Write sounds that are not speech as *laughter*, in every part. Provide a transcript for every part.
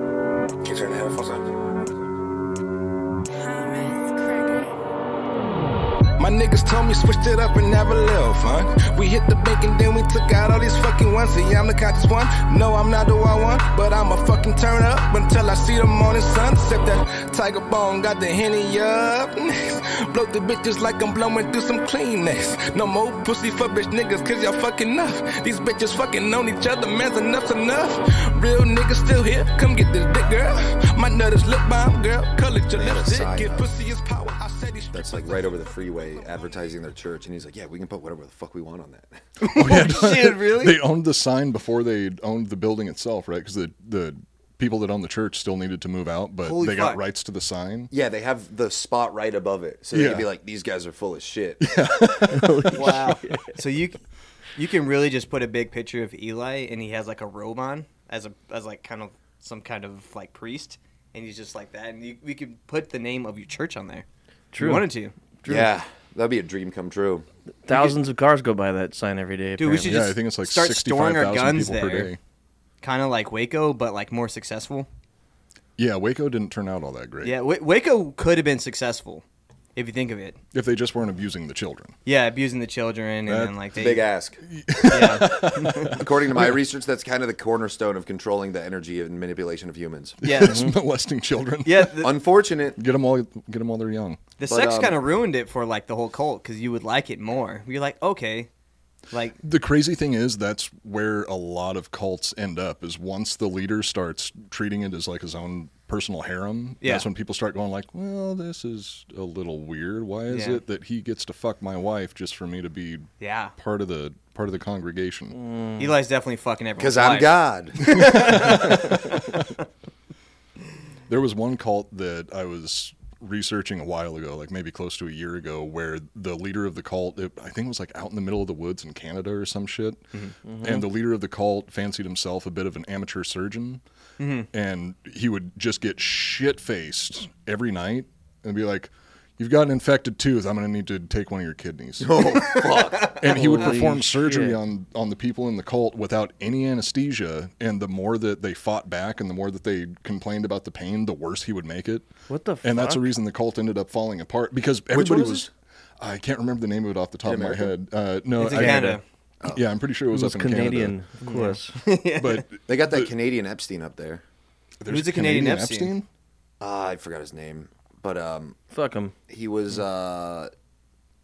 turn the headphones up. My niggas told me switched it up and never left, huh? We hit the bank and then we took out all these fucking ones. See, I'm the conscious one. No, I'm not the wild one, but I'm a fucking turn up until I see the morning sun. Sip that tiger bone, got the henny up. *laughs* Blow the bitches like I'm blowing through some Kleenex. No more pussy for bitch niggas, cause y'all fucking up. These bitches fucking on each other, man's enough's enough. Real niggas still here, come get this dick, girl. My nut is lip balm, girl. Color your had a lipstick, sign get up. pussy is power. I said these That's like right over the freeway advertising their church. And he's like, yeah, we can put whatever the fuck we want on *laughs* that. shit, really? They owned the sign before they owned the building itself, right? Because the the people that owned the church still needed to move out, but Holy they fuck. got rights to the sign. Yeah, they have the spot right above it. So they Yeah. can be like, these guys are full of *laughs* shit. Wow. so you you can really just put a big picture of Eli and he has like a robe on as a as like kind of some kind of like priest and he's just like that and you, we could put the name of your church on there. True. You wanted to. yeah, that'd be a dream come true. Thousands of cars go by that sign every day. Dude, we apparently. should Yeah, just I think it's like start storing our 65,000 guns people per there. day. Kind of like Waco but like more successful. Yeah, Waco didn't turn out all that great. Yeah, w- Waco could have been successful if you think of it. If they just weren't abusing the children. Yeah, abusing the children and then like they Big ask. yeah. *laughs* According to my research, that's kind of the cornerstone of controlling the energy and manipulation of humans. *laughs* Yeah. It's *laughs* molesting children. Yeah, the, Unfortunate. Get them all get them while they're young. The But, sex um, kind of ruined it for like the whole cult because you would like it more. You're like, okay, like The crazy thing is that's where a lot of cults end up is once the leader starts treating it as like his own personal harem, Yeah. that's when people start going like, Well, this is a little weird. Why is Yeah. it that he gets to fuck my wife just for me to be yeah, part of the part of the congregation? Eli's definitely fucking everyone. Because I'm God. There was one cult that I was researching a while ago, like maybe close to a year ago, where the leader of the cult, it, I think it was like out in the middle of the woods in Canada or some shit, Mm-hmm. and the leader of the cult fancied himself a bit of an amateur surgeon, Mm-hmm. and he would just get shit faced every night and be like. You've got an infected tooth. I'm going to need to take one of your kidneys. and he would Holy perform surgery shit. on on the people in the cult without any anesthesia and the more that they fought back and the more that they complained about the pain the worse he would make it What the and that's the fuck? reason the cult ended up falling apart because everybody was was I can't remember the name of it off the top of my head. American? Uh, no, It's in I- Canada. Yeah, I'm pretty sure it was, It was up in *laughs* Canadian, of course. *laughs* Canada. But They *laughs* got that Canadian Epstein up there. there's Who's the Canadian Epstein? Uh, I forgot his name, but um, Fuck him. he was uh,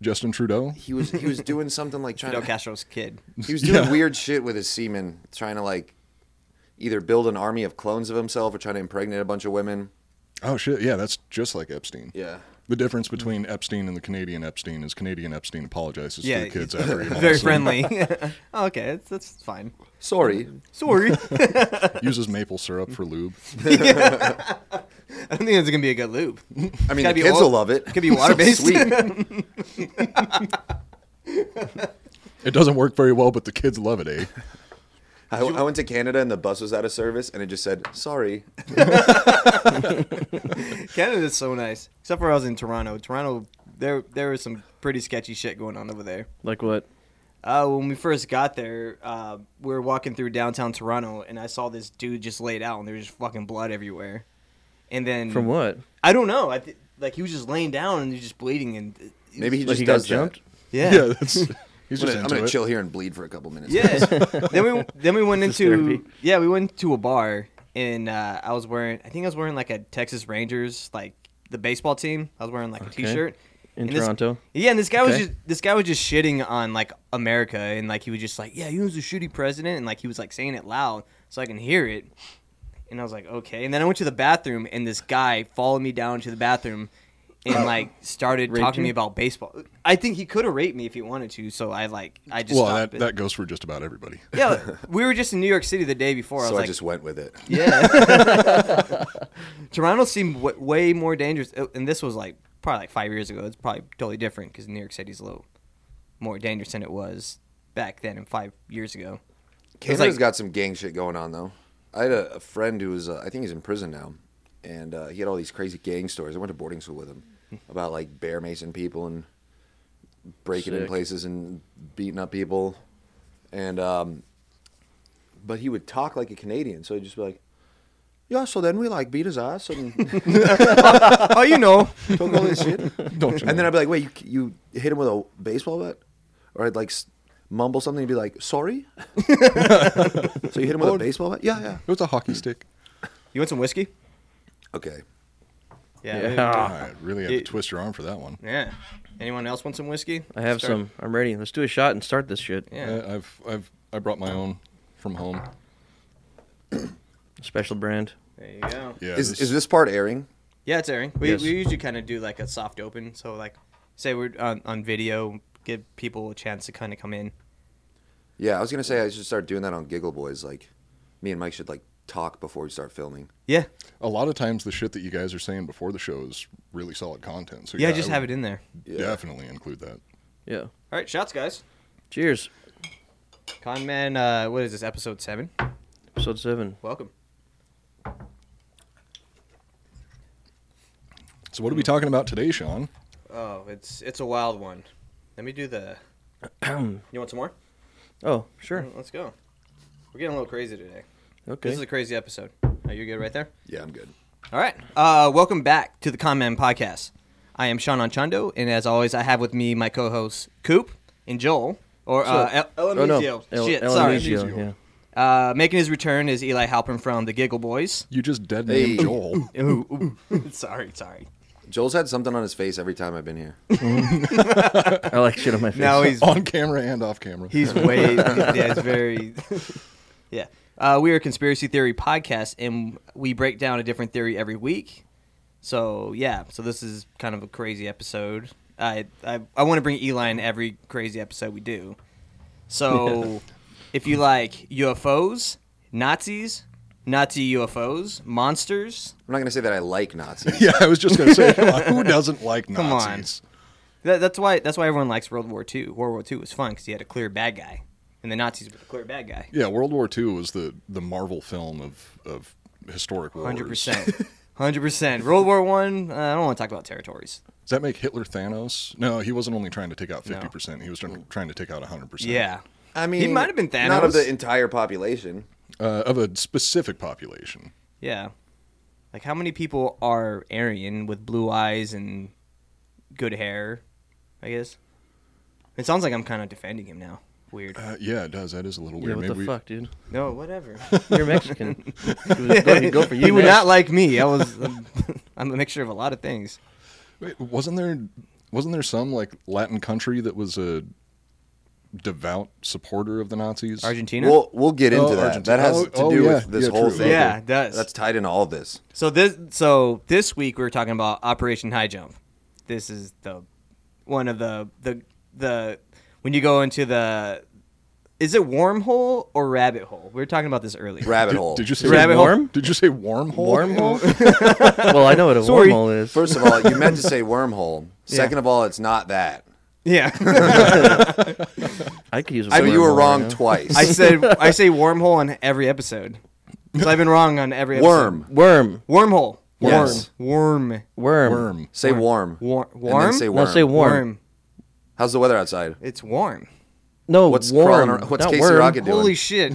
Justin Trudeau. he was he was doing something like trying Fidel to. Castro's kid. He *laughs* was doing Yeah. weird shit with his semen, trying to like either build an army of clones of himself or trying to impregnate a bunch of women. Oh shit! Yeah, that's just like Epstein. Yeah. The difference between Epstein and the Canadian Epstein is Canadian Epstein apologizes *laughs* Yeah, to the kids he's *laughs* after he Very molested them. friendly. *laughs* oh, okay, that's, that's fine. Sorry, Sorry, *laughs* I don't uses maple syrup for lube. think that's gonna be a good loop. I mean Gotta the be kids all- will love *laughs* it. could be water-based. Sweet. It doesn't work very well, but the kids love it, eh? I, I went to Canada and the bus was out of service and it just said sorry. *laughs* Canada's so nice, except for I was in Toronto. Toronto, there there was some pretty sketchy shit going on over there. Like what? Uh, when we first got there, uh, we were walking through downtown Toronto, and I saw this dude just laid out, and there was just fucking blood everywhere. And then From what? I don't know. I th- like he was just laying down and he was just bleeding, and uh, Maybe he Like just he got does that. jumped? *laughs* yeah, Yeah, that's he's I'm just gonna, I'm into gonna it. chill here and bleed for a couple minutes. *laughs* *laughs* Yeah. then we then we went This is into therapy. yeah we went to a bar and uh, I was wearing I think I was wearing like a Texas Rangers like the baseball team. I was wearing like a T-shirt In And this- Toronto? Yeah, and this guy was Okay. just this guy was just shitting on like America, and like he was just like, yeah, he was a shitty president, and like he was like saying it loud so I can hear it, and I was like, okay. And then I went to the bathroom, and this guy followed me down to the bathroom, *laughs* and like started Raped talking to you? me about baseball. I think he could have raped me if he wanted to, so I like I just Well, that, stopped it. that goes for just about everybody. *laughs* yeah, we were just in New York City the day before. I was So I, like, just went with it. yeah. *laughs* Toronto seemed w- way more dangerous, uh, and this was like probably like five years ago. It's probably totally different because New York City's a little more dangerous than it was back then and five *laughs* years ago. Canada's like- got some gang shit going on though. I had a, a friend who was, uh, I think he's in prison now, and uh, he had all these crazy gang stories. I went to boarding school with him about like bear mason people and breaking in Sick. places and beating up people, and um, but he would talk like a Canadian, so he'd just be like, Yeah, so then we like beat his ass and oh, you know. took all this shit. *laughs* Don't you And then I'd be like, wait, you, you hit him with a baseball bat? Or I'd like s- mumble something and be like, sorry? *laughs* so you hit him with a baseball bat? Yeah, yeah. It was a hockey Hmm. stick. You want some whiskey? Okay. Yeah. I really had to It- twist your arm for that one. Yeah. Anyone else want some whiskey? I have Start- some. I'm ready. Let's do a shot and start this shit. Yeah. I, I've I've I brought my own from home. Special brand. There you go. Yeah. Is, this- is this part airing? Yeah, it's airing. We, Yes. we usually kind of do like a soft open. So like, say we're on, on video, give people a chance to kind of come in. Yeah, I was going to say I should start doing that on Giggle Boys. Like, me and Mike should like talk before we start filming. Yeah, a lot of times the shit that you guys are saying before the show is really solid content. So yeah, yeah, just I have would it in there. Yeah. Definitely include that. Yeah. All right, shots, guys. Cheers. Con Man, uh, what is this episode seven? Episode seven. Welcome. So what are we Hmm. talking about today, Sean? Oh, it's it's a wild one. Let me do the. you want some more? Oh, sure. Mm, Let's go. We're getting a little crazy today. Okay. This is a crazy episode. Are you good right there? Yeah, I'm good. All right. Uh, welcome back to the Con Man Podcast. I am Sean Anchondo, and as always, I have with me my co-hosts Coop and Joel, or uh, El- Oh, no. Elemizio. El- Shit, El sorry. Emizio, yeah. Uh, making his return is Eli Halpern from the Giggle Boys. You just dead named Hey. Joel. *laughs* sorry, sorry. Joel's had something on his face every time I've been here. I like shit *laughs* on my face. Now he's on camera and off camera. He's way. yeah, he's very. *laughs* yeah. Uh, we are a conspiracy theory podcast, and we break down a different theory every week. So yeah, so this is kind of a crazy episode. I I, I want to bring Eli in every crazy episode we do. So if you like UFOs, Nazis, Nazi UFOs, monsters, I'm not going to say that I like *laughs* Nazis. *laughs* yeah, I was just gonna *laughs* say, come on, who doesn't like Come on. Nazis? That, that's why. That's why everyone likes World War II. World War II was fun because you had a clear bad guy, and the Nazis were the clear bad guy. Yeah, World War II was the the Marvel film of of historic wars. Hundred percent. *laughs* Hundred percent. World War One. Uh, I don't want to talk about territories. Does that make Hitler Thanos? No, he wasn't only trying to take out fifty percent. He was trying, trying to take out hundred percent. Yeah. I mean, might have been Thanos. Not of the entire population. uh, of a specific population. Yeah. Like how many people are Aryan with blue eyes and good hair? I guess. It sounds like I'm kind of defending him now. Weird. Uh, yeah, it does. That is a little yeah, weird. what the we, *laughs* fuck, dude? No, whatever. *laughs* You're Mexican. It was- go, go for you. he would next. not like me. I was. *laughs* I'm a mixture of a lot of things. Wait, wasn't there wasn't there some like Latin country that was a devout supporter of the Nazis? Argentina. We'll we'll get into Oh, that. Argentina. That has to do Oh, oh, with yeah. this Yeah, whole true. thing. Yeah, it does. That's tied into all this. So this so this week we were talking about Operation High Jump. This is the one of the the the when you go into the is it wormhole or rabbit hole? We were talking about this earlier. Rabbit Did, hole. did you say Rabbit hole? worm? Did you say wormhole? Wormhole? *laughs* Well, I know what a Sorry. wormhole is. First of all, you *laughs* meant to say wormhole. Second of all, it's not that. *laughs* Yeah. I could use. a So you were wormhole wrong right now. twice. *laughs* I said I say wormhole on every episode. So I've been wrong on every worm. episode. Worm. Wormhole. Worm. Yes. Worm. Worm. worm. Say warm. War- And then warm? say No, No, worm. say worm. Worm. How's the weather outside? It's warm. No, What's worm. crawling around- what's not Casey worm. Rocket doing? Holy shit.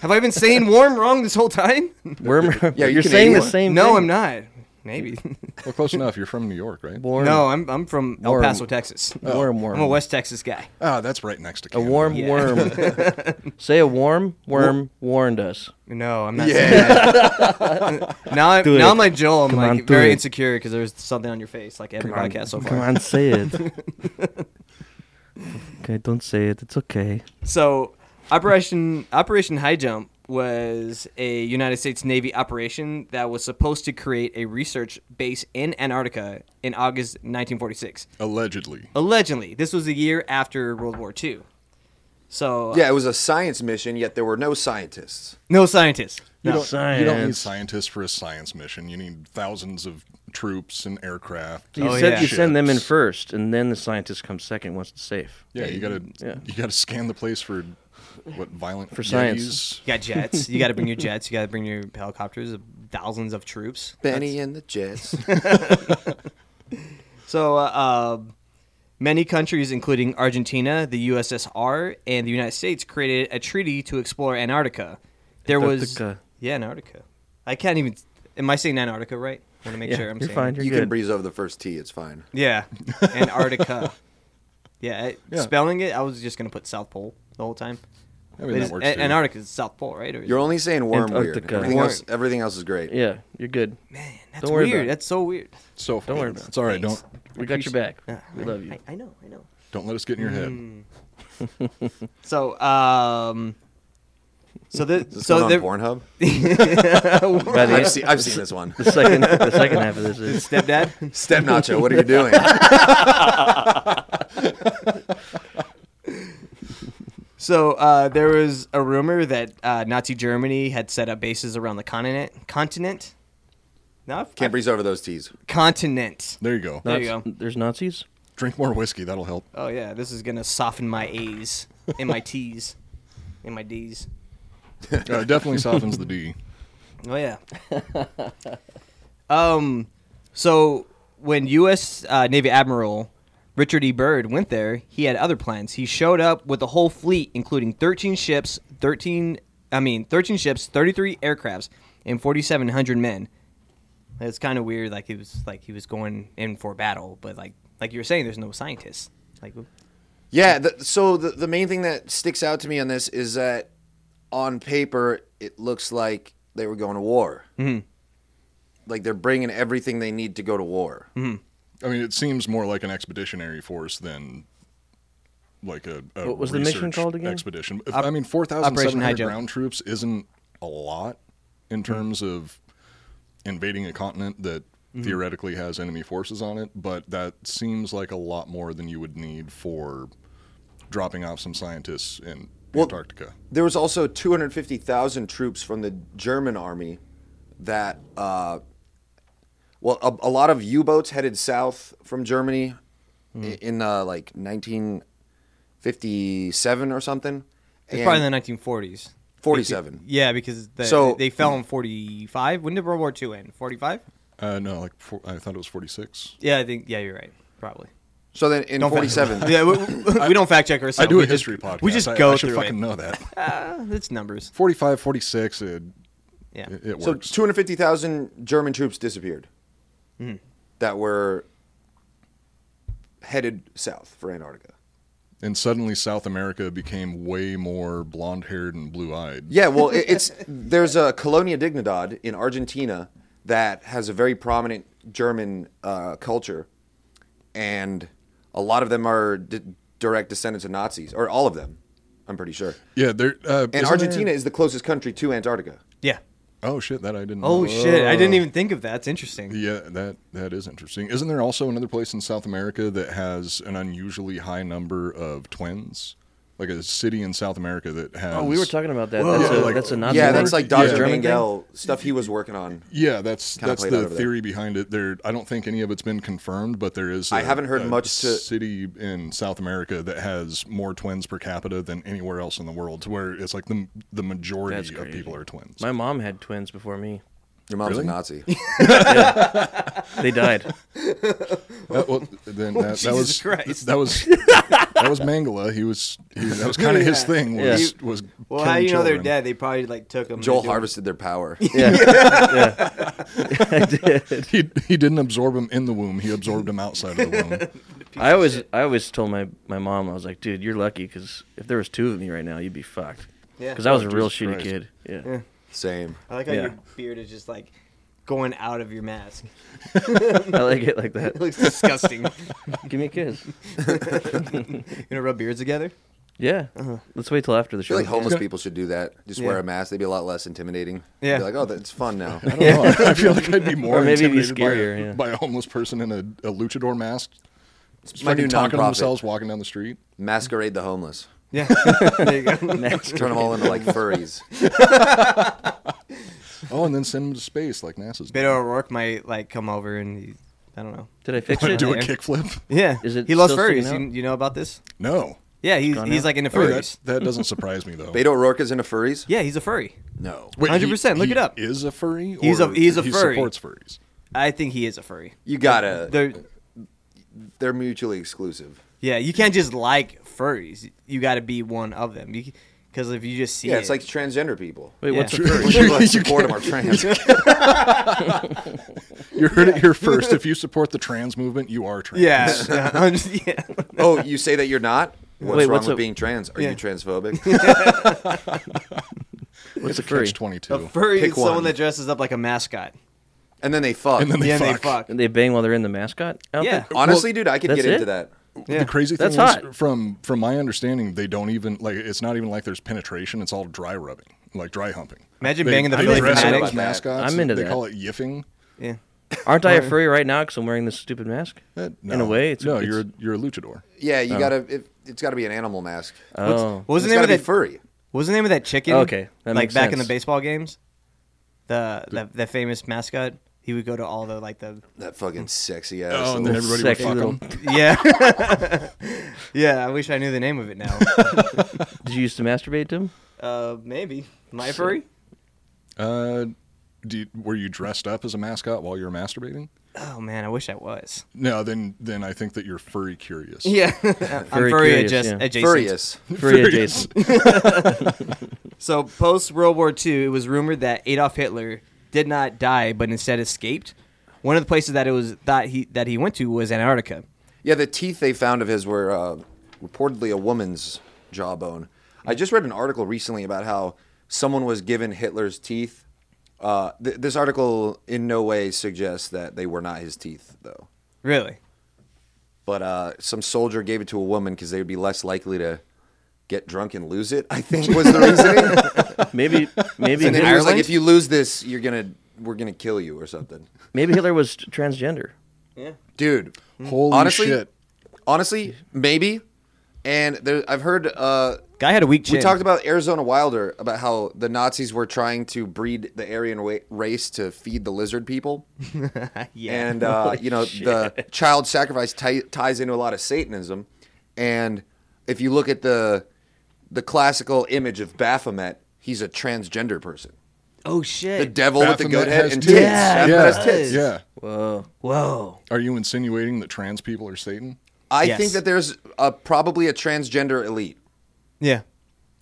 Have I been saying warm wrong this whole time? Worm. Yeah, you're you saying the Canadian. same. no, thing. I'm not. Maybe. Well, close enough. You're from New York, right? Worm. No, I'm I'm from El Worm. Paso, Texas. Oh. Worm. Worm. I'm a West Texas guy. Ah, that's right next to A Canada. warm Yeah. worm. *laughs* Say a warm worm warned us. No, I'm not. Yeah. *laughs* now I'm Do now it. I'm like Joel. I'm Come like on, do very it. insecure because there's something on your face like every podcast so far. Come on, say it. *laughs* okay, don't say it. It's okay. So Operation Operation High Jump was a United States Navy operation that was supposed to create a research base in Antarctica in August 1946. Allegedly. Allegedly, this was a year after World War II. So Yeah, it was a science mission, yet there were no scientists. no scientists. You No. don't, you don't need Science. scientists for a science mission. You need thousands of troops and aircraft. You Oh, said yeah. you send them in Ships. first, and then the scientist comes second once it's safe. Yeah, you gotta Yeah. you gotta scan the place for what violent For science. Yetis? You got jets. You got to bring your jets. You got to bring your helicopters. Thousands of troops. Benny and the Jets. So, uh, um, many countries, including Argentina, the USSR, and the United States, created a treaty to explore Antarctica. There was Antarctica. yeah, Antarctica. I can't even. Am I saying Antarctica right? I want to make Yeah, sure I'm you're saying. fine. it. *laughs* You're you good. can breeze over the first T. It's fine. *laughs* Yeah, Antarctica. yeah, I- Yeah. spelling it, I was just gonna put South Pole the whole time. I mean, It that is- works. A- too. Antarctica is South Pole, right? Or is You're only saying worm weird. Antarctica. Everything Worm. else, everything else is great. Yeah, you're good. man, that's Don't worry about weird. it. That's so weird. So Don't worry about it. It's all right. Thanks. Don't We got your back. We love you. I, I know, I know. don't let us get in your head. Mm. So, um, so the Is this so going there, on *laughs* Pornhub? *laughs* *laughs* By the I've, end- seen, I've seen this *laughs* one. the second, the second half of this is stepdad. *laughs* Step Nacho, what are you *laughs* doing? So uh, there was a rumor that uh, Nazi Germany had set up bases around the continent. Continent. No, I've- Can't breeze over those T's. continent. There you go. There you Nazi- go. There's Nazis. Drink more whiskey. That'll help. Oh yeah, this is gonna soften my A's and my T's and my D's. Uh, it definitely softens the D. Oh yeah. um, so when U.S. Uh, Navy Admiral Richard E. Byrd went there, he had other plans. He showed up with a whole fleet, including 13 ships, 13 I mean 13 ships, 33 aircrafts, and 4,700 men. It's kind of weird, like he was like he was going in for battle, but like like you were saying, there's no scientists. Like Yeah. The, so the, the main thing that sticks out to me on this is that on paper, it looks like they were going to war. Mm-hmm. Like they're bringing everything they need to go to war. Mm-hmm. I mean, it seems more like an expeditionary force than like a, a What was the mission research called again? Expedition. If- I mean, four thousand Operation seven hundred Hijack. ground troops isn't a lot in terms of invading a continent that theoretically has enemy forces on it, but that seems like a lot more than you would need for dropping off some scientists in Well- Antarctica. There was also 250,000 troops from the German army that, uh, well, a, a lot of U boats headed south from Germany i- Mm-hmm. in uh, like 1957 or something. it's And- probably in the 1940s. 47. Yeah, because the, So- they fell in 45. When did World War II end? 45. Uh, no, like four, I thought it was forty six. Yeah, I think. Yeah, you're right. Probably. So then in 47. yeah, we, we- we don't fact check I ourselves. do we a history just, podcast. We just I- go I should through fucking it. Ah, know that. It's numbers. 45, 46, it, Yeah. it, it So works. 250,000 German troops disappeared Hmm. that were headed south for Antarctica. and suddenly South America became way more blonde-haired and blue-eyed. Yeah, well, it, *laughs* it's there's a Colonia Dignidad in Argentina that has a very prominent German uh, culture, and a lot of them are d- direct descendants of Nazis, or all of them, I'm pretty sure. yeah. There uh, And isn't Argentina there- is the closest country to Antarctica. Yeah. Oh shit, that I didn't. Oh know. shit! I didn't even think of that. It's interesting. Yeah, that that is interesting. Isn't there also another place in South America that has an unusually high number of twins? Like a city in South America that has. Oh, we were talking about that. That's, Yeah, a, like- that's a Nazi. yeah, word. that's like Yeah. Dr. German Mengele stuff he was working on. Yeah, that's Kinda that's played out the over there. theory behind it. There, I don't think any of it's been confirmed, but there is. I I haven't heard much to- city in South America that has more twins per capita than anywhere else in the world, to where it's like the the That's majority of crazy. people are twins. My mom had twins before me. Your mom's Really? a *laughs* Nazi. They died. That, Uh, well, then that, that Jesus was Christ. that was that was Mangala. He was he, that was kind of his Yeah. thing. Yeah. Was was Well, killing how do you know they're children. dead? They probably like took them. Joel harvested their *laughs* power. Yeah. yeah. *laughs* I did. He he didn't absorb him in the womb. He absorbed him outside of *laughs* the womb. I always, I always told my, my mom, I was like, dude, you're lucky because if there was two of me right now, you'd be fucked. Yeah. Because I was a real Oh, Jesus shitty Christ. kid. Yeah. Same. I like how Yeah. your beard is just like going out of your mask. *laughs* I like it like It that. looks disgusting. Give me a kiss. *laughs* you gonna rub beards together? Yeah. Let's wait till after the I show. feel like *laughs* homeless people should do that. Just Yeah. wear a mask. They'd be a lot less intimidating. Yeah. Be like, oh, that's fun now. I don't know. I feel like I'd be more Or maybe it'd be intimidated by a- by, scarier, a, yeah. homeless person in a, a luchador mask. It's my new Fucking talking to nonprofit. themselves walking down the street. *laughs* Masquerade the homeless. *laughs* Yeah. there you go. *laughs* Turn them all into like furries. Oh, and then send him to space like NASA's. Beto O'Rourke might like come over and he, I don't know. Did I fix Want to it? do a there. *laughs* kickflip? Yeah. Is it he lost still sticking furries? You, you know about this? No. Yeah, he's Gone he's out? like into Oh, furries. that, that doesn't surprise me though. Beto O'Rourke is into furries? Yeah, he's a furry. No. Wait, he- 100%, look he it up. Is a furry? He's a- or he's a he furry. Supports furries. I think he is a furry. You gotta. They're, They're, mutually exclusive. yeah, you can't just like furries. You got to be one of them. You Because if you just see Yeah, it's it- like transgender people. Wait, Yeah. what's the True. first? People that You support can't- them are trans. You heard it here first. If you support the trans movement, you are trans. yeah, *laughs* yeah, *laughs* I'm just- yeah. oh, you say that you're not? What's Wait, wrong what's with a- being trans? Are Yeah. you transphobic? What's the Catch first? twenty A two. furry Pick is someone one. that dresses up like a mascot. and then they fuck. And then they yeah, fuck. they fuck. They bang while they're in the mascot. outfit? Yeah. *laughs* Honestly, dude, I could that's get into it? that. Yeah. The crazy thing That's is, hot. from from my understanding, they don't even like. It's not even like there's penetration. It's all dry rubbing, like dry humping. Imagine They- banging the they Philly dress up Fanatic. as mascots. I'm into they that. call it yiffing. Yeah. Aren't I a furry right now? Because I'm wearing this stupid mask. That- In a no. way, it's no. it's- you're a, you're a luchador. Yeah, you gotta. It, it's got to be an animal mask. *laughs* oh. What was it's the name gotta of be that? furry. What was the name of that chicken? Okay, that like makes back in the sense. baseball games, the that, that famous mascot. He would go to all the like the That fucking sexy ass. Oh, and then little- everybody would sexy fuck little- 'em. yeah *laughs* yeah. I wish I knew the name of it now. Did you used to masturbate to him? uh, maybe my furry. Uh, do you, were you dressed up as a mascot while you were masturbating? Oh man, I wish I was. No, then then I think that you're furry curious. Yeah, *laughs* I'm Very furry curious, adjust- yeah. adjacent. Furious. Furry adjacent. So post World War II, it was rumored that Adolf Hitler did not die, but instead escaped. One of the places that it was that he that he went to was Antarctica. Yeah, the teeth they found of his were uh, reportedly a woman's jawbone. Hmm. I just read an article recently about how someone was given Hitler's teeth. Uh, th- this article in no way suggests that they were not his teeth, though. Really? But uh, some soldier gave it to a woman because they would be less likely to get drunk and lose it. I think was the *laughs* reasoning. *laughs* Maybe maybe and then Hitler, was like, if you lose this, you're gonna we're gonna kill you or something. *laughs* maybe Hitler was t- transgender. dude. Holy honestly, shit. honestly, maybe. And there, I've heard uh, Guy had a weak chin. we talked about Arizona Wilder about how the Nazis were trying to breed the Aryan wa- race to feed the lizard people, yeah. *laughs* and uh, you know the child sacrifice ti- ties into a lot of Satanism. And if you look at the the classical image of Baphomet, he's a transgender person. oh The shit. devil with the goat Baphomet head has and tits. tits. Yeah, Baphomet it has does. tits. Yeah. Whoa. Whoa. Are you insinuating that trans people are Satan? I Yes. think that there's a, probably a transgender elite. Yeah.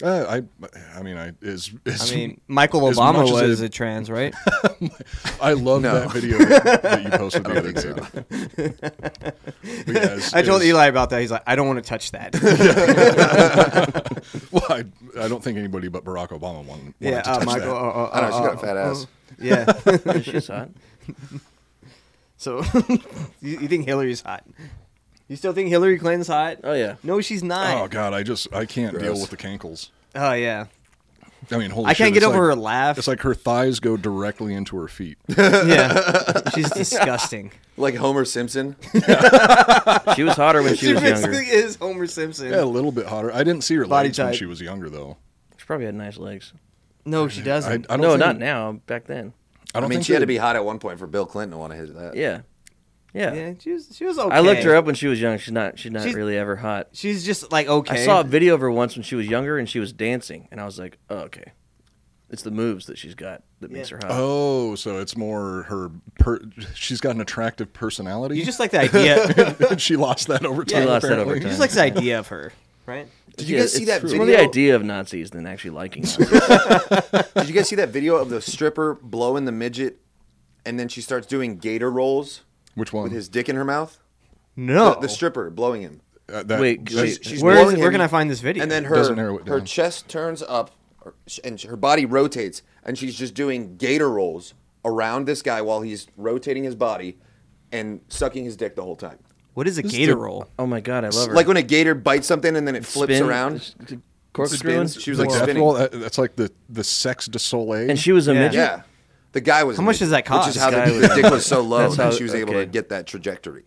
Uh, I I mean I is, is I mean, Michael as much Obama as was it- a trans, right? *laughs* I love No. that video that, *laughs* that you posted the other day. But yeah, it's- *laughs* I told it's- Eli about that. He's like, I don't want to touch that. Well, I, I don't think anybody but Barack Obama wanted, wanted yeah, to uh, touch Michael. that. uh, uh, I don't know, she's got a uh, fat uh, ass. Yeah. *laughs* *laughs* She's hot. so *laughs* you, you think Hillary's hot? You still think Hillary Clinton's hot? Oh yeah. No, she's Oh not. god, I just I can't deal Gross. with the cankles. Oh, *laughs* yeah. I mean, holy I can't shit, get it's over her like- laugh. It's like her thighs go directly into her *laughs* feet. yeah. She's disgusting. Like Homer Simpson. She was *laughs* hotter when *laughs* she was younger. basically is Homer Simpson. Yeah, a little bit hotter. I didn't see her Body legs when type. she was younger, though. She probably had nice legs. No, she I, I doesn't. don't no, think- not now. Back then. I I don't mean, think she had to that- be hot at one point for Bill Clinton to want to hit that. Yeah. Yeah. yeah, she was, she was okay. I looked her up when she was young. She's not. She's not She's- really ever hot. She's just like, okay. I saw a video of her once when she was younger and she was dancing, and I was like, oh, okay. It's the moves that she's got that makes her hot. Oh, so it's more her. Per, she's got an attractive personality. You just like the *laughs* idea. *laughs* she lost that over time. She lost that apparently. over you just time. like the idea of her, right? Did you guys see that It's video? more the idea of Nazis than actually *laughs* liking Nazis. Did you guys see that video of the stripper blowing the midget, and then she starts doing gator rolls Which one? with his dick in her mouth? No. The, the stripper blowing him, Uh, that- Wait, that's- wait. she's where, is, blowing where him, can I find this video? and then her Doesn't narrow it her down. chest turns up, or- and her body rotates, and she's just doing gator rolls around this guy while he's rotating his body, and sucking his dick the whole time. what is a is gator the- roll? oh my god, I love her. Like when a gator bites something and then it flips Spin- around. corkscrewing? Spins. She was like Well, spinning. well, that- that's like the the sex de soleil. and she was a Yeah. midget. Yeah. The guy was. How much does that cost? Which is how Guy the, was- the dick was so low That's how- that she was able okay. to get that trajectory.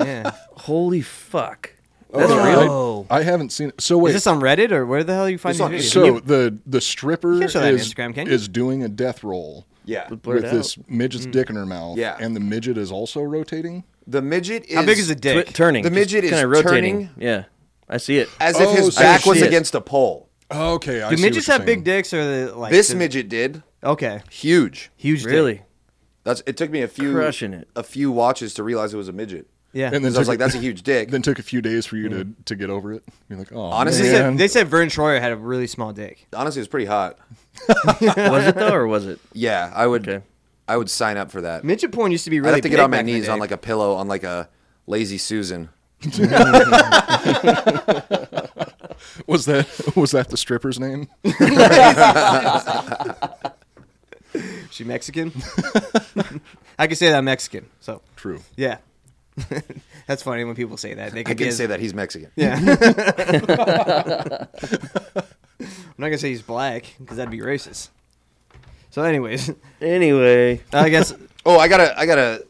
Yeah. Holy fuck. That's I- real. Oh. I, haven't seen. it. So wait. Is this on Reddit or where the hell you find It's these on- videos? so the the stripper can't show that on is, Instagram, can you? Mm. is doing a death roll. Yeah. Blur it with out. this midget's dick in her mouth. Yeah. And the midget is also rotating. The midget is How big is the Twi- dick? turning. The just midget is kinda turning. rotating. Yeah. I see it. as if Oh, his so back she was is. against a pole. Okay. I Do see what midgets you're have big saying. dicks or the like? This the- midget did Okay. huge. Huge. dick. really. That's it took me a few Crushing it. a few watches to realize it was a midget. Yeah. and then Because I was took- like, *laughs* that's a huge dick. Then took a few days for you to, Mm. to get over it. You're like, oh, Honestly, They man. *laughs* said, they said Vern Troyer had a really small dick. Honestly, it's pretty hot. was it though, or was it? Yeah, I would. Okay. I would sign up for that. Midget porn used to be really. I'd have to get big on my back in the knees day. on like a pillow on like a lazy Susan. was that *laughs* was that the stripper's *laughs* name? She Mexican. *laughs* I can say that I'm Mexican. So True. yeah, *laughs* that's funny when people say that. They I could can say that he's Mexican. *laughs* Yeah. I'm not gonna say he's black because that'd be racist. So, anyways, *laughs* *laughs* Anyway, I guess Oh, I got a I got a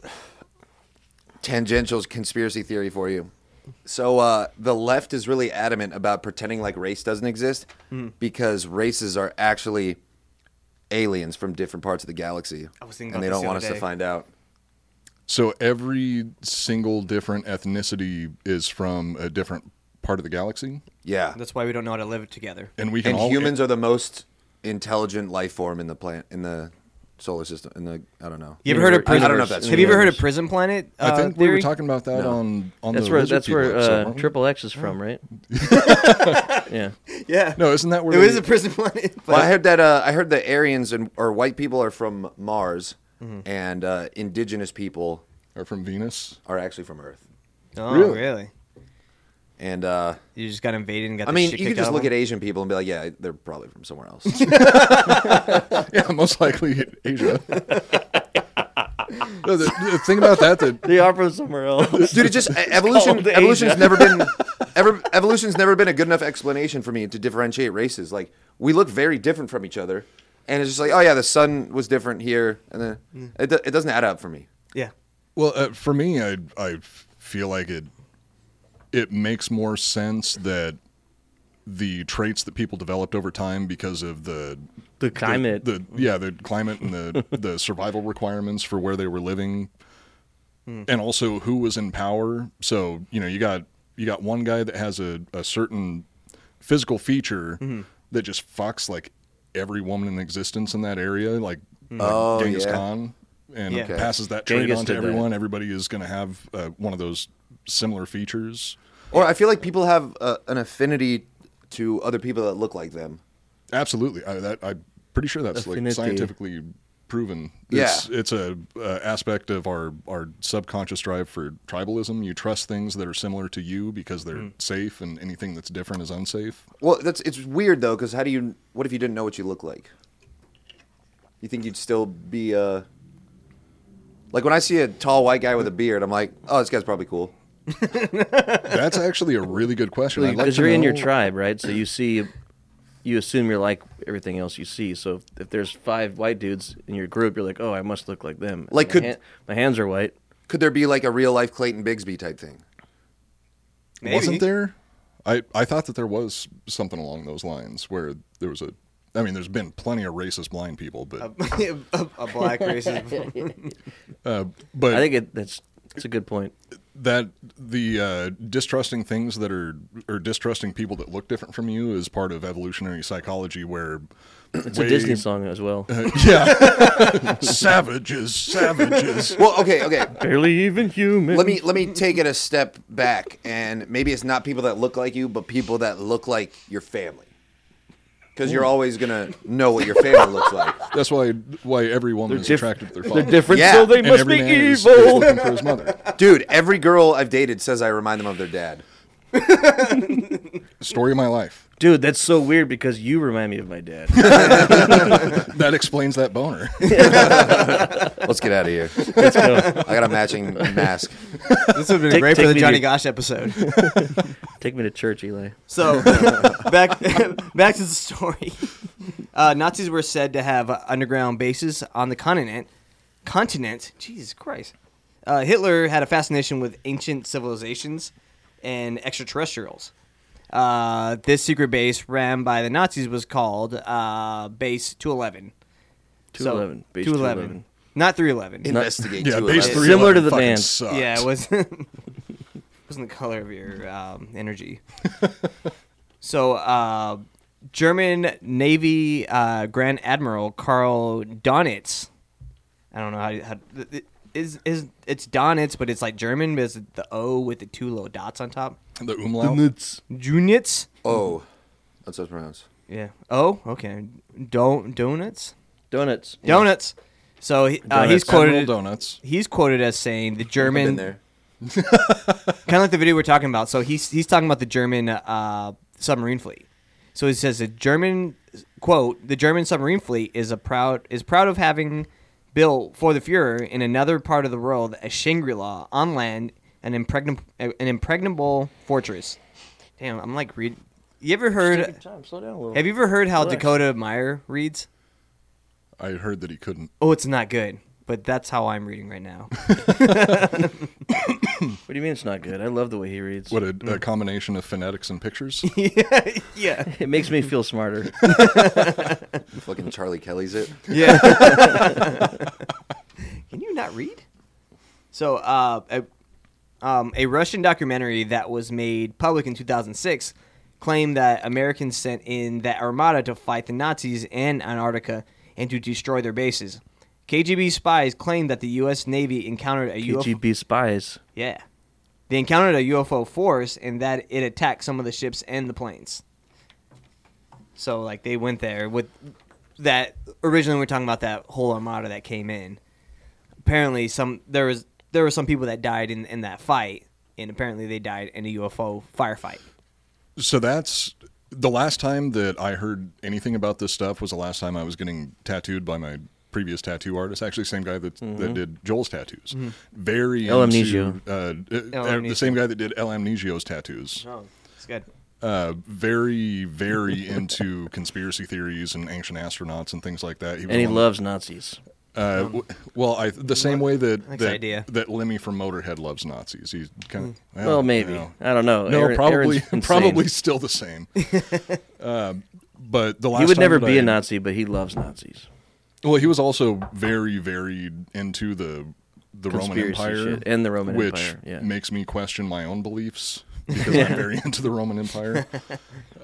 tangential conspiracy theory for you. So uh, the left is really adamant about pretending like race doesn't exist Mm-hmm. because races are actually aliens from different parts of the galaxy, I was thinking and they about this don't the want other us to day. find out. So every single different ethnicity is from a different part of the galaxy, Yeah, that's why we don't know how to live together. and we can and all humans are the most intelligent life form in the planet in the solar system. In the I don't know. You ever heard of I prison? don't know if that's Have you ever true. heard of prison planet? I uh, think we were theory? talking about that on on that's the where lizard that's where people episode, uh, weren't we? Triple X is from, *laughs* right? yeah. Yeah, *laughs* No, isn't that where it was they- a prison planet. But Well, I heard that uh, I heard the Aryans and or white people are from Mars, Mm-hmm. and uh, indigenous people or from Venus? *laughs* are actually from Earth. oh, really? Really? And uh, You just got invaded and got. I the mean, shit you could kicked just out look of at Asian people and be like, yeah, they're probably from somewhere *laughs* else. Yeah, most likely *laughs* Asia. no, the, the thing about that that They are from somewhere *laughs* else. Dude, it *laughs* just e-, evolution. called Asia. Evolution's never been ever. Evolution's never been a good enough explanation for me to differentiate races. Like we look very different from each other, and it's just like, oh yeah, the sun was different here, and then Mm. it, do- it doesn't add up for me. Yeah, well, uh, for me, I I feel like it it makes more sense that the traits that people developed over time because of the The climate. the, the yeah, the climate and *laughs* the the survival requirements for where they were living, and also who was in power. So you know, you got you got one guy that has a, a certain physical feature that just fucks like every woman in existence in that area, like Oh, like Genghis yeah. Khan, and Yeah. Okay. passes that trait Genghis on to did that. everyone. Everybody is going to have uh, one of those similar features. Or I feel like people have uh, an affinity to other people that look like them. Absolutely, I, that I'm pretty sure that's Affinity. like scientifically proven. Yeah. It's, it's a uh, aspect of our our subconscious drive for tribalism. You trust things that are similar to you because Hmm. they're safe, and anything that's different is unsafe. Well, that's it's weird though, because how do you? What if you didn't know what you look like? You think you'd still be uh like when I see a tall white guy with a beard, I'm like, oh, this guy's probably cool. That's actually a really good question. I'd Because like to you're in your know- tribe, right? So you see, you assume you're like everything else you see. So if, if there's five white dudes in your group, you're like, oh, I must look like them. Like, my, could- hand- my hands are white. Could there be like a real life Clayton Bigsby type thing? maybe. Wasn't there? I, I thought that there was something along those lines where there was a. I mean, there's been plenty of racist blind people, but a, *laughs* a *laughs* black racist? but I think it, that's that's a good point. that the uh, distrusting things that are or distrusting people that look different from you is part of evolutionary psychology where *laughs* It's a Disney song as well. Uh, yeah savages savages Well, okay, okay. Barely even human. Let me let me take it a step back, and maybe it's not people that look like you, but people that look like your family, because you're always gonna know what your family looks like. that's why why every woman is diff- attracted to their father They're different, Yeah. so they and must every be man is- evil. is looking for his mother Dude, every girl I've dated says I remind them of their dad. story of my life Dude, that's so weird because you remind me of my dad. that explains that *laughs* boner Let's get out of *laughs* here. Let's go. I got a matching mask. this would have been Take- great for take the me Johnny to- Gosh episode. *laughs* Take me to church, Eli. So back *laughs* back to the story. Uh, Nazis were said to have uh, underground bases on the continent. Continent, Jesus Christ. Uh, Hitler had a fascination with ancient civilizations and extraterrestrials. Uh, this secret base ran by the Nazis was called uh, Base 211. So, 211, Base 211. Not 311. Investigate. yeah too, base Elias. three Similar to the band. sucks. Yeah, it was wasn't the color of your um, energy. *laughs* so, uh, German Navy uh, Grand Admiral Karl Donitz. I don't know how, how th- th- is is it's Donitz, but it's like German. But it's the O with the two little dots on top. The umlaut. Junitz. Oh, that's how it's pronounced. Yeah. Oh, okay. Don't donuts. Donuts. Donuts. So he, uh, he's Donuts. Admiral quoted. donuts. He's quoted as saying the I've been German there. kind of like the video we're talking about. So he's he's talking about the German uh, submarine fleet. So he says the German quote: "The German submarine fleet is a proud is proud of having built for the Führer in another part of the world a Shangri-La on land, an impregnable an impregnable fortress." Damn, I'm like read. You ever heard? Time, slow down a little. Have you ever heard how Relax. Dakota Meyer reads? I heard that he couldn't. Oh, it's not good. But that's how I'm reading right now. What do you mean it's not good? I love the way he reads. What a, Mm. a combination of phonetics and pictures. yeah, yeah, It makes me feel smarter. Fucking Charlie Kelly's it. yeah. *laughs* Can you not read? So, uh, a, um, a Russian documentary that was made public in 2006 claimed that Americans sent in that armada to fight the Nazis in Antarctica and to destroy their bases. KGB spies claimed that the U.S. Navy encountered a UFO. KGB spies. Yeah. They encountered a UFO force and that it attacked some of the ships and the planes. So like they went there with that originally we were talking about that whole armada that came in. Apparently some there was there were some people that died in, in that fight and apparently they died in a UFO firefight. So that's the last time that I heard anything about this stuff was the last time I was getting tattooed by my previous tattoo artist. Actually, same guy that that did Joel's tattoos. Very El into, Amnesio. uh, El uh, the Amnesio. same guy that did El Amnesio's tattoos. Oh, it's good. Uh, very, very into conspiracy theories and ancient astronauts and things like that. was And he one- loves Nazis. Uh, w- well, I, the same way that like the that, idea. that Lemmy from Motorhead loves Nazis. He's kind of Well, maybe. I don't know. No, Aaron- probably Aaron's *laughs* insane. *laughs* probably still the *laughs* same. uh, but the last He would time never that be I- a Nazi, but he loves Nazis. Well, he was also very very into the the Roman Conspiracy Empire shit and the Roman which Empire, yeah. makes me question my own *laughs* beliefs because I'm very into the Roman Empire.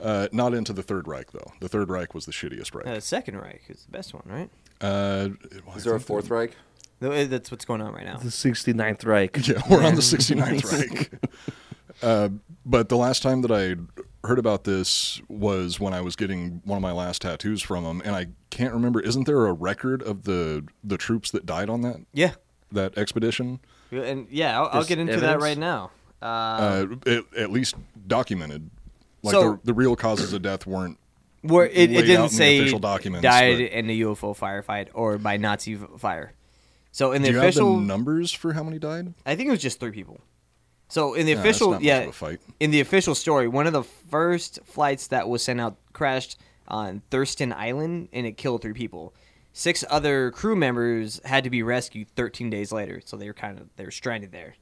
Uh, not into the Third Reich though. The Third Reich was the shittiest Reich. Uh, the second Reich is the best one, right? Uh, well, I Is there a think fourth Reich? Th- That's what's going on right now. The 69th Reich. Yeah, we're on the *laughs* 69th Reich. Uh, but the last time that I heard about this was when I was getting one of my last tattoos from him, and I can't remember. Isn't there a record of the the troops that died on that Yeah. that expedition? And yeah, I'll, I'll This get into that evidence? right now. Uh, Uh, it, at least documented. Like So- the, the real causes of death weren't. Where laid it, it out in didn't the say official documents, died but- in a UFO firefight or by Nazi v- fire. So in the Do you official, have the numbers for how many died? I think it was just three people. So in the that's official, not much yeah, of a fight. in the official story, one of the first flights that was sent out crashed on Thurston Island and it killed three people. Six other crew members had to be rescued 13 days later, so they were kind of they were stranded there.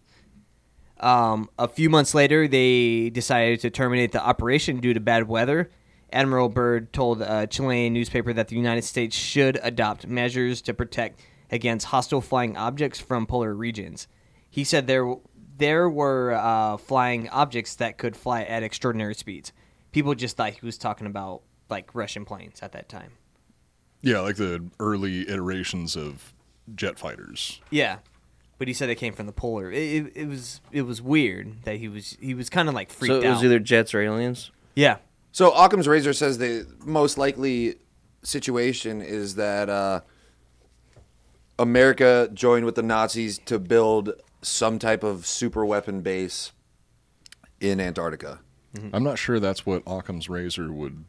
Um, a few months later, they decided to terminate the operation due to bad weather. Admiral Byrd told a Chilean newspaper that the United States should adopt measures to protect against hostile flying objects from polar regions. He said there there were uh, flying objects that could fly at extraordinary speeds. People just thought he was talking about like Russian planes at that time. Yeah, like the early iterations of jet fighters. Yeah, but he said it came from the polar. It, it, it was it was weird that he was he was kind of like freaked So it out. was either Jets or aliens. yeah, So Occam's razor says the most likely situation is that uh, America joined with the Nazis to build some type of super weapon base in Antarctica. Mm-hmm. I'm not sure that's what Occam's razor would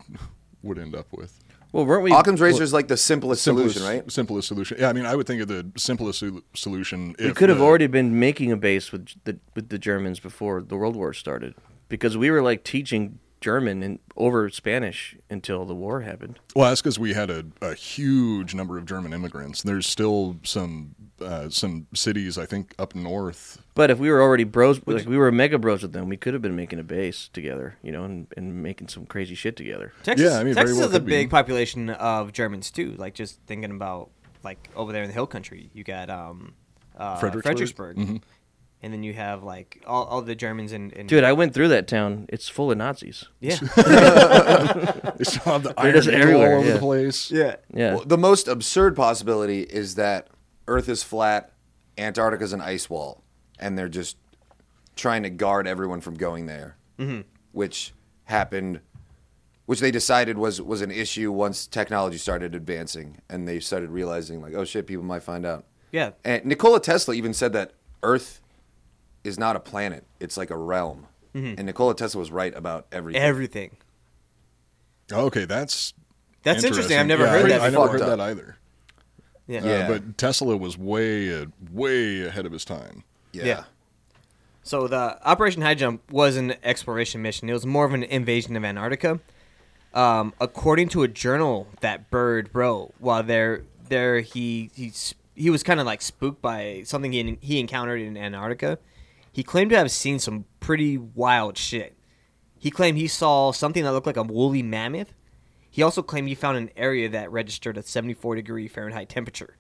would end up with. Well, weren't we? Occam's razor is like the simplest, simplest solution, right? Simplest solution. Yeah, I mean, I would think of the simplest sol- solution. We could have already been making a base with the with the Germans before the World War started, because we were like teaching German and over Spanish until the war happened. Well, that's because we had a, a huge number of German immigrants. There's still some uh, some cities, I think, up north. But if we were already bros, like we were mega bros with them, we could have been making a base together, you know, and, and making some crazy shit together. Texas, Yeah, I mean, very Texas well has a could be. big population of Germans too. Like just thinking about like over there in the hill country, you got um, uh, Fredericksburg? Mm-hmm. and then you have like all, all the Germans in, in Dude, I went through that town. It's full of Nazis. *laughs* yeah, They still have the They're iron just eagle everywhere, all over yeah. the place. yeah. Yeah. Well, the most absurd possibility is that Earth is flat Antarctica's an ice wall, and they're just trying to guard everyone from going there, which happened, which they decided was was an issue once technology started advancing, and they started realizing like, oh shit, people might find out. Yeah. And Nikola Tesla even said that Earth is not a planet; it's like a realm. And Nikola Tesla was right about everything. Everything. Okay, that's That's interesting. I've never heard I- that I never before. heard that either. Yeah. Uh, Yeah. but Tesla was way uh, way ahead of his time. Yeah. So the Operation High Jump was an exploration mission. It was more of an invasion of Antarctica. Um, according to a journal that Bird wrote, while there, there he he s- he was kind of like spooked by something he he encountered in Antarctica. He claimed to have seen some pretty wild shit. He claimed he saw something that looked like a woolly mammoth. He also claimed he found an area that registered a 74 degree Fahrenheit temperature.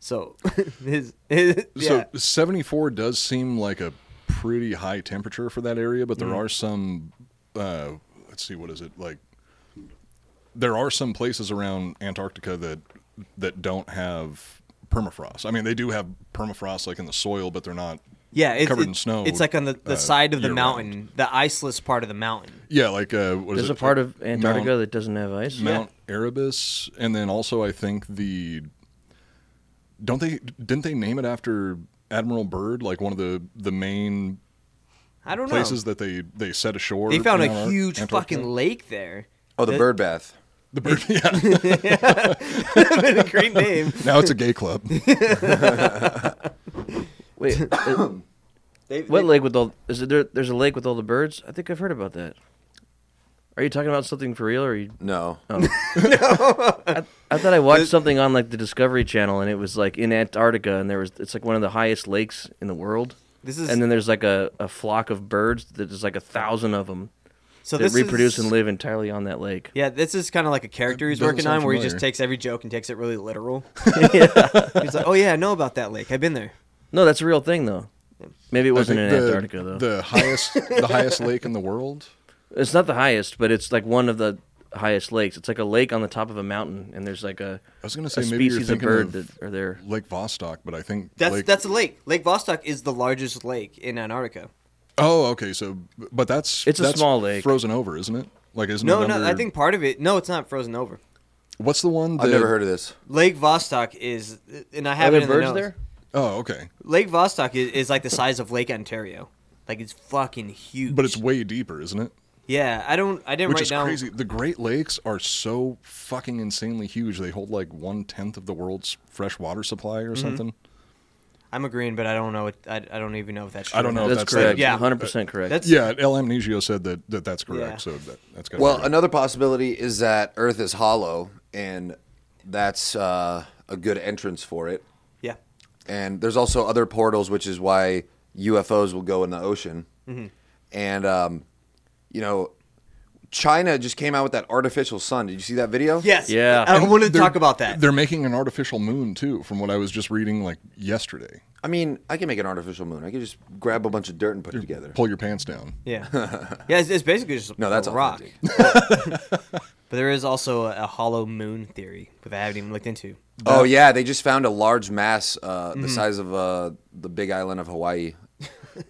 So, *laughs* his, his yeah. So 74 does seem like a pretty high temperature for that area, but there Mm. are some, uh, let's see, what is it like? There are some places around Antarctica that that don't have permafrost. I mean, they do have permafrost like in the soil, but they're not. Yeah, it's covered it- in snow. It's like on the, the uh, side of the year-round. mountain, the iceless part of the mountain. Yeah, like uh, what is There's it? a part of Antarctica Mount- that doesn't have ice. Mount Erebus, and then also I think the don't they didn't they name it after Admiral Byrd, like one of the the main I don't places know. that they they set ashore. They found in a Antar- huge Antarctica? fucking lake there. *laughs* Oh, the bird bath. the Byrd. *laughs* Yeah, a great *laughs* name. now it's a gay *laughs* club. Wait, uh, They, what they- lake with all? Is there? There's a lake with all the birds. I think I've heard about that. Are you talking about something for real, or you? No. I thought I watched something on like the Discovery Channel, and it was like in Antarctica, and there was it's like one of the highest lakes in the world. This is- and then there's like a, a flock of birds that there's like a thousand of them so that this reproduce is, and live entirely on that lake. Yeah, this is kind of like a character he's Doesn't working sound on, where he just familiar. takes every joke and takes it *laughs* really literal. *laughs* He's like, "Oh yeah, I know about that lake. I've been there." No, that's a real thing though. Maybe it I wasn't in think the- Antarctica though. The highest the *laughs* highest lake in the world. It's not the highest, but it's like one of the highest lakes. It's like a lake on the top of a mountain, and there's like a I was gonna say a maybe you're species of thinking bird of- that are there. Lake Vostok, but I think That's Lake- that's a lake. Lake Vostok is the largest lake in Antarctica. Oh, okay. So, but that's It's a that's small lake. frozen over, isn't it? Like isn't No, it no, under- I think part of it. No, it's not frozen over. what's the one? That, I've never heard of this. Lake Vostok is, and I have Are it there in the birds notes. there? Oh, okay. Lake Vostok is, is like the size of Lake Ontario. Like it's fucking huge. But it's way deeper, isn't it? yeah. I don't. I didn't Which write is down. crazy. The Great Lakes are so fucking insanely huge. They hold like one tenth of the world's fresh water supply Mm-hmm. or something. I'm agreeing, but I don't know. It, I, I don't even know if that's. True I don't or know not. if That's Oh, that's correct. the- Yeah, Yeah. hundred percent correct. That's Yeah, El Amnesio said that, that that's correct. Yeah. So that, that's got Well, another possibility is that Earth is hollow, and that's uh, a good entrance for it. yeah. And there's also other portals, which is why UFOs will go in the ocean. And um, you know, China just came out with that artificial sun. Did you see that video? Yes. Yeah. I wanted to talk about that. They're making an artificial moon too, from what I was just reading like yesterday. I mean, I can make an artificial moon. I can just grab a bunch of dirt and put it together. Pull your pants down. *laughs* Yeah. yeah. It's, it's basically just No, that's a rock. authentic. *laughs* *laughs* But there is also a, a hollow moon theory that I haven't even looked into. Oh yeah, they just found a large mass uh, the size of uh, the big island of Hawaii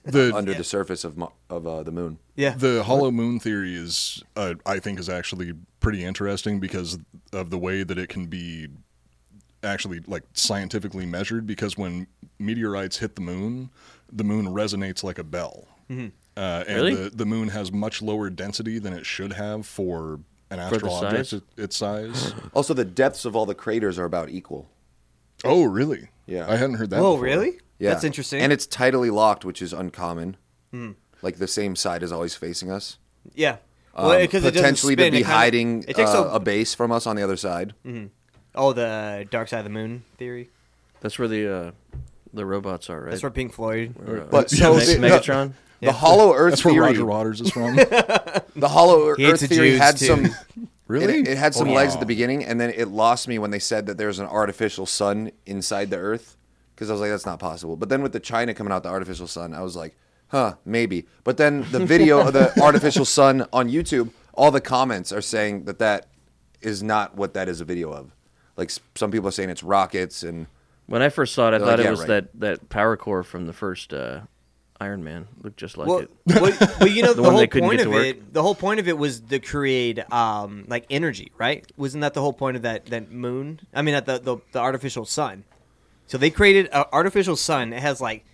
The under the surface of Mo- of uh, the moon. Yeah. The hollow moon theory is, uh, I think, is actually pretty interesting because of the way that it can be actually like scientifically measured. Because when meteorites hit the moon, the moon resonates like a bell, Mm-hmm. uh, and Really? the, the moon has much lower density than it should have for an For the astral object size? it- its *gasps* size. Also, the depths of all the craters are about equal. oh, really? Yeah. I hadn't heard that. Whoa, before. really? Yeah, That's interesting. Hmm. And it's tidally locked, which is uncommon. Like the same side is always facing us. yeah. Um, Well, because potentially to it doesn't spin, be it kinda- hiding It takes uh, a, a base from us on the other side. oh the dark side of the moon theory. That's where the uh, the robots are, right? That's where Pink Floyd. Or, uh, *laughs* But yeah, so Meg- the- Megatron. The Hollow Earth That's where theory. Roger Waters *laughs* is from. The Hollow hates Earth the theory Jews, had too. *laughs* some. Really? It, it had some Oh, legs wow. at the beginning, and then it lost me when they said that there's an artificial sun inside the Earth. Because I was like, that's not possible. But then with the China coming out the artificial sun, I was like, huh, maybe. But then the video of *laughs* the artificial sun on YouTube, all the comments are saying that that is not what that is a video of. Like s- some people are saying it's rockets and When I first saw it, I They're thought like, it "Yeah, was right." that that power core from the first uh, Iron Man looked just *laughs* *laughs* like well, it. well, well, you know The the, one they whole couldn't point get of to work. it. The whole point of it was to create um, like energy, right? Wasn't that the whole point of that that moon? I mean, at the the, the artificial sun. So they created an artificial sun. It has like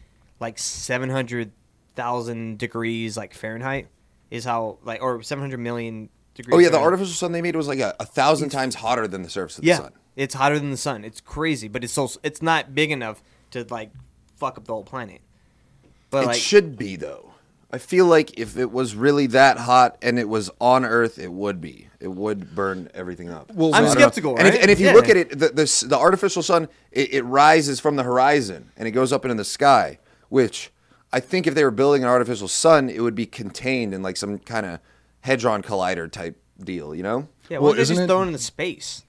like seven hundred thousand degrees, like Fahrenheit, is how like or seven hundred million degrees. Oh yeah, the Fahrenheit. artificial sun they made was like a, a thousand times hotter than the surface of the Yeah, sun. it's hotter than the sun. It's crazy, but it's so it's not big enough to like fuck up the whole planet. But It like, should be though. I feel like if it was really that hot and it was on Earth, it would be. It would burn everything up. Well, I'm I don't know. skeptical, right? And if, and if you Yeah. look at it, the, the, s- the artificial sun, it, it rises from the horizon and it goes up into the sky, which I think if they were building an artificial sun, it would be contained in like some kind of Hedron collider type deal, you know? yeah, well, well, they're isn't just it- thrown into space.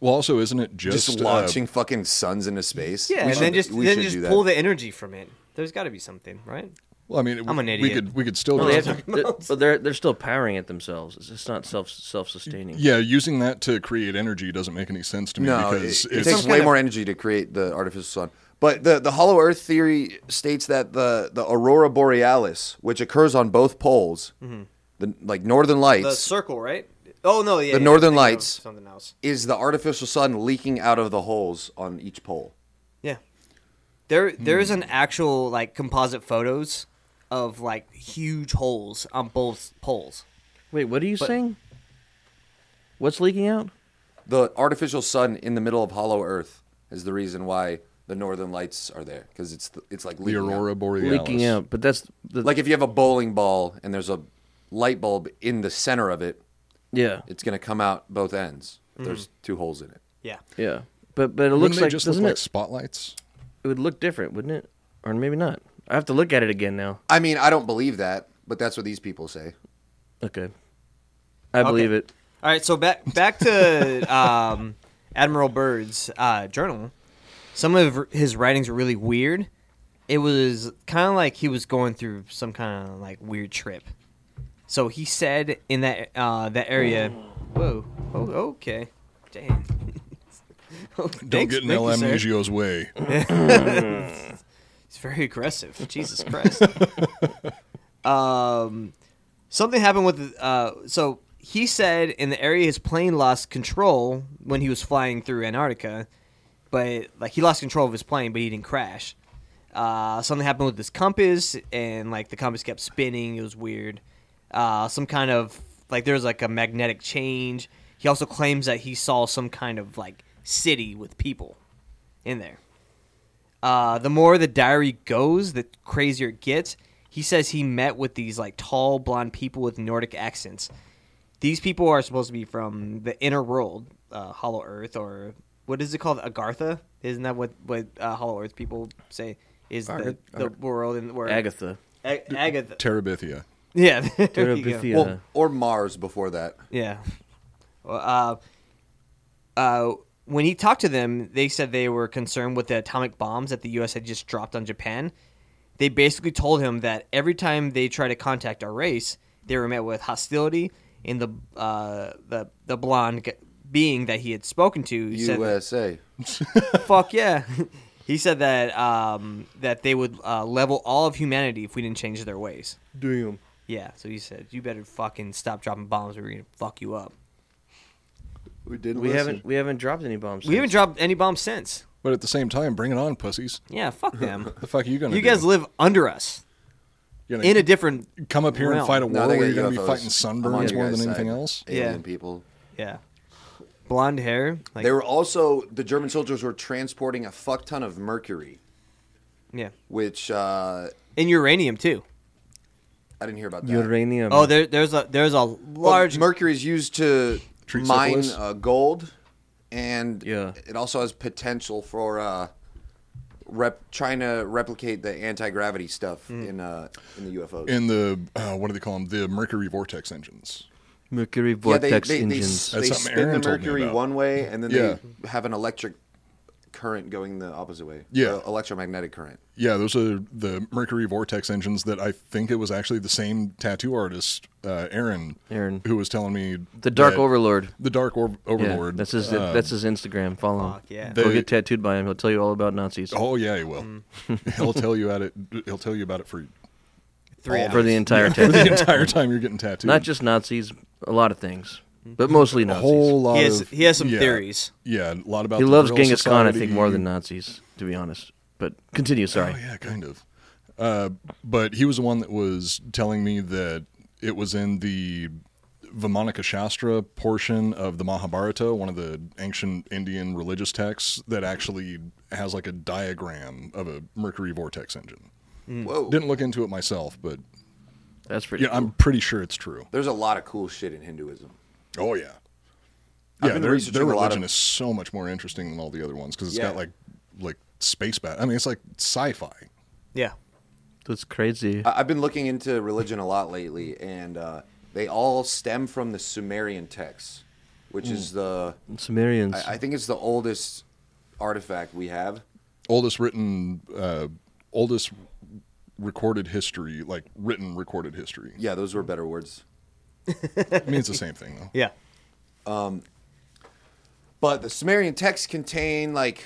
Well, also, isn't it just, Just, uh, launching fucking suns into space. Yeah, We and then should- just we then should just do that. pull the energy from it. There's got to be something, right? well, I mean, it- I'm an We idiot. could we could still Well, they just, have to- they're- but they're they're still powering it themselves. It's just not self self sustaining. yeah, using that to create energy doesn't make any sense to me No, it, because it it's, takes Some way kind more energy to create the artificial sun. But the, the hollow Earth theory states that the, the aurora borealis, which occurs on both poles, Mm-hmm. the like northern lights, The circle, right? Oh no, yeah. The yeah, northern I'm thinking of lights. Something else. is the artificial sun leaking out of the holes on each pole. Yeah. There, Hmm. there is an actual like composite photos of like huge holes on both poles. Wait, what are you saying? What's leaking out? The artificial sun in the middle of hollow Earth is the reason why the northern lights are there because it's the, it's like the leaking out. aurora borealis. Leaking out, but that's the, Like if you have a bowling ball and there's a light bulb in the center of it, yeah, it's going to come out both ends. Mm-hmm. if There's two holes in it. Yeah. yeah. But but it Wouldn't looks they like just doesn't look like it? spotlights? it would look different, wouldn't it? Or maybe not. I have to look at it again now. I mean, I don't believe that, but that's what these people say. Okay, I believe it. All right, so back back to um, Admiral Byrd's uh, journal. Some of his writings were really weird. It was kind of like he was going through some kind of like weird trip. So he said in that uh, that area. Whoa. Oh, okay. Damn. *laughs* Don't get in El Amnesio's *laughs* way. It's very aggressive. Jesus Christ. um, something happened with. Uh, so he said in the area his plane lost control when he was flying through Antarctica, but like he lost control of his plane, but he didn't crash. Uh, something happened with his compass, and like the compass kept spinning. It was weird. Uh, some kind of like there was like a magnetic change. He also claims that he saw some kind of like city with people in there. Uh, the more the diary goes, the crazier it gets. He says he met with these like tall blonde people with Nordic accents. These people are supposed to be from the inner world, uh, Hollow Earth, or what is it called, Agartha? Isn't that what what uh, Hollow Earth people say is the, the world in where Agatha. Ag- Agatha? Terabithia. yeah, *laughs* there you go. Terabithia. Well, or Mars before that. Yeah. Well, Uh, uh, when he talked to them, they said they were concerned with the atomic bombs that the U.S. had just dropped on Japan. They basically told him that every time they try to contact our race, they were met with hostility. And the uh, the the blonde g- being that he had spoken to said, USA. *laughs* "Fuck yeah." He said that um, that they would uh, level all of humanity if we didn't change their ways. Damn. Yeah, so he said, "You better fucking stop dropping bombs, or we're gonna fuck you up." We didn't. We haven't we haven't dropped any bombs. We haven't since. dropped any bombs since. But at the same time, bring it on, pussies. *laughs* Yeah, fuck them. The fuck are you gonna? you do? guys live under us You're gonna in a different. come up here and realm. fight a war No, they where you're got gonna be UFOs. fighting I'm on sunburns your more than guys' anything side. else. Alien Yeah. people. Yeah, blonde hair. Like, They were also the German soldiers were transporting a fuck ton of mercury, yeah, which uh, and uranium too. I didn't hear about that. uranium. Oh, there, there's a there's a Well, large. mercury is used to Treat mine syphilis? uh, gold, and Yeah. it also has potential for uh, rep trying to replicate the anti gravity stuff Mm. in uh, in the UFOs. In the uh, what do they call them? The Mercury vortex engines. Mercury yeah, they, vortex they, they, engines. they That's something spin the Aaron told me mercury about. one way, and then Yeah. they have an electric current going the opposite way. Yeah. Uh, electromagnetic current. Yeah, those are the Mercury Vortex engines that I think it was actually the same tattoo artist, uh, Aaron, Aaron. who was telling me The Dark that- Overlord. the Dark Or- Yeah, Overlord. that's his. uh, that's his Instagram. Follow him. Fuck, yeah. Go They- get tattooed by him. He'll tell you all about Nazis oh yeah, he will. *laughs* he'll tell you at it. He'll tell you about it *laughs* for Three all- hours. for the entire for *laughs* tattoo. the entire time you're getting tattooed. Not just Nazis, a lot of things, but mostly a Nazis. whole lot. He has, of, he has some yeah, theories. Yeah, a lot about. he the loves Royal Genghis Khan, I think, Society. more than Nazis, to be honest. But continue. Sorry. Oh yeah, kind of. Uh, but he was the one that was telling me that it was in the Vimanika Shastra portion of the Mahabharata, one of the ancient Indian religious texts, that actually has like a diagram of a Mercury vortex engine. Mm. Whoa. Didn't look into it myself, but That's pretty. yeah, I'm pretty sure it's true. There's a lot of cool shit in Hinduism. Oh yeah, I've yeah. been Their, researching their a lot religion of- is so much more interesting than all the other ones because it's got Yeah. like like space bat. I mean, it's like sci-fi. Yeah. That's crazy. I- I've been looking into religion a lot lately, and uh, they all stem from the Sumerian texts, which is Mm. the Sumerians. I, I think it's the oldest artifact we have. oldest written uh oldest recorded history like written recorded history Yeah, those were better words. i mean it's the same *laughs* thing though Yeah. But the Sumerian texts contain like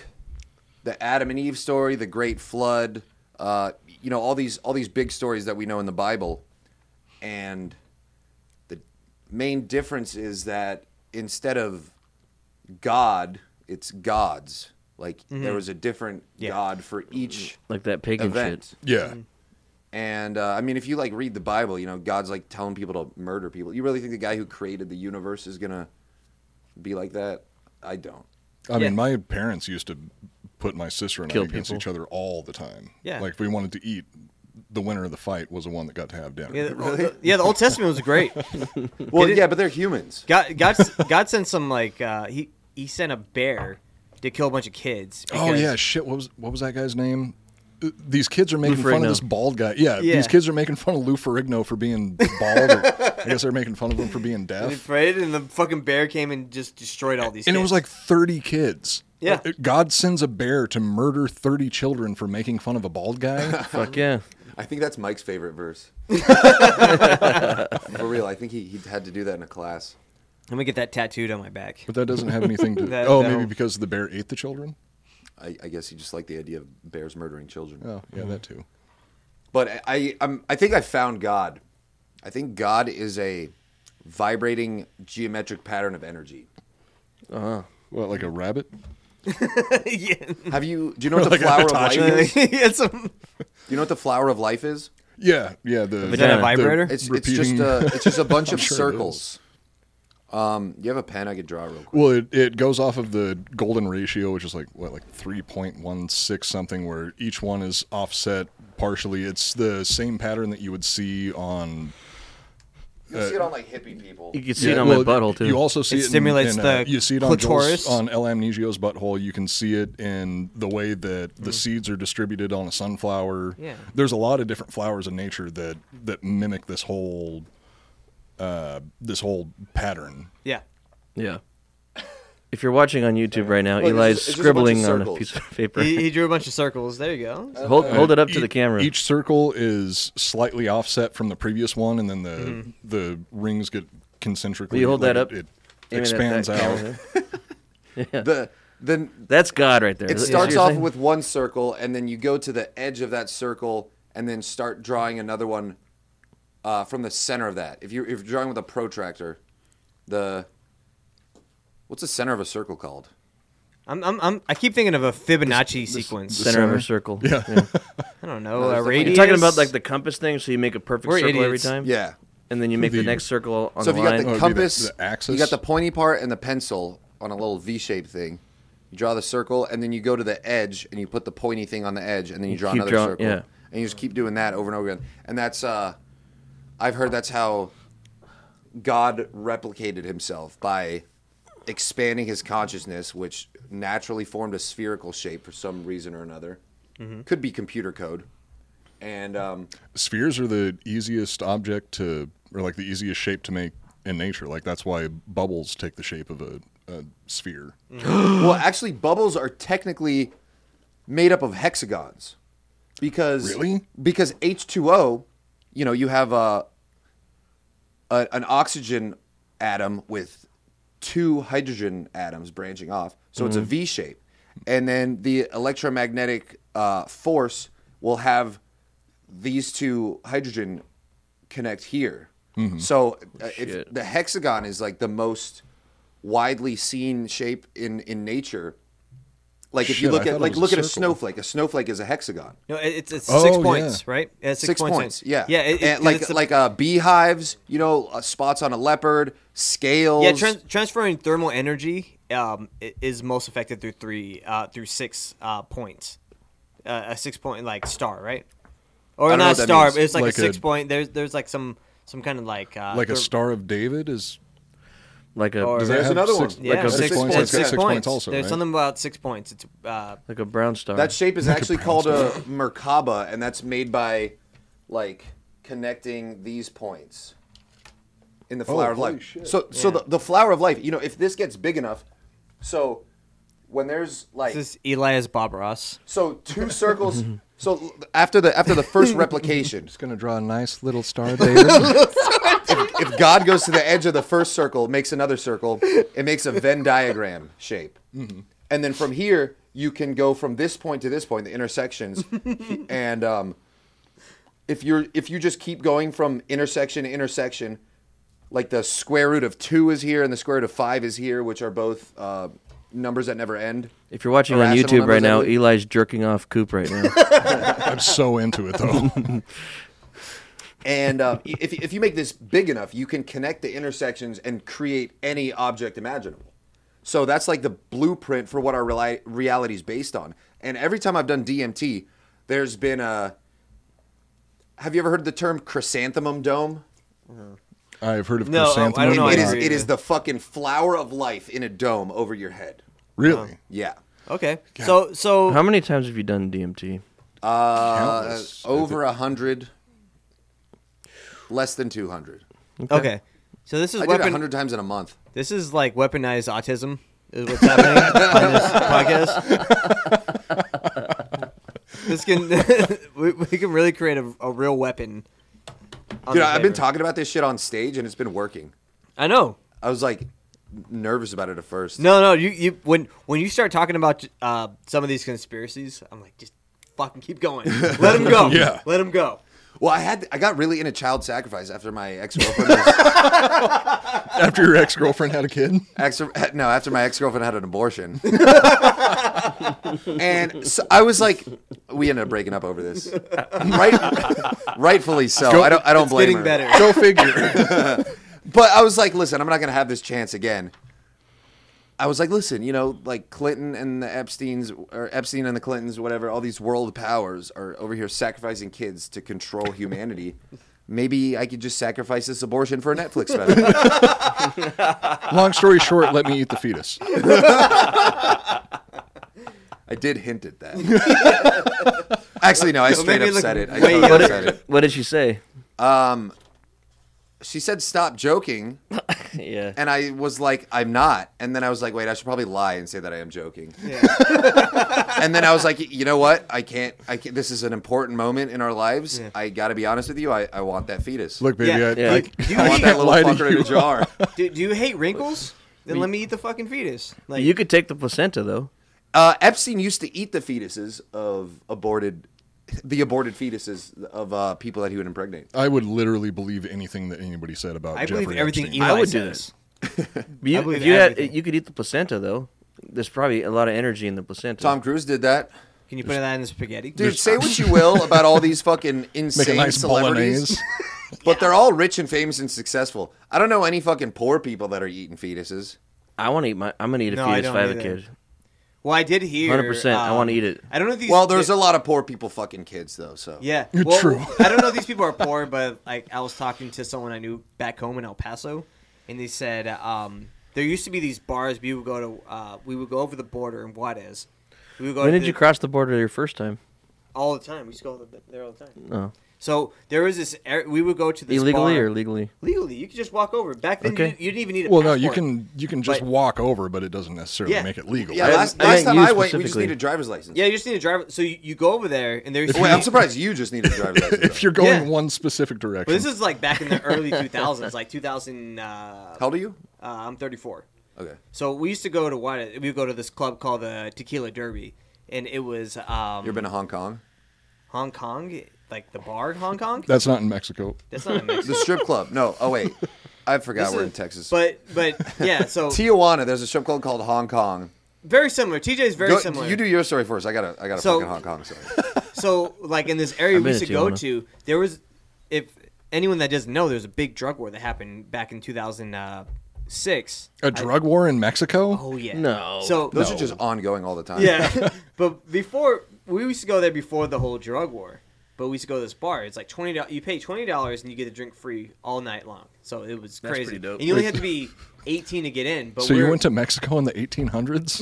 the Adam and Eve story, the Great Flood, uh, you know, all these all these big stories that we know in the Bible. And the main difference is that instead of God, it's gods. Like there was a different Yeah. god for each Mm-hmm. like that pagan event. shit. yeah Mm-hmm. And uh, I mean, if you like read the Bible, you know, God's like telling people to murder people. You really think the guy who created the universe is gonna be like that? I don't. i Yeah. mean my parents used to put my sister and Kill i against people. each other all the time Yeah. like if we wanted to eat the winner of the fight was the one that got to have dinner Yeah, the, yeah, the Old Testament *laughs* was great. Well, Did it- yeah, but they're humans. God, God, God sent some like uh, he he sent a bear to kill a bunch of kids. oh because- yeah shit what was what was that guy's name Uh, these kids are making Lou fun Ferrigno. of this bald guy. Yeah, Yeah. these kids are making fun of Lou Ferrigno for being *laughs* bald. or- I guess they're making fun of him for being And *laughs* deaf. afraid, and the fucking bear came and just destroyed all these. and it kids. was like 30 kids. Uh, Yeah. God sends a bear to murder 30 children for making fun of a bald guy. Fuck yeah. I think that's Mike's favorite *laughs* verse. For real, I think he, he had to do that in a class. let me get that tattooed on my *laughs* back. *laughs* but that doesn't have anything to That- Oh, that'll- maybe because the bear ate the children? I, I guess he just liked the idea of bears murdering children. Oh, yeah, that too. But I, I, I'm, I think I found God. I think God is a vibrating geometric pattern of energy. What, like a rabbit? yeah, Have you? Do you *laughs* know what the Like a flower of life Hitachi? is? Do it's a- you know what the flower of life is? Yeah, yeah. The, Vagina the- vibrator? It's it's repeating- just uh, a it's just a bunch of sure it circles. um, you have a pen? I could draw real quick. *laughs* Well, it, it goes off of the golden ratio, which is like, what, like 3.16 something, where each one is offset partially. It's the same pattern that you would see on. You see it on like hippie people. You can see it Yeah, on well, my butthole too. You also see It it, in- stimulates in, the uh, you see it on clitoris. Joel's, on El Amnesio's butthole. You can see it in the way that the seeds are distributed on a sunflower. Mm. Yeah. There's a lot of different flowers in nature that that mimic this whole uh, this whole pattern. yeah. yeah. If you're watching on YouTube right now, Look, it's Eli's just- it's just a bunch of scribbling on a circles. piece of paper. He, he drew a bunch of circles. There you go. hold hold it up to E- the camera. Each circle is slightly offset from the previous one, and then the Mm-hmm. the rings get concentrically. Will you hold like, that up? It, it Aim it at expands that out. camera. The the That's God right there. It Is that starts what you're off saying? with one circle, and then you go to the edge of that circle, and then start drawing another one uh, from the center of that. If you're if you're drawing with a protractor, the what's the center of a circle called? I'm, I'm, I'm, I keep thinking of a Fibonacci sequence. center of uh, center. a circle. Yeah. I don't know. No, a it's You're radius. talking about like the compass thing, so you make a perfect We're circle every idiots. time, Yeah. and then you make the, The- next circle on So if the you got line. the Oh, it'd be the- compass, the axis? you got the pointy part and the pencil on a little V-shaped thing. You draw the circle, and then you go to the edge, and you put the pointy thing on the edge, and then you, draw keep another drawing- circle, yeah. and you just keep doing that over and over again. And that's uh, I've heard that's how God replicated himself by expanding his consciousness, which naturally formed a spherical shape for some reason or another. Could be computer code, and um, spheres are the easiest object to or like the easiest shape to make in nature like that's why bubbles take the shape of a a sphere. Mm. well, actually, bubbles are technically made up of hexagons because Really? because H two O, you know, you have uh, a, a an oxygen atom with two hydrogen atoms branching off, so it's a Mm-hmm. V shape, and then the electromagnetic uh, force will have these two hydrogen connect here. Mm-hmm. So uh, if Shit. the hexagon is like the most widely seen shape in in nature. Like if you Shit, look I at thought it like was a look at a circle. snowflake, a snowflake is a hexagon. No, it- it's it's Oh, six points, yeah. right? Yeah, it's Six, points, yeah, Yeah, it, it- and 'cause like it's a- like uh, beehives, you know, uh, spots on a leopard, scales. yeah, trans- transferring thermal energy um, i- is most effective through three uh, through six uh, points, uh, a six point like star, right? Or don't know not what that star, means. but it's like, Like a six a- point. There's there's like some some kind of like uh, Like a therm- Star of David is like a Or- does that There's have another six, one. Yeah, Like a six six, points. points. That's got Six six points, also. There's right? something about six points. It's uh, like a brown star. that shape is actually called a merkaba, and that's made by like connecting these points in the flower of Oh, holy life. shit. So so the, the flower of life, you know, if this gets big enough, so when there's like this is Elias Bob Ross. so *laughs* two circles. so after the after the first replication, Just gonna draw a nice little Star of *laughs* David. *laughs* if God goes to the edge of the first circle, makes another circle, it makes a Venn diagram shape. And then from here, you can go from this point to this point, the intersections, and um, if you're if you just keep going from intersection to intersection, like the square root of two is here and the square root of five is here, which are both uh, numbers that never end. if you're watching on Irrational YouTube right numbers, I now, believe. Eli's jerking off Coop *laughs* right now. I'm so into it though. *laughs* And uh, if if you make this big enough, you can connect the intersections and create any object imaginable. So that's like the blueprint for what our reali- reality is based on. And every time I've done DMT, there's been a. Have you ever heard the term chrysanthemum dome? I've heard of No, I- I don't chrysanthemum. know. but it is not- agree it is with the fucking flower of life in a dome over your head. really. Yeah. Okay, so so How many times have you done DMT? Uh, Countless. over a hundred. Less than two hundred. okay, so this is I did a weapon. hundred times in a month. This is like weaponized autism is what's happening on this podcast. *laughs* this can *laughs* we, we can really create a, a real weapon. on Dude, this I've been paper. talking about this shit on stage, and it's been working. I know. I was like nervous about it at first. No, no. You, you when when you start talking about uh, some of these conspiracies, I'm like, just fucking keep going. Let them *laughs* go. Yeah. Let them go. Well, I had I got really into child sacrifice after my ex *laughs* girlfriend. After your ex girlfriend had a kid, ex, no, after my ex girlfriend had an *laughs* abortion, and so I was like, we ended up breaking up over *laughs* this. Right, rightfully so. I don't I don't it's blame getting her. better. go figure. But I was like, listen, I'm not gonna have this chance again. I was like, listen, you know, like Clinton and the Epstein's, or Epstein and the Clintons, whatever, all these world powers are over here sacrificing kids to control *laughs* humanity. Maybe I could just sacrifice this abortion for a Netflix special. *laughs* Long story short, let me eat the fetus. I did hint at that. *laughs* Actually, no, I straight maybe up look said it. I way totally younger. said it. *laughs* What did she say? She said, stop joking. Yeah. And I was like, I'm not. And then I was like, wait, I should probably lie and say that I am joking. and then I was like, you know what? I can't. I can't. This is an important moment in our lives. I got to be honest with you. I, I want that fetus. Look, baby, Yeah. I, Yeah. I- Like, do you I I hate- *laughs* want that little lie to fucker in you. a jar. Do, do you hate wrinkles? Then let me eat the fucking fetus. Like you could take the placenta though. Uh, Epstein used to eat the fetuses of aborted, the aborted fetuses of uh, people that he would impregnate. I would literally believe anything that anybody said about I Jeffrey believe everything Epstein. Eli I would do says. You, believe if you, had, everything. you could eat the placenta though. There's probably a lot of energy in the placenta. Tom Cruise did that. Can you put that in the spaghetti? Dude, say what you will about all these fucking *laughs* Make a insane nice celebrities, *laughs* bolognese. but they're all rich and famous and successful. I don't know any fucking poor people that are eating fetuses. I want to eat my. I'm gonna eat a No, I fetus if don't I have a either. kid. Well, I did hear. 100%, I wanna um, eat it. I don't know if these. Well, there's a lot of poor people fucking kids though. So *laughs* Yeah, You're well, true. I don't know if these people are poor, but like I was talking to someone I knew back home in El Paso, and they said um, there used to be these bars. We would go to. Uh, we would go over the border in Juarez. We would go. When to did the- you cross the border your first time? All the time. We used to go there all the time. Oh, So there was this. er- We would go to this Illegally bar- or legally? Legally, you could just walk over. Back then, you Okay. didn't- you, didn't even need a Well, no, you passport. can you can just But- walk over, but it doesn't necessarily Yeah. make it legal. Yeah, I last, didn't- I last didn't time use I went, we just specifically. needed driver's license. Yeah, you just need a driver. So you, you go over there, and there's. Oh, wait, I'm surprised you just needed driver's license. *laughs* *laughs* If you're going Yeah. one specific direction, But this is like back in the early 2000s, like 2000. Uh, though. How old are you? uh, I'm 34. Okay. So we used to go to what we would go to this club called the Tequila Derby, and it was um, You ever been to Hong Kong? Hong Kong, like the bar in Hong Kong. that's not in Mexico. That's not *laughs* a The Mexican. strip club. No. Oh wait, I forgot This we're is- in Texas. But but *laughs* yeah, so Tijuana, there's a strip club called Hong Kong. very similar. TJ is very Go- similar. You do your story first. I got a I got a So- fucking Hong Kong story. so like in this area I've we been used to to go Tijuana. to, there was if anyone that doesn't know, there was a big drug war that happened back in uh, 2006. A drug war in Mexico? Oh yeah. No. So Those are just ongoing all the time. Yeah. *laughs* but before we used to go there before the whole drug war. But we used to go to this bar. It's like twenty dollars. You pay twenty dollars and you get a drink free all night long. So it was That's crazy. pretty dope. And you only had to *laughs* be eighteen to get in. But so we're, you went to Mexico in the *laughs* 1800s?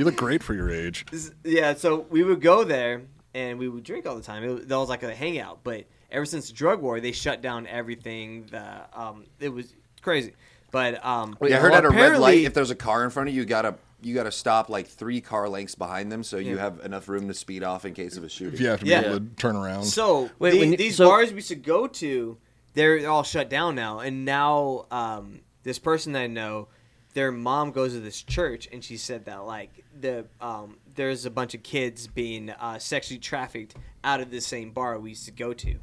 you look great for your age. yeah. So we would go there and we would drink all the time. It, was- that was like a hangout. But ever since the drug war, they shut down everything. The um, it was crazy. But um, Yeah, I heard at a red apparently- light, if there's a car in front of you, you gotta you gotta stop like three car lengths behind them, so you Yeah. have enough room to speed off in case of a shooting. If you have to be Yeah. able to turn around. So Um, Wait, the- when you- these so- bars we used to go to, they're all shut down now. And now um, this person I know, their mom goes to this church, and she said that like the um, there's a bunch of kids being uh, sexually trafficked out of this same bar we used to go to.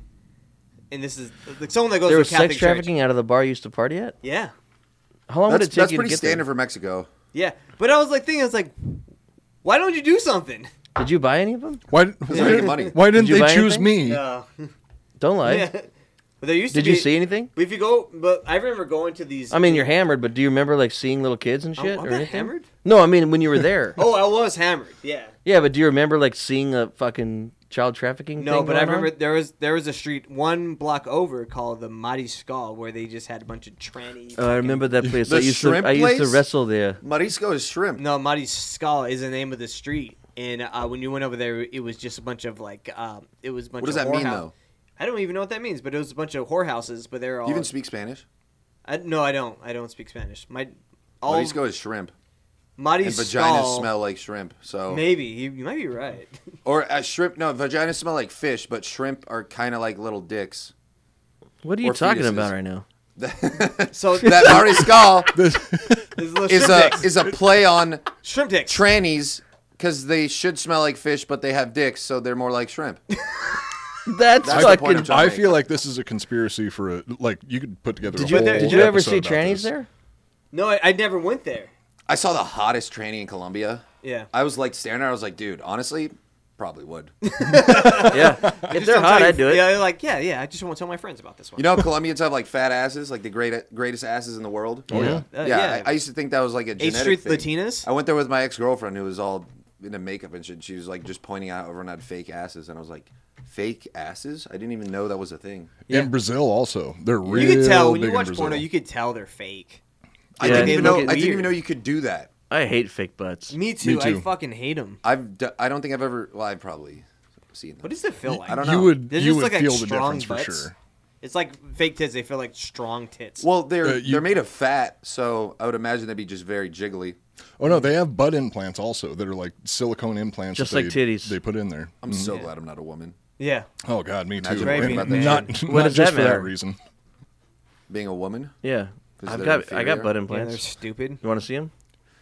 And this is like someone that goes there to was a Catholic sex church. trafficking out of the bar you used to party at. Yeah, How long That's, would it take that's you to pretty get standard there? for Mexico. yeah. But I was like thinking, I was like, why don't you do something? Did you buy any of them? why, why, making money. why didn't Did you they buy choose anything? me? *laughs* Uh, Don't lie. yeah. But there used to Did be. you see anything? If you go, but I remember going to these. I mean, you're hammered, but do you remember like seeing little kids and shit I'm or not anything? hammered. No, I mean when you were there. Oh, I was hammered. Yeah. Yeah, but do you remember like seeing a fucking child trafficking? No, thing but I going on? remember there was there was a street one block over called the Mighty Skull where they just had a bunch of Uh, trannies. Oh, I remember that place. The I used to shrimp I used to place? wrestle there. Marisco is shrimp. No, Mighty Skull is the name of the street, and uh, when you went over there, it was just a bunch of like um, it was a bunch. What does of that mean, whorehou- though? I don't even know what that means, but it was a bunch of whorehouses. But they're all. Do you even speak Spanish? I, no, I don't. I don't speak Spanish. My all Marisco is shrimp, Mighty and vaginas Skull. smell like shrimp. So Maybe you, you might be *laughs* right. or uh, shrimp. No, vaginas smell like fish, but shrimp are kind of like little dicks. *laughs* What are you Or talking fetuses. about right now? So That Mariscal there's little is shrimp a dicks. is a play on Shrimp dicks. trannies because they should smell like fish, but they have dicks, so they're more like shrimp. That's That's, the point fucking. I'm trying I to make. feel like this is a conspiracy for a like you could put together. Did a you, whole there- did you ever episode see about trannies this. there? no, I, I never went there. I saw the hottest tranny in Colombia. Yeah. I was like staring at her. I was like, dude, honestly, probably would. You yeah, if Just they're don't tell hot, your- I'd do it. Yeah, you're like yeah, yeah. I just won't tell my friends about this one. know, how Colombians have like fat asses, like the great, greatest asses in the world. Oh, yeah. Uh, yeah, yeah. I, I used to think that was like a Eighth genetic Street thing. Latinas. I went there with my ex girlfriend who was all into makeup and shit. She was like just pointing out everyone had fake asses, and I was like, fake asses? I didn't even know that was a thing. Yeah. In Brazil, also they're real You could tell when big you in watch Brazil. porno, you could tell they're fake. I Yeah. didn't They even look know. it I didn't even weird. know you could do that. I hate fake butts. Me too. I too. fucking hate them. I've. d- I don't think I've ever. Well, I've probably seen them. What does it feel like? I don't You know. would They're you just would like, feel like the strong difference butts. for sure. It's like fake tits. They feel like strong tits. Well, they're Uh, you- they're made of fat, so I would imagine they'd be just very jiggly. Oh no, they have butt implants also that are like silicone implants. Just that like they- titties. They put in there. Mm-hmm. I'm so glad I'm not a woman. yeah. Oh god, me too. Imagine Right, being And a not What not does just that for that matter? reason. Being a woman, Yeah, 'Cause I've they're got I inferior? got butt Yeah, they're implants. stupid. you want to see them?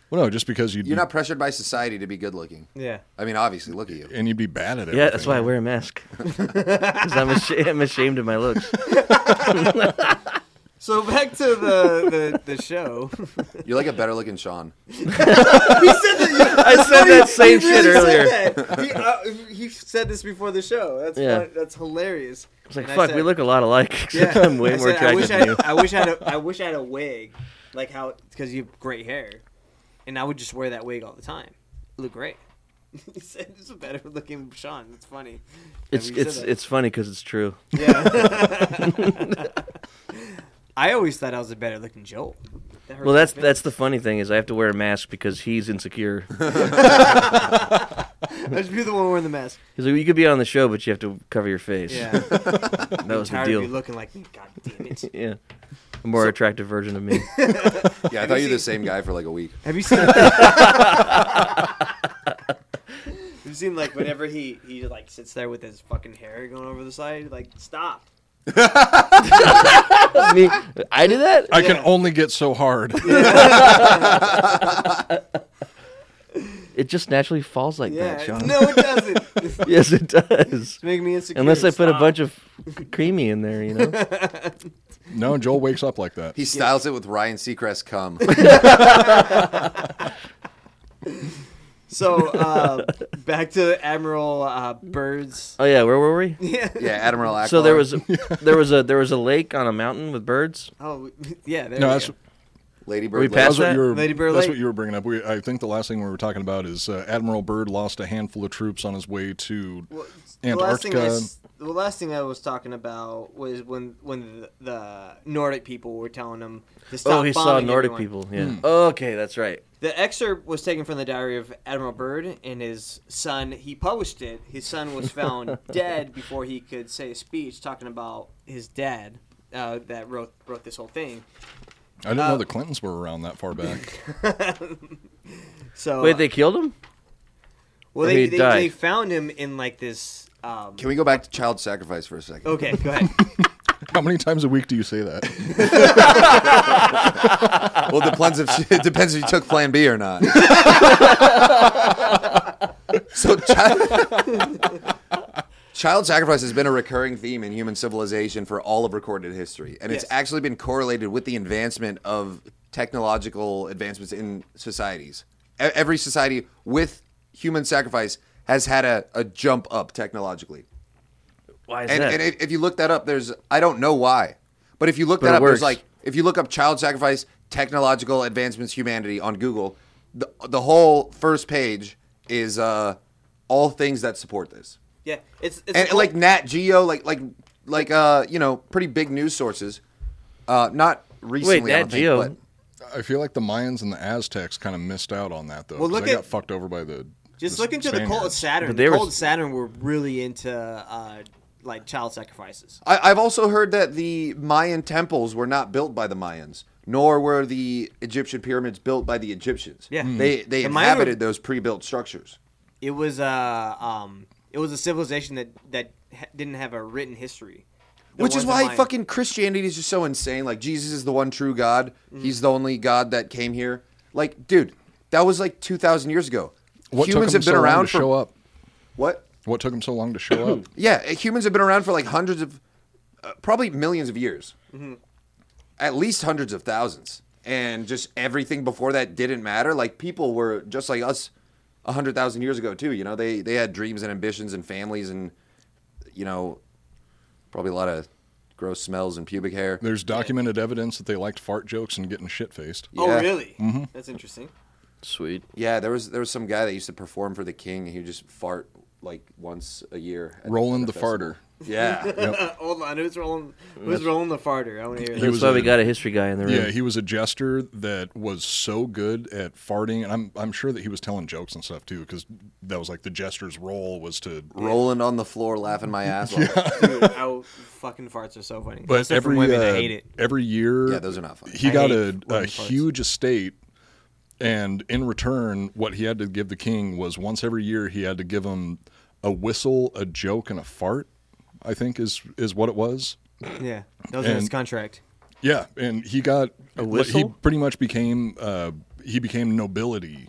Well, no, just because you'd you're be- not pressured by society to be good looking. Yeah. I mean, obviously, look at you. and you'd be bad at it. Yeah, that's why I wear a mask. Because I'm, asha- I'm ashamed of *laughs* my looks. So back to the the, the *laughs* show. You're like a better looking *laughs* Sean. I said that same He really shit earlier. said that. He, uh, he said this before the show. That's Yeah. fun- that's hilarious. It's like And I fuck, said- we look a lot alike. *laughs* except *laughs* I'm way I said, more I attractive wish I, *laughs* than you. I wish I had a, I wish I had a wig, like how because you have great hair, and I would just wear that wig all the time. It looked great. *laughs* he said it's a better looking Sean. It's funny. It's Whenever you it's said it's funny because it's true. that. *laughs* yeah. *laughs* I always thought I was a better looking Joel. That hurt Well, my that's feelings. that's the funny thing is I have to wear a mask because he's insecure. *laughs* I should be the one wearing the *laughs* mask. He's like, you could be on the show, but you have to cover your face. Yeah. *laughs* that was the Tired of you deal. looking like me. God damn it. Yeah, a more attractive *laughs* version of me. Yeah, I thought you were the same guy for like a week. Have *laughs* you seen? Have you seen like whenever he he like sits there with his fucking hair going over the side? Like stop. me, I do that. I can only get *laughs* so hard. It just naturally falls like Yeah. that, Sean. no, it doesn't. *laughs* It's *laughs* Yes, it does. making me insecure. Unless I put a Stop. bunch of c- creamy in there, *laughs* you know. No, Joel wakes up like that. He styles it with Ryan Seacrest *laughs* cum. So uh, back to Admiral uh, *laughs* Bird's. Oh yeah, where were we? Yeah. yeah, Admiral Ackbar. So there was there was a there was a lake on a mountain with birds. Oh yeah. There No, we that's, go. Lady we Bird. Lady. passed that's what that? you were. Lady Bird that's Lake? what you were bringing up. We, I think the last thing we were talking about is uh, Admiral Byrd lost a handful of troops on his way to Well, the last thing Antarctica. I s- the last thing I was talking about was when when the, the Nordic people were telling him to stop Oh, he saw bombing Nordic everyone. people. Yeah. Hmm. Okay, that's right. The excerpt was taken from the diary of Admiral Byrd and his son. He published it. His son *laughs* was found dead before he could say a speech talking about his dad uh, that wrote wrote this whole thing. I didn't Uh, know the Clintons were around that far back. So uh, Wait, they killed him? well he they, they, died. they found him in like this. Um, Can we go back to child sacrifice for a second? okay, go *laughs* ahead. How many times a week do you say that? Well, it depends if it depends if you took Plan B or not. so, child, child sacrifice has been a recurring theme in human civilization for all of recorded history, and it's Yes. actually been correlated with the advancement of technological advancements in societies. E- Every society with human sacrifice has had a, a jump up technologically. Why is And, that? and if, if you look that up, there's I don't know why, but if you look that it up, works. there's like if you look up child sacrifice, technological advancements, humanity on Google, the the whole first page is uh, all things that support this, yeah, it's, it's and like Nat Geo, like like like uh you know pretty big news sources, uh not recently. Wait, I Nat don't think, Geo. but- I feel like the Mayans and the Aztecs kind of missed out on that though. Well, 'cause look they at- got fucked over by the. Just the look into the cult of Spaniards. Saturn. But they The were- cult of Saturn were really into uh, like child sacrifices. I, I've also heard that the Mayan temples were not built by the Mayans, nor were the Egyptian pyramids built by the Egyptians. Yeah. Hmm. they they The Mayan were- inhabited those pre-built structures. It was uh, um, it was a civilization that that ha- didn't have a written history. The Which is ones in why mind- fucking Christianity is just so insane. Like Jesus is the one true God. He's the only God that came here. Like, dude, that was like two thousand years ago. What took humans them have been so long around to for show up? what? What took them so long to show *laughs* up? Yeah, uh, humans have been around for like hundreds of, uh, probably millions of years, at least hundreds of thousands. And just everything before that didn't matter. Like people were just like us, hundred thousand years ago too. You know, they they had dreams and ambitions and families and, you know, probably a lot of gross smells and pubic hair. There's documented evidence that they liked fart jokes and getting shit faced. Oh Yeah. really? That's interesting. Sweet. Yeah, there was there was some guy that used to perform for the king, and he would just fart like once a year. at- Roland at a the festival. farter. *laughs* Yeah, Uh, *laughs* hold on, who's rolling? Who's rolling the farter? I want to hear That's that. was why we a- got a history guy in the room. Yeah, he was a jester that was so good at farting, and I'm I'm sure that he was telling jokes and stuff too, because that was like the jester's role was to. Roland on the floor, laughing my ass off. Yeah, Dude, how fucking farts are so funny. But Except for every women, I uh, hate it. every year, those are not fun. he I got hate a, a Roman farts. huge estate, and in return, what he had to give the king was once every year he had to give him a whistle, a joke, and a fart. I think is is what it was. Yeah, that was in his And- contract. Yeah, and he got a He whistle? pretty much became uh, he became nobility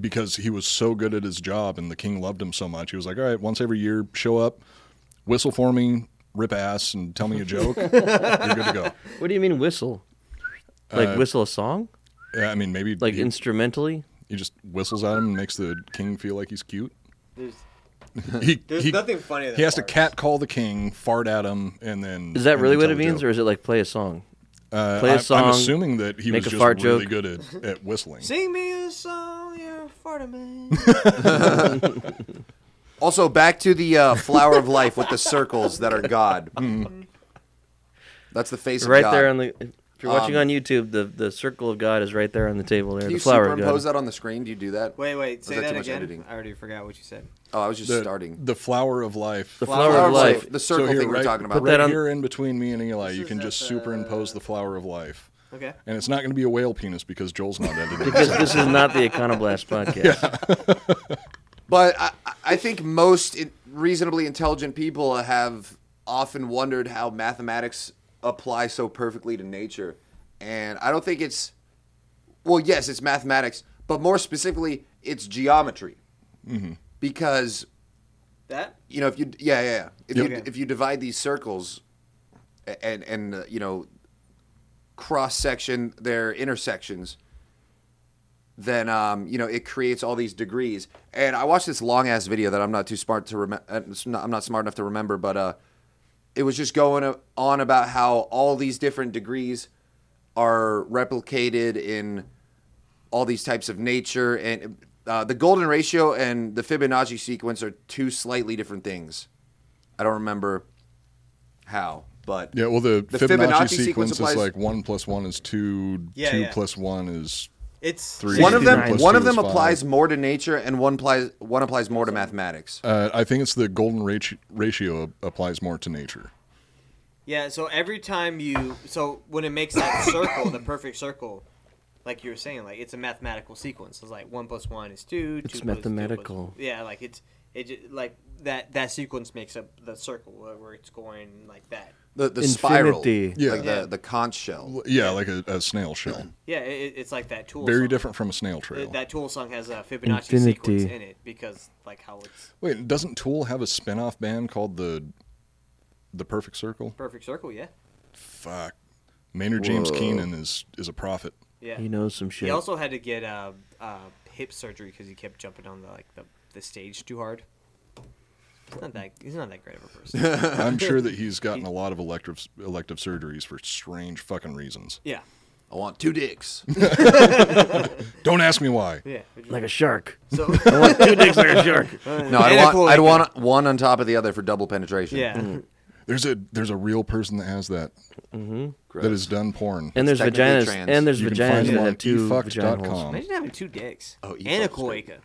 because he was so good at his job, and the king loved him so much. He was like, "All right, once every year, show up, whistle for me, rip ass, and tell me a joke. You're good to go." What do you mean whistle? Like whistle a song? Yeah, I mean, maybe Like he, instrumentally? he just whistles at him and makes the king feel like *laughs* he's cute. There's, He, There's he- nothing funny than He has to farts. cat call the king, fart at him, and then Is that and really then what tell it the means, joke. or is it like play a song? Uh, play a I- I'm song, assuming that he make was a just fart really joke? good at, at whistling. Sing me a song, you're a *laughs* farter man. Also, back to the uh, flower of *laughs* Hmm. life with the circles that are God. That's the face Right of God. there on the If you're watching on YouTube, the, the circle of God is right there on the table there. Can you the flower of God. superimpose that on the screen? Do you do that? Wait, wait, Is say that that, too much again. editing? I already forgot what you said. Oh, I was just the, starting. the flower of life. The flower of life. The circle here, thing we we're right- talking about. Put that right on- here in between me and Eli, you is can at just the- superimpose the flower of life. Okay. And it's not going to be a whale penis because Joel's not editing. Because this is not the Econoblast podcast. But I, I think most in- reasonably intelligent people have often wondered how mathematics apply so perfectly to nature. And I don't think it's, well, yes, it's mathematics, but more specifically, it's geometry. Because, That? you know, if you, yeah, yeah, yeah. If, you, Yep. if you divide these circles a- and, and uh, you know, cross section their intersections, then um, you know it creates all these degrees. And I watched this long ass video that I'm not too smart to remember. I'm not smart enough to remember, but uh, it was just going uh, on about how all these different degrees are replicated in all these types of nature. And uh, the golden ratio and the Fibonacci sequence are two slightly different things. I don't remember how, but yeah, well, the, The Fibonacci, Fibonacci sequence sequence applies- is like 1 plus 1 is 2, Yeah, 2 yeah. plus 1 is. It's Three. one of them 69 one of them plus two is five. applies more to nature and one applies one applies more to mathematics Uh, I think it's the golden ratio, ratio applies more to nature. Yeah, so every time you so when it makes *coughs* that circle, the perfect circle, like you were saying, like it's a mathematical sequence. It's like one plus one is two. It's two plus two plus- mathematical. yeah, like it's it ju- like that that sequence makes up the circle where where it's going like that. the, the Infinity. spiral Yeah. like Yeah. the, the conch shell Well, Yeah, like a, a snail shell. Yeah, it, it- it's like that tool. Very song. different from a snail trail. Th- That tool song has a Fibonacci Infinity. sequence in it because like how it's Wait, doesn't Tool have a spin off band called the the Perfect Circle? perfect circle. Yeah, Fuck. Maynard James Whoa. Keenan is, is a prophet. yeah. He knows some shit. He also had to get uh, uh, hip surgery because he kept jumping on the like the, the stage too hard. He's not that he's not that great of a person. *laughs* I'm sure that he's gotten a lot of elective elective surgeries for strange fucking reasons. yeah, i want two dicks Don't ask me why. yeah. like a shark. *laughs* so Two dicks like a shark. no i'd And a want cloaca. i'd want one on top of the other for double penetration yeah. There's a there's a real person that has that that has done porn. And there's technically vaginas. trans. And there's you can vaginas find them that on e have two vagina holes. efucked.com. Imagine having two dicks Oh, you and a fucked us, cloaca.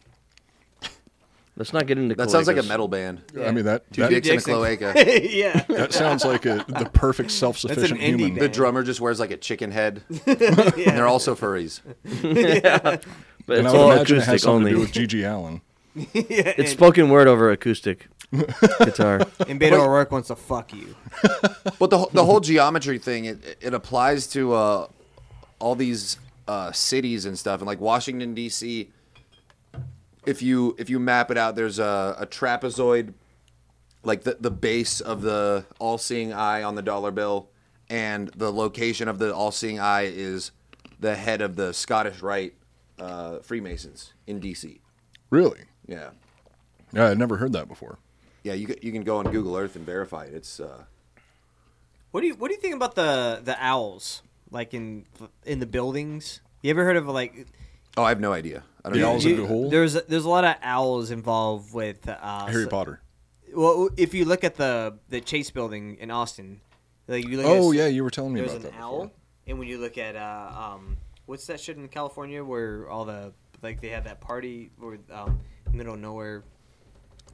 Let's not get into that sounds like a cloacas. metal band I mean that two that, dicks and a dicks and- cloaca *laughs* yeah, that sounds like a the perfect self sufficient That's an indie human. the band. drummer just wears like a chicken head and yeah. they're also furries But And it's I would all imagine it has acoustic something only. to do with Gigi Allen. *laughs* It's spoken word over acoustic guitar. And Beto O'Rourke wants to fuck you. but the, whole- the whole geometry thing it, it applies to uh, all these uh, cities and stuff and like washington d.c if you if you map it out there's a, a trapezoid like the, the base of the all-seeing eye on the dollar bill and the location of the all-seeing eye is the head of the scottish rite uh, freemasons in d.c Really? yeah Yeah, I'd never heard that before. yeah you, c- you can go on google earth and verify it it's uh, What do you What do you think about the the owls like in in the buildings? You ever heard of like oh i have no idea i don't The know owls you- into a hole? There's there's a lot of owls involved with uh, Harry so- Potter. Well, if you look at the the Chase Building in Austin, like you look Oh at, yeah, you were telling me there's about an that. owl, before. and when you look at uh, um, what's that shit in California where all the like they had that party or um, middle of nowhere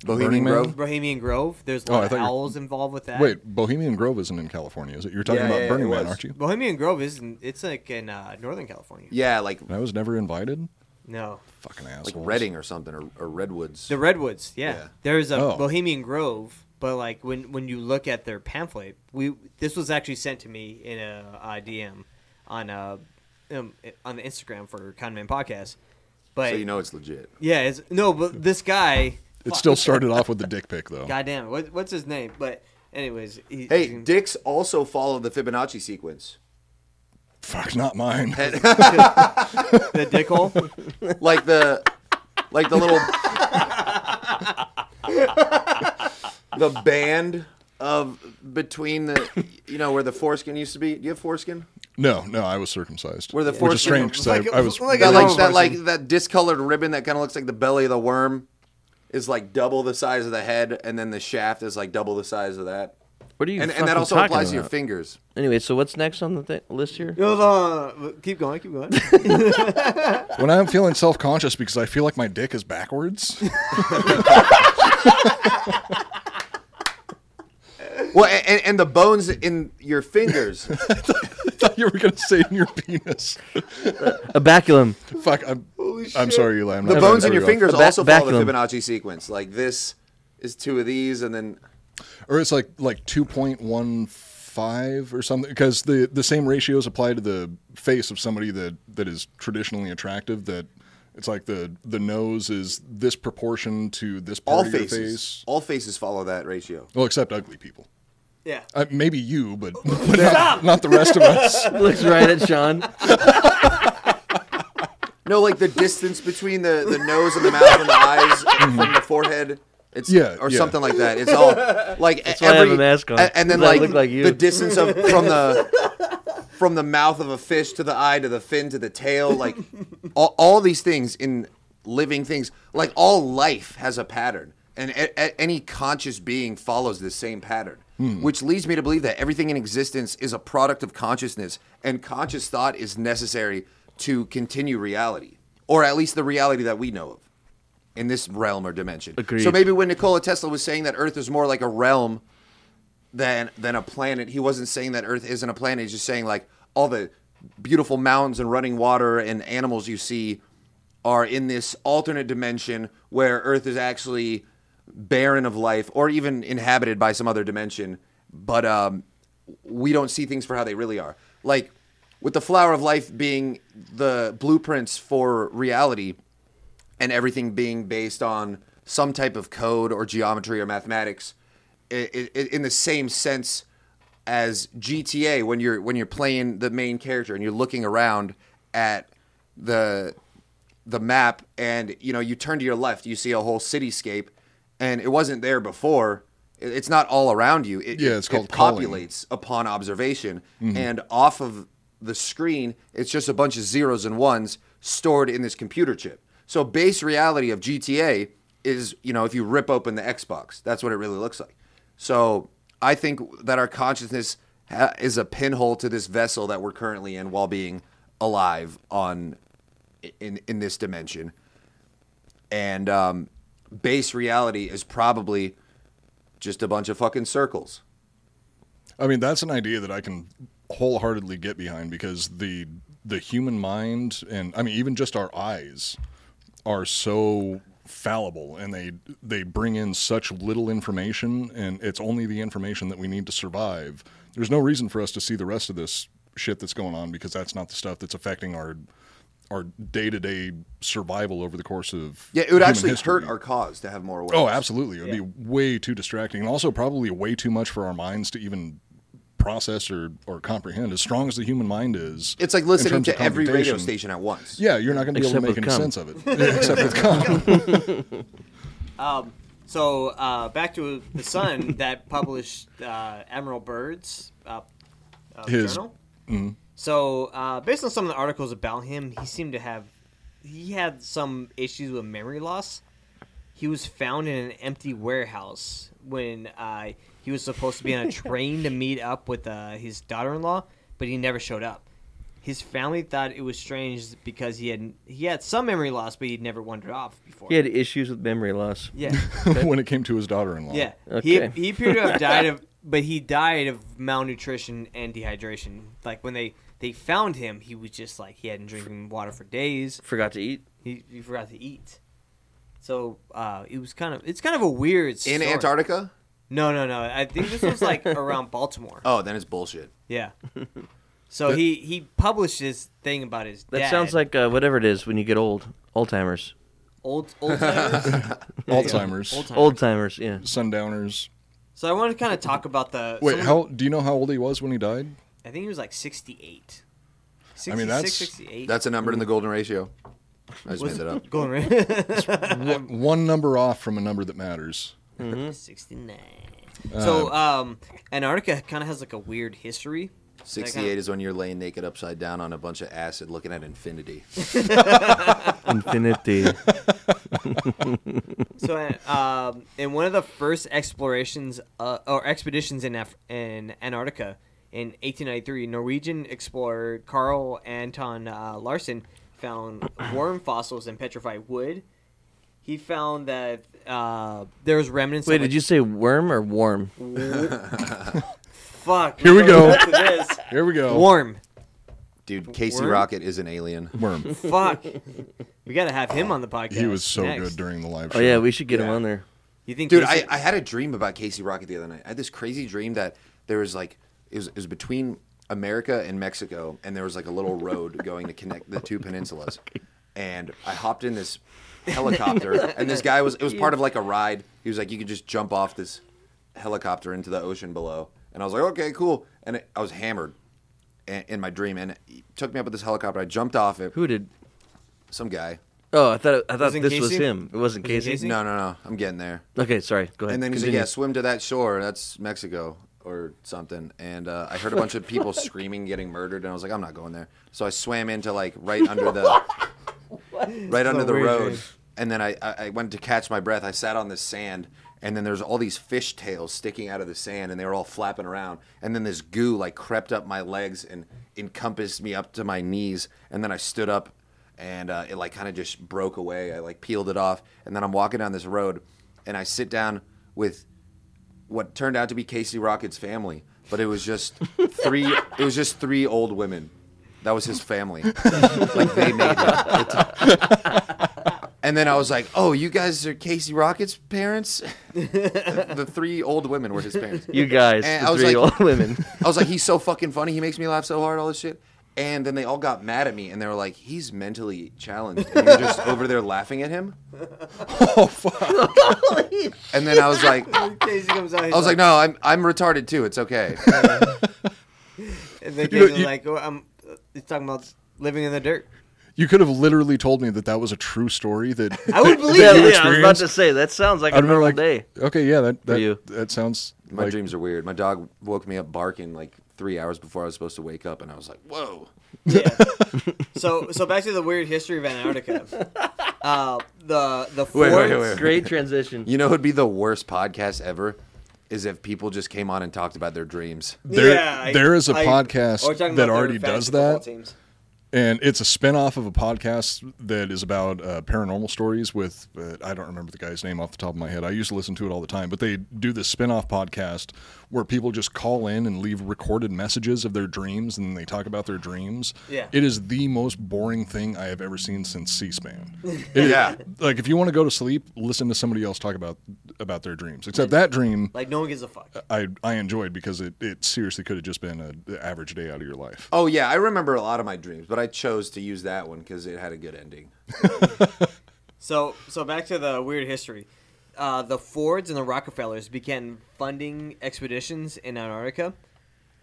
bohemian Burning Man? grove Bohemian Grove. There's a Oh, I lot of thought you- owls involved with that. Wait, Bohemian Grove isn't in California, is it? You're talking Yeah, about yeah, Burning it Man, was. aren't you? Bohemian Grove isn't. It's like in uh, Northern California. Yeah, like And I was never invited. No, Fucking like assholes. Reading or something, or, or Redwoods. the redwoods. Yeah, Yeah. there's a Oh. Bohemian Grove, but like when when you look at their pamphlet, we this was actually sent to me in a, uh DM on a um, on the Instagram for Conman Podcast. But so you know it's legit. yeah, it's, no, but this guy, It still started off with the dick pic, though. goddamn, what, what's his name? But anyways, he, Hey, he- dicks also follow the Fibonacci sequence. Fuck, not mine. *laughs* the dickhole. Like the, like the little, *laughs* the band of between the, you know, where the foreskin used to be. Do you have foreskin? No, no, I was circumcised. Were the Which foreskin- is strange because Like *laughs* a- I, I was. like a That Yeah, like that foreskin. like that discolored ribbon that kind of looks like the belly of the worm, is like double the size of the head, and then the shaft is like double the size of that. What are you? and, and that fucking also talking applies to your about? fingers. Anyway, so what's next on the th- list here? No, no, no, no. Keep going, keep *laughs* going. When I'm feeling self conscious because I feel like my dick is backwards, *laughs* Well, and, and, and the bones in your fingers. I thought you were going to say in your *laughs* penis. A baculum. Fuck, I'm, I'm sorry, Eli. I'm The not bones in there your we go. fingers A ba- also follow the baculum. Fibonacci sequence. Like this is two of these, and then Or it's like like 2.15 or something because the, the same ratios apply to the face of somebody that, that is traditionally attractive that it's like the, the nose is this proportion to this part all of your faces, face. all faces follow that ratio. Well, except ugly people. yeah. Uh, maybe you, but, but not, not the rest of us. Looks right at Sean. *laughs* No, like the distance between the, the nose and the mouth and the eyes from the forehead. It's Yeah, or yeah. something like that. It's all like why I every have a mask on, a- and then 'cause I like, look like you. the distance of from the from the mouth of a fish to the eye to the fin to the tail. Like *laughs* all, all these things in living things. Like all life has a pattern, and a, a- any conscious being follows the same pattern. Hmm. Which leads me to believe that everything in existence is a product of consciousness, and conscious thought is necessary to continue reality, or at least the reality that we know of in this realm or dimension. Agreed. So maybe when Nikola Tesla was saying that Earth is more like a realm than than a planet, he wasn't saying that Earth isn't a planet. He's just saying like all the beautiful mountains and running water and animals you see are in this alternate dimension where Earth is actually barren of life or even inhabited by some other dimension, but um, we don't see things for how they really are. Like with the flower of life being the blueprints for reality, and everything being based on some type of code or geometry or mathematics i i in the same sense as GTA when you're when you're playing the main character and you're looking around at the the map and you know you turn to your left you see a whole cityscape and it wasn't there before It- it's not all around you it, Yeah, it- it's called it calling. populates it's upon observation and off of the screen it's just a bunch of zeros and ones stored in this computer chip so base reality of gta is you know if you rip open the xbox that's what it really looks like so i think that our consciousness ha- is a pinhole to this vessel that we're currently in while being alive on in in this dimension and um, base reality is probably just a bunch of fucking circles I mean, that's an idea that I can wholeheartedly get behind because the the human mind and I mean even just our eyes are so fallible and they they bring in such little information and it's only the information that we need to survive. There's no reason for us to see the rest of this shit that's going on because that's not the stuff that's affecting our our day-to-day survival over the course of Yeah, it would human actually history. hurt our cause to have more awareness. Oh, absolutely. It would be way too distracting and also probably way too much for our minds to even process or, or comprehend. As strong as the human mind is, It's like in listening terms of to every radio computation, station at once. Yeah, you're not going to be able to Except make with any cum. sense of it. *laughs* Except with cum. So uh, back to the sun that published uh, Emerald Birds uh, uh, His- journal. So uh, based on some of the articles about him, he seemed to have he had some issues with memory loss. He was found in an empty warehouse when uh, he was supposed to be on a train to meet up with uh, his daughter-in-law, but he never showed up. His family thought it was strange because he had he had some memory loss, but he'd never wandered off before. He had issues with memory loss. yeah. when it came to his daughter-in-law. Yeah, Okay. he he appeared to *laughs* have died of, but he died of malnutrition and dehydration. Like when they they found him, he was just like he hadn't drinking water for days. Forgot to eat. He, he forgot to eat. So uh, it was kind of it's kind of a weird In story. Antarctica? No, no, no. I think this was *laughs* like around Baltimore. Oh, then it's bullshit. Yeah. So he he published this thing about his. That dad. sounds like uh, whatever it is when you get old. Old timers. old old *laughs* timers. Alzheimer's, Old timers. Old timers. Yeah. sundowners. So I want to kind of talk about the. Wait, some- how do you know how old he was when he died? I think he was like sixty eight. I mean, that's- 68. That's a number Mm. in the golden ratio. I just made that *laughs* up. Going *laughs* right. One, one number off from a number that matters. 69. So, um, Antarctica kind of has like a weird history. Sixty-eight is when you're laying naked upside down on a bunch of acid, looking at infinity. *laughs* Infinity. So, uh, um, in one of the first explorations uh, or expeditions in Af- in Antarctica in 1893, Norwegian explorer Carl Anton uh, Larsen found worm fossils in petrified wood. He found that uh, there was remnants. Wait, of a- did you say worm or warm? Fuck. Here we we're go. back to this. Here we go. Worm. Dude, Casey Worm? Rocket is an alien. Worm. Fuck. We gotta have him on the podcast. He was so next. good during the live show. Oh yeah, we should get him Yeah. on there. You think, Dude, I, Casey- I had a dream about Casey Rocket the other night. I had this crazy dream that there was like it was, it was between America and Mexico, and there was like a little road going to connect the two peninsulas. And I hopped in this helicopter, and this guy was it was part of like a ride. He was like, you could just jump off this helicopter into the ocean below, and I was like, okay, cool. And I was hammered in, in my dream, and he took me up with this helicopter. I jumped off it. Who did? Some guy. Oh, I thought I thought Wasn't this was Casey? him. It Wasn't wasn't Casey. Casey? No, no, no. I'm getting there. Okay, sorry. Go ahead. And then he's like, Continue. yeah, swim to that shore. That's Mexico or something. And uh, I heard a bunch of *laughs* people screaming, getting murdered. And I was like, I'm not going there. So I swam into like right under *laughs* the right under a the weird road. dream. And then I, I, I went to catch my breath. I sat on the sand. And then there's all these fish tails sticking out of the sand, and they were all flapping around. And then this goo like crept up my legs and encompassed me up to my knees. And then I stood up, and uh, it like kind of just broke away. I like peeled it off, and then I'm walking down this road, and I sit down with what turned out to be Casey Rocket's family, but it was just three. it was just three old women. That was his family. like they made him. It's- And then I was like, "Oh, you guys are Casey Rocket's parents." *laughs* the, the three old women were his parents. you guys, And the I was three like- old women. I was like, "He's so fucking funny. He makes me laugh so hard. All this shit." And then they all got mad at me, and they were like, "He's mentally challenged." And you're just over there laughing at him. oh fuck! and then I was like, Casey comes out. I was like, no, I'm I'm retarded too. It's okay. And then You know, Casey's you- like, oh, I'm, uh, he's talking about living in the dirt. You could have literally told me that that was a true story. *laughs* That I would believe it. yeah, yeah, I was about experienced- to say that sounds like a I'd be normal like, day. okay, yeah, that that, you. that sounds My like, dreams are weird. My dog woke me up barking like three hours before I was supposed to wake up, and I was like, whoa. Yeah. so so back to the weird history *laughs* of Antarctica. Uh, the the Wait, forts- wait, wait. *laughs* Great transition. You know, who'd be the worst podcast ever is if people just came on and talked about their dreams. There, Yeah, I- there is a I- podcast or we're talking that about their already fantasy does football that, teams. and it's a spinoff of a podcast that is about uh, paranormal stories. With uh, I don't remember the guy's name off the top of my head. I used to listen to it all the time, but they do this spinoff podcast where people just call in and leave recorded messages of their dreams, and they talk about their dreams. Yeah. it is the most boring thing I have ever seen since C-SPAN. *laughs* yeah. like if you want to go to sleep, listen to somebody else talk about about their dreams. Except that dream. Like no one gives a fuck. I, I enjoyed because it, it seriously could have just been an average day out of your life. Oh yeah, I remember a lot of my dreams, but I chose to use that one because it had a good ending. So so back to the weird history. Uh, the Fords and the Rockefellers began funding expeditions in Antarctica.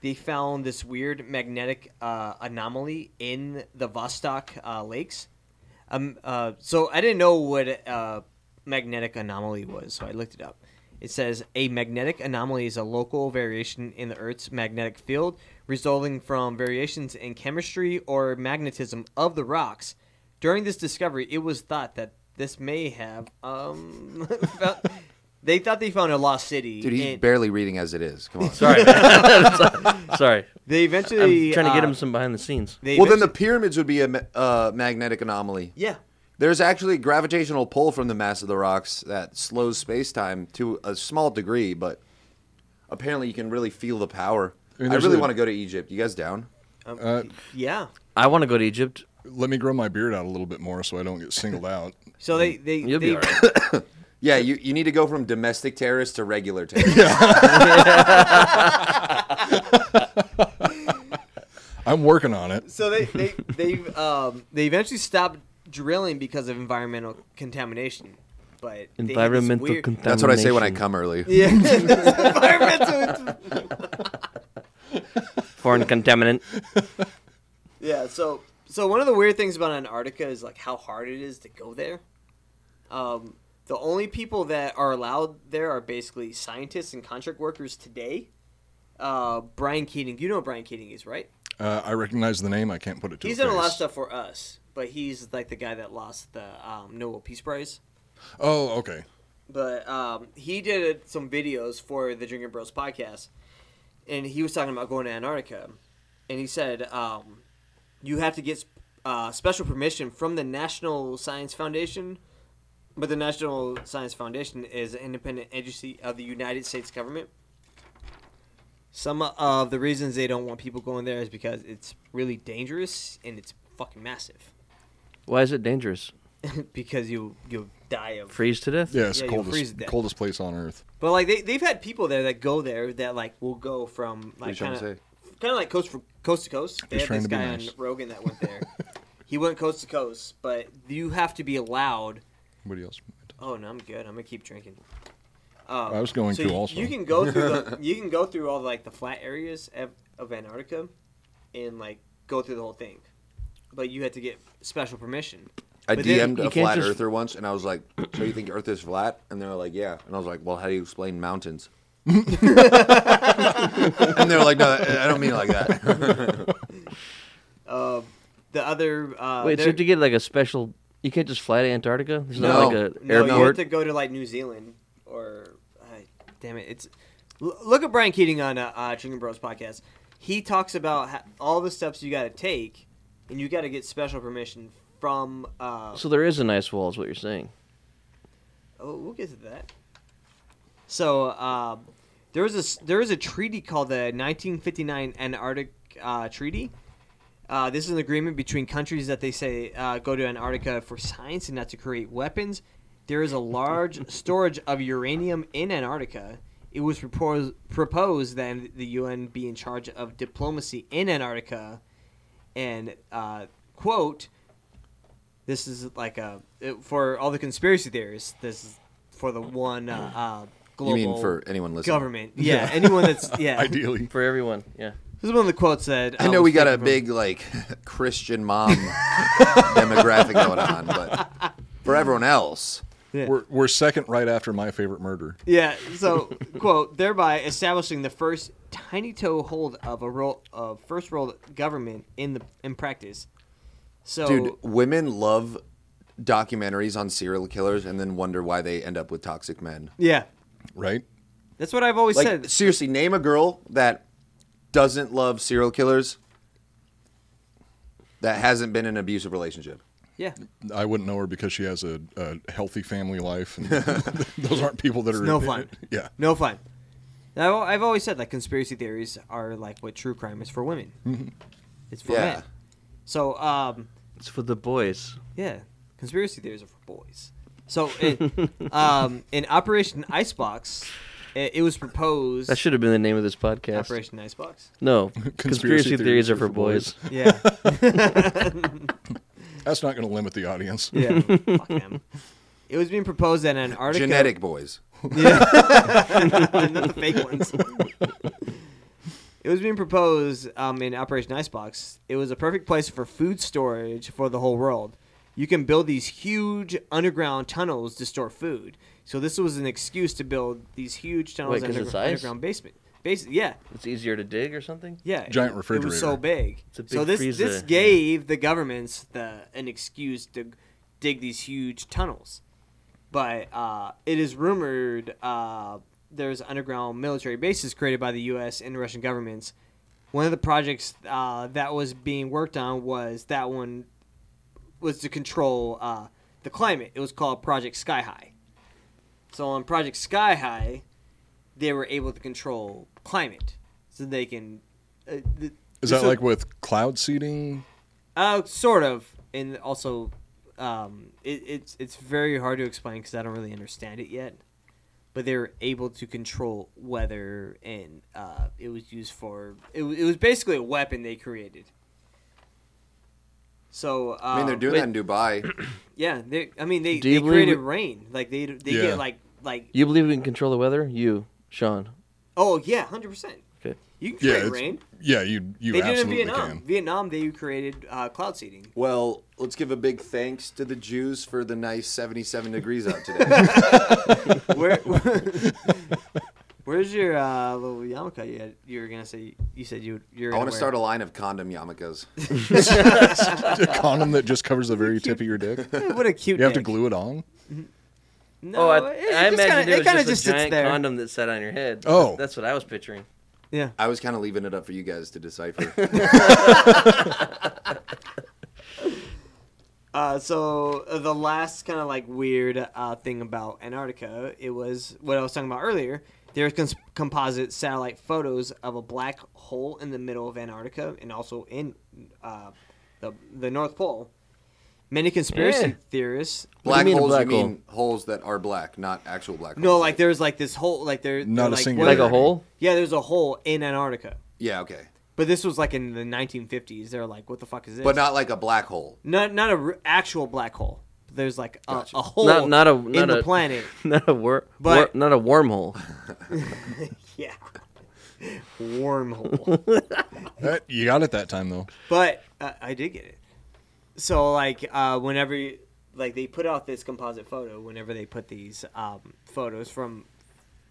They found this weird magnetic uh, anomaly in the Vostok uh, lakes. Um, uh, so I didn't know what uh, magnetic anomaly was, so I looked it up. It says a magnetic anomaly is a local variation in the Earth's magnetic field resulting from variations in chemistry or magnetism of the rocks. During this discovery, it was thought that this may have um, *laughs* found, they thought they found a lost city. Dude, he's and barely reading as it is. *laughs* Come on. Sorry, man. sorry. they I'm eventually trying to get uh, him some behind the scenes. They Well, then the eventually- pyramids would be a ma- uh, magnetic anomaly. yeah. There's actually a gravitational pull from the mass of the rocks that slows space time to a small degree, but apparently you can really feel the power. I, mean, there's really a- want to go to Egypt. You guys down? Um, Uh, Yeah. I want to go to Egypt. Let me grow my beard out a little bit more so I don't get singled out. So they they You'll they, be all right. Yeah, you, you need to go from domestic terrorist to *laughs* regular terrorist. I'm working on it. *laughs* so they they they um they eventually stopped drilling because of environmental contamination. But they had this Environmental weird- contamination. That's what I say when I come early. *laughs* yeah, environmental. *laughs* Foreign contaminant. Yeah, so so one of the weird things about Antarctica is like how hard it is to go there. Um, the only people that are allowed there are basically scientists and contract workers today. uh, Brian Keating. You know who Brian Keating is, right? Uh, I recognize the name. I can't put it to. he's a done a lot of face. stuff for us, but he's like the guy that lost the um, Nobel Peace Prize. Oh, okay. But um, he did some videos for the Drinking Bros podcast, and he was talking about going to Antarctica, and he said um, you have to get uh, special permission from the National Science Foundation. But the National Science Foundation is an independent agency of the United States government. Some of the reasons they don't want people going there is because it's really dangerous and it's fucking massive. *laughs* Why is it dangerous? because you you'll die of Freeze to death. Yeah, it's Yeah, you'll freeze to coldest death. coldest place on earth. But like they they've had people there that go there that like will go from are like you trying kind to of kind of like coast for coast to coast. They Just had trying this to be guy nice. on Rogan that *laughs* went there. he went coast to coast, but you have to be allowed. Anybody else? Oh no, I'm good. I'm gonna keep drinking. Um, I was going so to you, also. you can go *laughs* through the, you can go through all like the flat areas of, of Antarctica, and like go through the whole thing, but you had to get special permission. I But then DM'd you a can't flat just- earther once, and I was like, *clears throat* "So you think Earth is flat?" And they were like, "Yeah." And I was like, "Well, how do you explain mountains?" *laughs* and they were like, "No, I don't mean it like that." The other uh, Wait, so there- you have to get like a special. You can't just fly to Antarctica. There's No. not like a No, you have airport. to go to like New Zealand or uh, damn it, it's l- look at Brian Keating on uh, uh, Drinking Bros podcast. He talks about ha- all the steps you got to take, and you got to get special permission from. Uh, So there is an ice wall, is what you're saying. oh, we'll get to that. So um, there was a s- there was a treaty called the 1959 Antarctic uh, Treaty. Uh, this is an agreement between countries that they say uh, go to Antarctica for science and not to create weapons. There is *laughs* a large storage of uranium in Antarctica. It was propos- proposed that the UN be in charge of diplomacy in Antarctica, and uh, quote, this is like a it- for all the conspiracy theorists. This is for the one uh, uh, you *laughs* global mean for anyone listening? government. Yeah, *laughs* anyone that's yeah. Ideally, *laughs* For everyone, yeah. This is one of the quotes that I know we got a big like *laughs* Christian mom *laughs* demographic going on, but for everyone else, we're we're second right after my favorite murder. Yeah. *laughs* So, quote, thereby establishing the first tiny toe hold of a role of first world government in the in practice. So, dude, women love documentaries on serial killers and then wonder why they end up with toxic men. yeah, Right? that's what I've always Like said. seriously, name a girl that doesn't love serial killers that hasn't been in an abusive relationship. Yeah, I wouldn't know her because she has a, a healthy family life. And *laughs* those aren't people that are no fun. Yeah, no fun. Now, I've always said like conspiracy theories are like what true crime is for women. It's Mm-hmm. for Yeah. men. So, um, It's for the boys. Yeah, conspiracy theories are for boys. So, it, um, in Operation Icebox, it, it was proposed. That should have been the name of this podcast. Operation Icebox. No, *laughs* conspiracy, theories, are for boys. Yeah, that's not going to limit the audience. yeah. Fuck them. It was being proposed that Antarctica. Genetic boys. not the fake ones. it was being proposed um, in Operation Icebox. It was a perfect place for food storage for the whole world. You can build these huge underground tunnels to store food. So this was an excuse to build these huge tunnels Wait, 'cause under- it's ice? underground basement. Base, yeah, It's easier to dig or something. yeah. Giant it- It refrigerator. was so big. It's a big so this freezer, this yeah. gave the governments the an excuse to dig these huge tunnels. But uh, it is rumored uh, there's underground military bases created by the U.S. and Russian governments. One of the projects uh, that was being worked on was that one was to control uh, the climate. It was called Project Sky High. So on Project Sky High, they were able to control climate, so they can. Uh, th- Is that so- like with cloud seeding? uh, sort of, and also, um, it, it's it's very hard to explain because I don't really understand it yet. But they were able to control weather, and uh, it was used for it, wa- it was basically a weapon they created. So um, I mean, they're doing wait. that in Dubai. yeah. They, I mean, they, Do you they believe created we- rain. Like they they Yeah. get like like You believe we can control the weather? You, Sean. oh yeah, hundred percent. Okay. You can Yeah, create it's- rain. Yeah, you you They did it in absolutely Vietnam. can. Vietnam, they created uh, *laughs* cloud seeding. Well, let's give a big thanks to the Jews for the nice 77 degrees out today. Where, *laughs* where's Where's your uh, little yarmulke? You, had, you were gonna say you said you you're. I want gonna to start a wear? line of condom yarmulkes. *laughs* a condom that just covers the very tip of your *laughs* dick. Hey, what a cute. You have to dick. glue it on. No, Oh, I, it- it I just imagined kinda, it was kinda just, a sits giant there. condom that sat on your head. Oh. that's what I was picturing. Yeah. I was kind of leaving it up for you guys to decipher. Uh, so uh, the last kind of like weird uh, thing about Antarctica, it was what I was talking about earlier. There's cons- composite satellite photos of a black hole in the middle of Antarctica and also in uh, the the North Pole. Many conspiracy Yeah. theorists. black mean a holes, black you mean holes that are black, not actual black holes. No, like there's like this whole like there. Not they're, a like, single where- Like a hole? Yeah, there's a hole in Antarctica. Yeah, okay. But this was like in the 1950s. They're like, what the fuck is this? But not like a black hole. not not a r- actual black hole. There's like a, Gotcha. a hole Not not a not in the a, planet. *laughs* not a wor- But- wor- not a wormhole. *laughs* Yeah. Wormhole. That- you got it that time though. but uh, I did get it. So like uh, whenever you- like they put out this composite photo whenever they put these um, photos from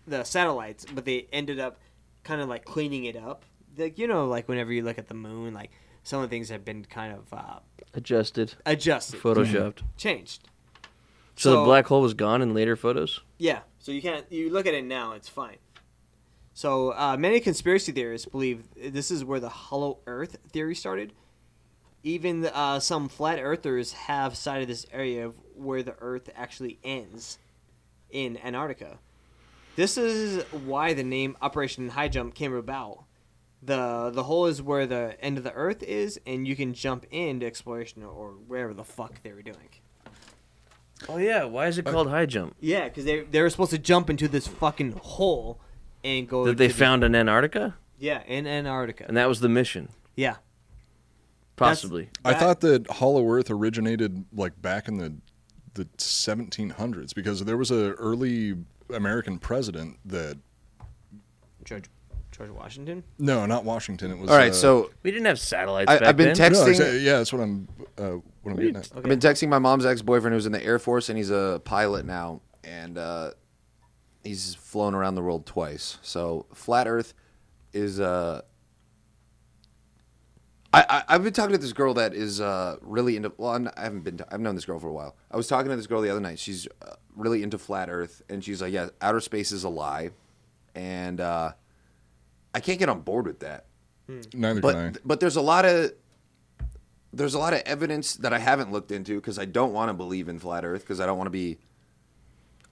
the satellites, but they ended up kind of like cleaning it up. Like you know like whenever you look at the moon like some of the things have been kind of uh, Adjusted, adjusted, photoshopped. changed. So, So- the black hole was gone in later photos. Yeah. So you can't. You look at it now, it's fine. So uh, many conspiracy theorists believe this is where the hollow Earth theory started. Even uh, some flat earthers have cited this area of where the Earth actually ends in Antarctica. This is why the name Operation High Jump came about. The the hole is where the end of the Earth is, and you can jump into exploration or wherever the fuck they were doing. Oh yeah, why is it called high jump? Yeah, because they they were supposed to jump into this fucking hole and go. That they to the- found in Antarctica, yeah, in Antarctica. and that was the mission, yeah, possibly. I That- thought that Hollow Earth originated like back in the the 1700s because there was a early American president that George George Washington. no, not Washington. It was All right, uh, so we didn't have satellites. I, back I've been then. no, texting. exa- yeah, that's what I'm uh, what I'm getting at. I've been texting my mom's ex boyfriend who's in the Air Force and he's a pilot now, and uh, he's flown around the world twice. So flat Earth is. Uh, I, I I've been talking to this girl that is uh, really into. Well, I'm, I haven't been. To, I've known this girl for a while. I was talking to this girl the other night. She's uh, really into flat Earth, and she's like, "Yeah, outer space is a lie," and uh, I can't get on board with that Neither but can I. but there's a lot of there's a lot of evidence that I haven't looked into because I don't want to believe in flat Earth because I don't want to be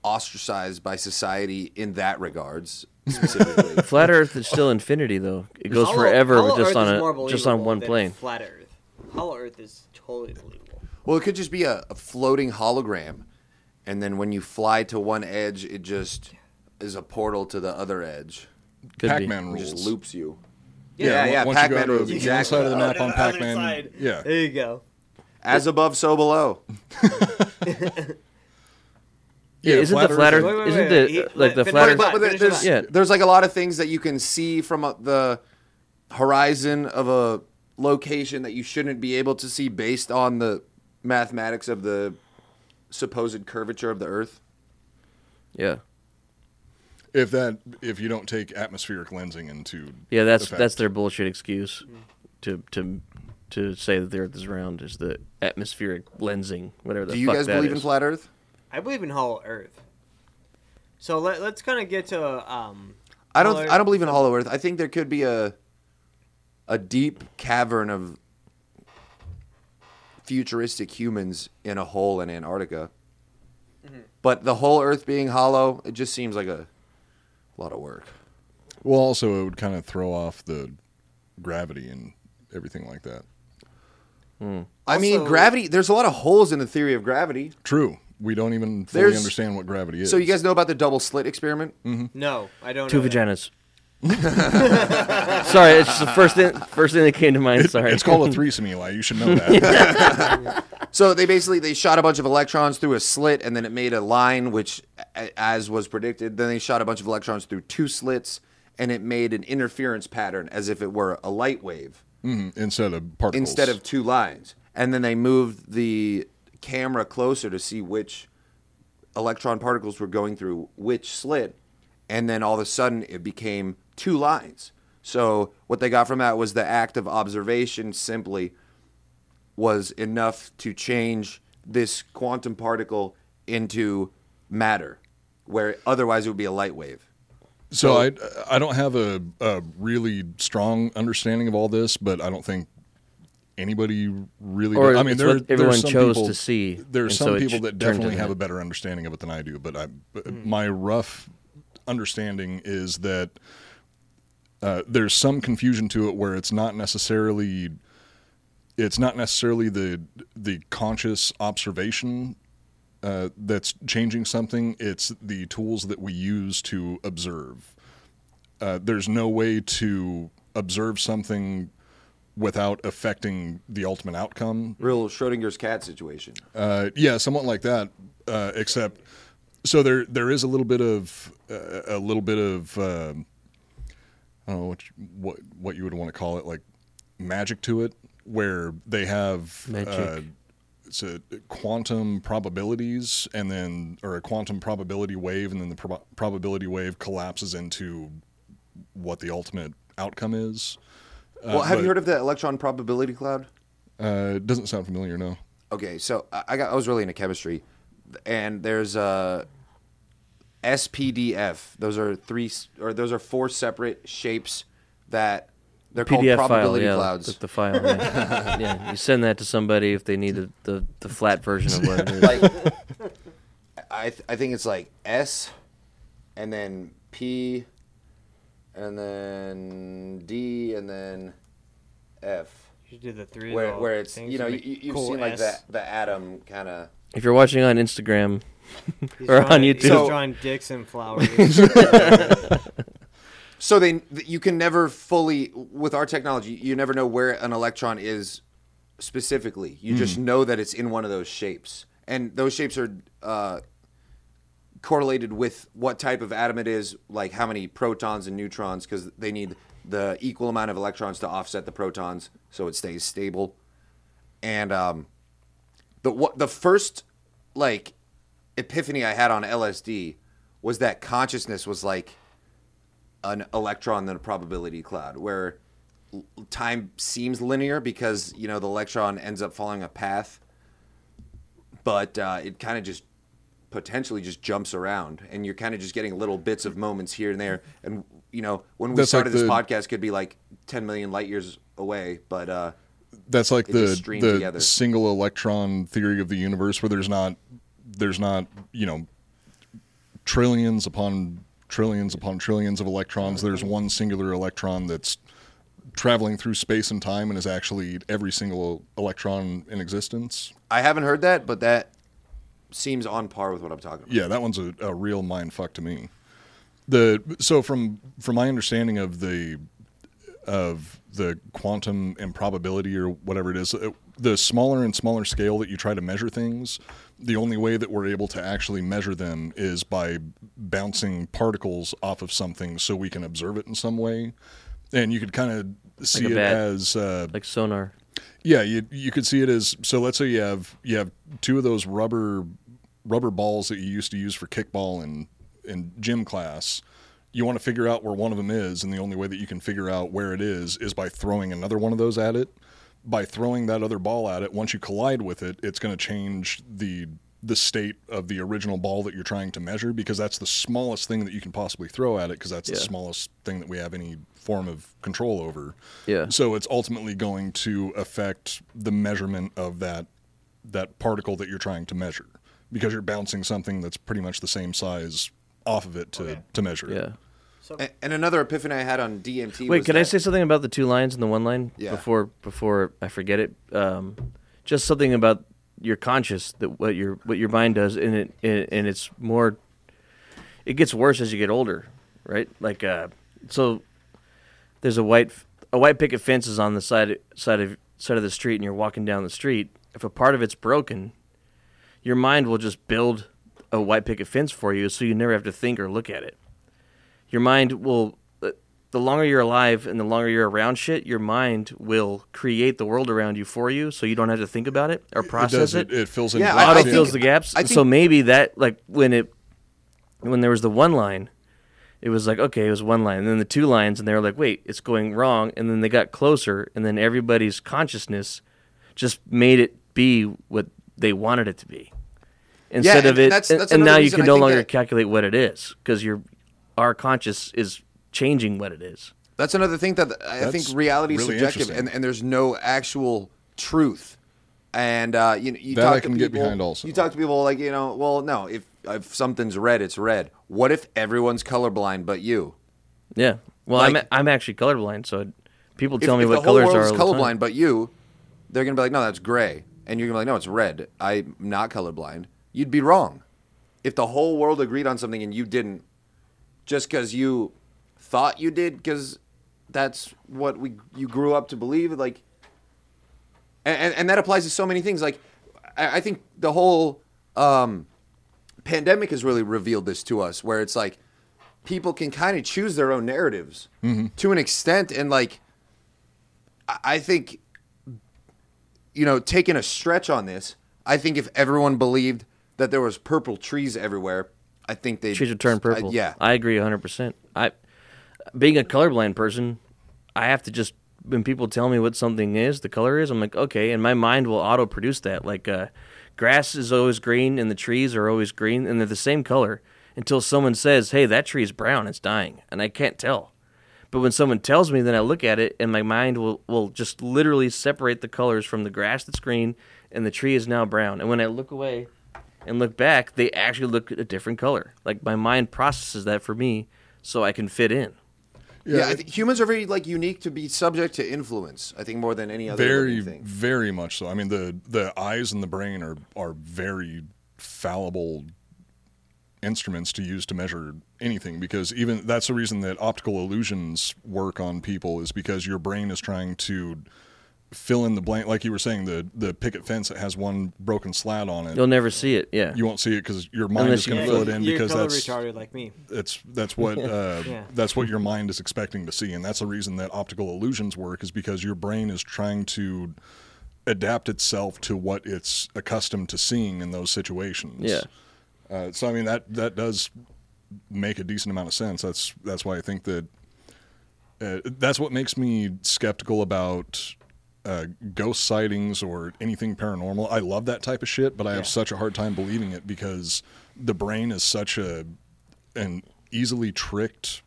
ostracized by society in that regards specifically. Flat Earth is still infinity though. It goes Hollow- forever, Hollow but just Earth on is a more just on believable one than plane. Flat Earth. Hollow Earth is totally believable. well, it could just be a, a floating hologram, and then when you fly to one edge, it just is a portal to the other edge. Could be. Pac-Man It rules. just loops you. Yeah, Yeah, yeah, once you go Pac-Man to rules, the exactly. Uh, one side of the map *laughs* Oh, on the other Pac-Man. side. Yeah, There you go. As above, so below. Yeah, isn't the flat Earth? Wait, wait, isn't wait. the He- like the finish flat your Earth? thought. But there- finish your there's, thought. Yeah. there's like a lot of things that you can see from uh, the horizon of a location that you shouldn't be able to see based on the mathematics of the supposed curvature of the Earth. Yeah, If that if you don't take atmospheric lensing into yeah. That's effect. that's their bullshit excuse to to to say that the Earth is round is the atmospheric lensing, whatever the Do you fuck guys that believe in is. flat Earth? I believe in Hollow Earth. So let, let's kind of get to um. I don't. Hollow I don't believe in hollow Earth. I think there could be a a deep cavern of futuristic humans in a hole in Antarctica. Mm-hmm. But the whole Earth being hollow, it just seems like a lot of work. well, also it would kind of throw off the gravity and everything like that. I mean, Also- gravity. There's a lot of holes in the theory of gravity. True. We don't even fully There's- understand what gravity is. So you guys know about the double slit experiment? No, I don't. Two know that. vaginas. Sorry, it's just the first thing first thing that came to mind. Sorry, It's called a threesome, Eli. You should know that. So they basically they shot a bunch of electrons through a slit, and then it made a line, which, a- as was predicted, then they shot a bunch of electrons through two slits, and it made an interference pattern as if it were a light wave Mm, Instead of particles. instead of two lines. And then they moved the camera closer to see which electron particles were going through which slit, and then all of a sudden it became two lines. So what they got from that was the act of observation simply was enough to change this quantum particle into matter, where otherwise it would be a light wave. So I I don't have a, a really strong understanding of all this, but I don't think anybody really. Or does. I mean, it's there, what everyone there's some chose people, to see, There are and some so it people ch- that turned to definitely have that. Mm-hmm. a better understanding of it than I do, but I but my rough understanding is that uh, there's some confusion to it where it's not necessarily it's not necessarily the the conscious observation uh, that's changing something. It's the tools that we use to observe. Uh, there's no way to observe something without affecting the ultimate outcome. Real Schrodinger's cat situation. Mm-hmm. Uh, yeah, somewhat like that. Uh, except, so there there is a little bit of uh, a little bit of um I don't know what you, what what you would want to call it, like magic to it, where they have Magic. Uh, it's a quantum probabilities, and then or a quantum probability wave, and then the prob- probability wave collapses into what the ultimate outcome is. well, have but- you heard of the electron probability cloud? Uh, it doesn't sound familiar, no. Okay, so I I got I was really into chemistry, and there's uh, a SPDF. Those are three s- or those are four separate shapes that they're PDF called file, probability yeah, clouds. The, the file, yeah. yeah. You send that to somebody if they need the, the, the flat version of what it is. like I th- I think it's like S and then P and then D and then F You did the three. where where it's you know you, you- you've seen like the the atom kind of If you're watching on Instagram, or on YouTube. He's So- drawing dicks *laughs* and flowers. *laughs* so they you can never fully with our technology you never know where an electron is specifically you just know that it's in one of those shapes and those shapes are uh, correlated with what type of atom it is like how many protons and neutrons because they need the equal amount of electrons to offset the protons so it stays stable and um, the what the first like epiphany i had on lsd was that consciousness was like an electron than a probability cloud where l- time seems linear because you know the electron ends up following a path but uh, it kind of just potentially just jumps around and you're kind of just getting little bits of moments here and there and you know when we That's like started the- this podcast could be like 10 million light years away but uh That's like just the stream the together. single electron theory of the universe, where there's not there's not you know trillions upon trillions upon trillions of electrons. There's one singular electron that's traveling through space and time and is actually every single electron in existence. i haven't heard that but that seems on par with what i'm talking about Yeah, that one's a, a real mind fuck to me. The so from from my understanding of the of the quantum improbability or whatever it is, uh, the smaller and smaller scale that you try to measure things, the only way that we're able to actually measure them is by bouncing particles off of something so we can observe it in some way. And you could kind of see a it bat. as uh, like sonar. yeah, you you could see it as so. Let's say you have you have two of those rubber rubber balls that you used to use for kickball and in gym class. You want to figure out where one of them is, and the only way that you can figure out where it is is by throwing another one of those at it. By throwing that other ball at it, once you collide with it, it's going to change the the state of the original ball that you're trying to measure because that's the smallest thing that you can possibly throw at it because that's the Yeah. smallest thing that we have any form of control over. Yeah. So it's ultimately going to affect the measurement of that that particle that you're trying to measure because you're bouncing something that's pretty much the same size off of it to to measure it. Yeah. A- and another epiphany i had on dmt Wait, was can I that- say something about the two lines and the one line Yeah. before before I forget it? Um, just something about your conscious that what your what your mind does, and it and, and it's more. It gets worse as you get older, right? Like uh, so, there's a white a white picket fence is on the side side of side of the street, and you're walking down the street. If a part of it's broken, your mind will just build a white picket fence for you, so you never have to think or look at it your mind will uh, the longer you're alive and the longer you're around shit your mind will create the world around you for you so you don't have to think about it or It does process it, it, it fills in Yeah, I- auto think- fills the gaps I so think- maybe that like when it when there was the one line it was like okay, it was one line, and then the two lines, and they were like, wait, it's going wrong, and then they got closer, and then everybody's consciousness just made it be what they wanted it to be instead and- of and it. that's- and, that's and another now you reason can I no think longer that- calculate what it is because your our conscious is changing what it is. That's another thing that I That's think reality is really subjective, interesting. and, and there's no actual truth. And uh, you know, you That talk I can to get people, behind also. You talk to people like you know, well, no, if if something's red, it's red. What if everyone's colorblind but you? Yeah. Well, I'm Like- I'm actually colorblind, so people If, tell me if what the whole colors world are. is all the colorblind time. but you, they're gonna be like, no, that's gray, and you're gonna be like, no, it's red. I'm not colorblind. You'd be wrong. If the whole world agreed on something and you didn't, just because you thought you did, because that's what we you grew up to believe, like and, and, and that applies to so many things. Like, I, I think the whole um, pandemic has really revealed this to us, where it's like people can kind of choose their own narratives to an extent, and like, I, I think, you know, taking a stretch on this, I think if everyone believed that there was purple trees everywhere, I think they Trees would turn purple. yeah, I agree 100%. I being a colorblind person, I have to just when people tell me what something is, the color is, I'm like, okay, and my mind will auto produce that. Like uh, grass is always green and the trees are always green and they're the same color until someone says, "Hey, that tree's brown, it's dying." And I can't tell. But when someone tells me, then I look at it and my mind will, will just literally separate the colors from the grass that's green and the tree is now brown. And when I look away and look back, they actually look a different color. Like my mind processes that for me so I can fit in. yeah. I think humans are very like unique to be subject to influence. I think more than any other very living thing. very much so i mean the the eyes and the brain are are very fallible instruments to use to measure anything because even that's the reason that optical illusions work on people is because your brain is trying to fill in the blank like you were saying the the picket fence that has one broken slat on it You'll never see it. Yeah. you won't see it because your mind Unless is you- going to Yeah, fill it in you're because color that's retarded like me. that's that's what uh, Yeah. that's what your mind is expecting to see, and that's the reason that optical illusions work is because your brain is trying to adapt itself to what it's accustomed to seeing in those situations. Yeah. Uh, so I mean that that does make a decent amount of sense. That's that's why I think that uh, that's what makes me skeptical about uh, ghost sightings or anything paranormal. I love that type of shit, but I have such a hard time believing it because the brain is such a an easily tricked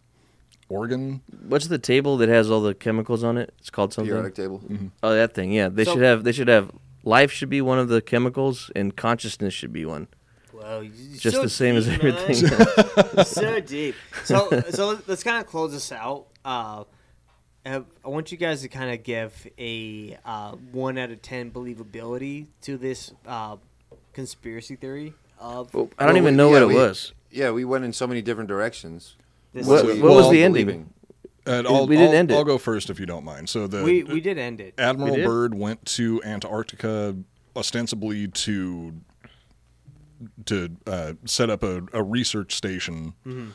organ. What's the table that has all the chemicals on it? It's called something. Periodic table. Oh, that thing. Yeah. They So- should have they should have life should be one of the chemicals and consciousness should be one. Well, you- you're Just so the same as deep, man. *laughs* everything. *laughs* so deep. So, so let's, let's kind of close this out. Uh, uh, I want you guys to kind of give a uh, one out of ten believability to this uh, conspiracy theory of Oh, I don't Well, even we- know yeah, what it we- was. Yeah, we went in so many different directions. this. What, we- what was all the ending? believing. And I'll, we didn't I'll- end it. I'll go first if you don't mind. So the we we did end it. Admiral We did. Byrd went to Antarctica ostensibly to to uh, set up a, a research station, Mm-hmm.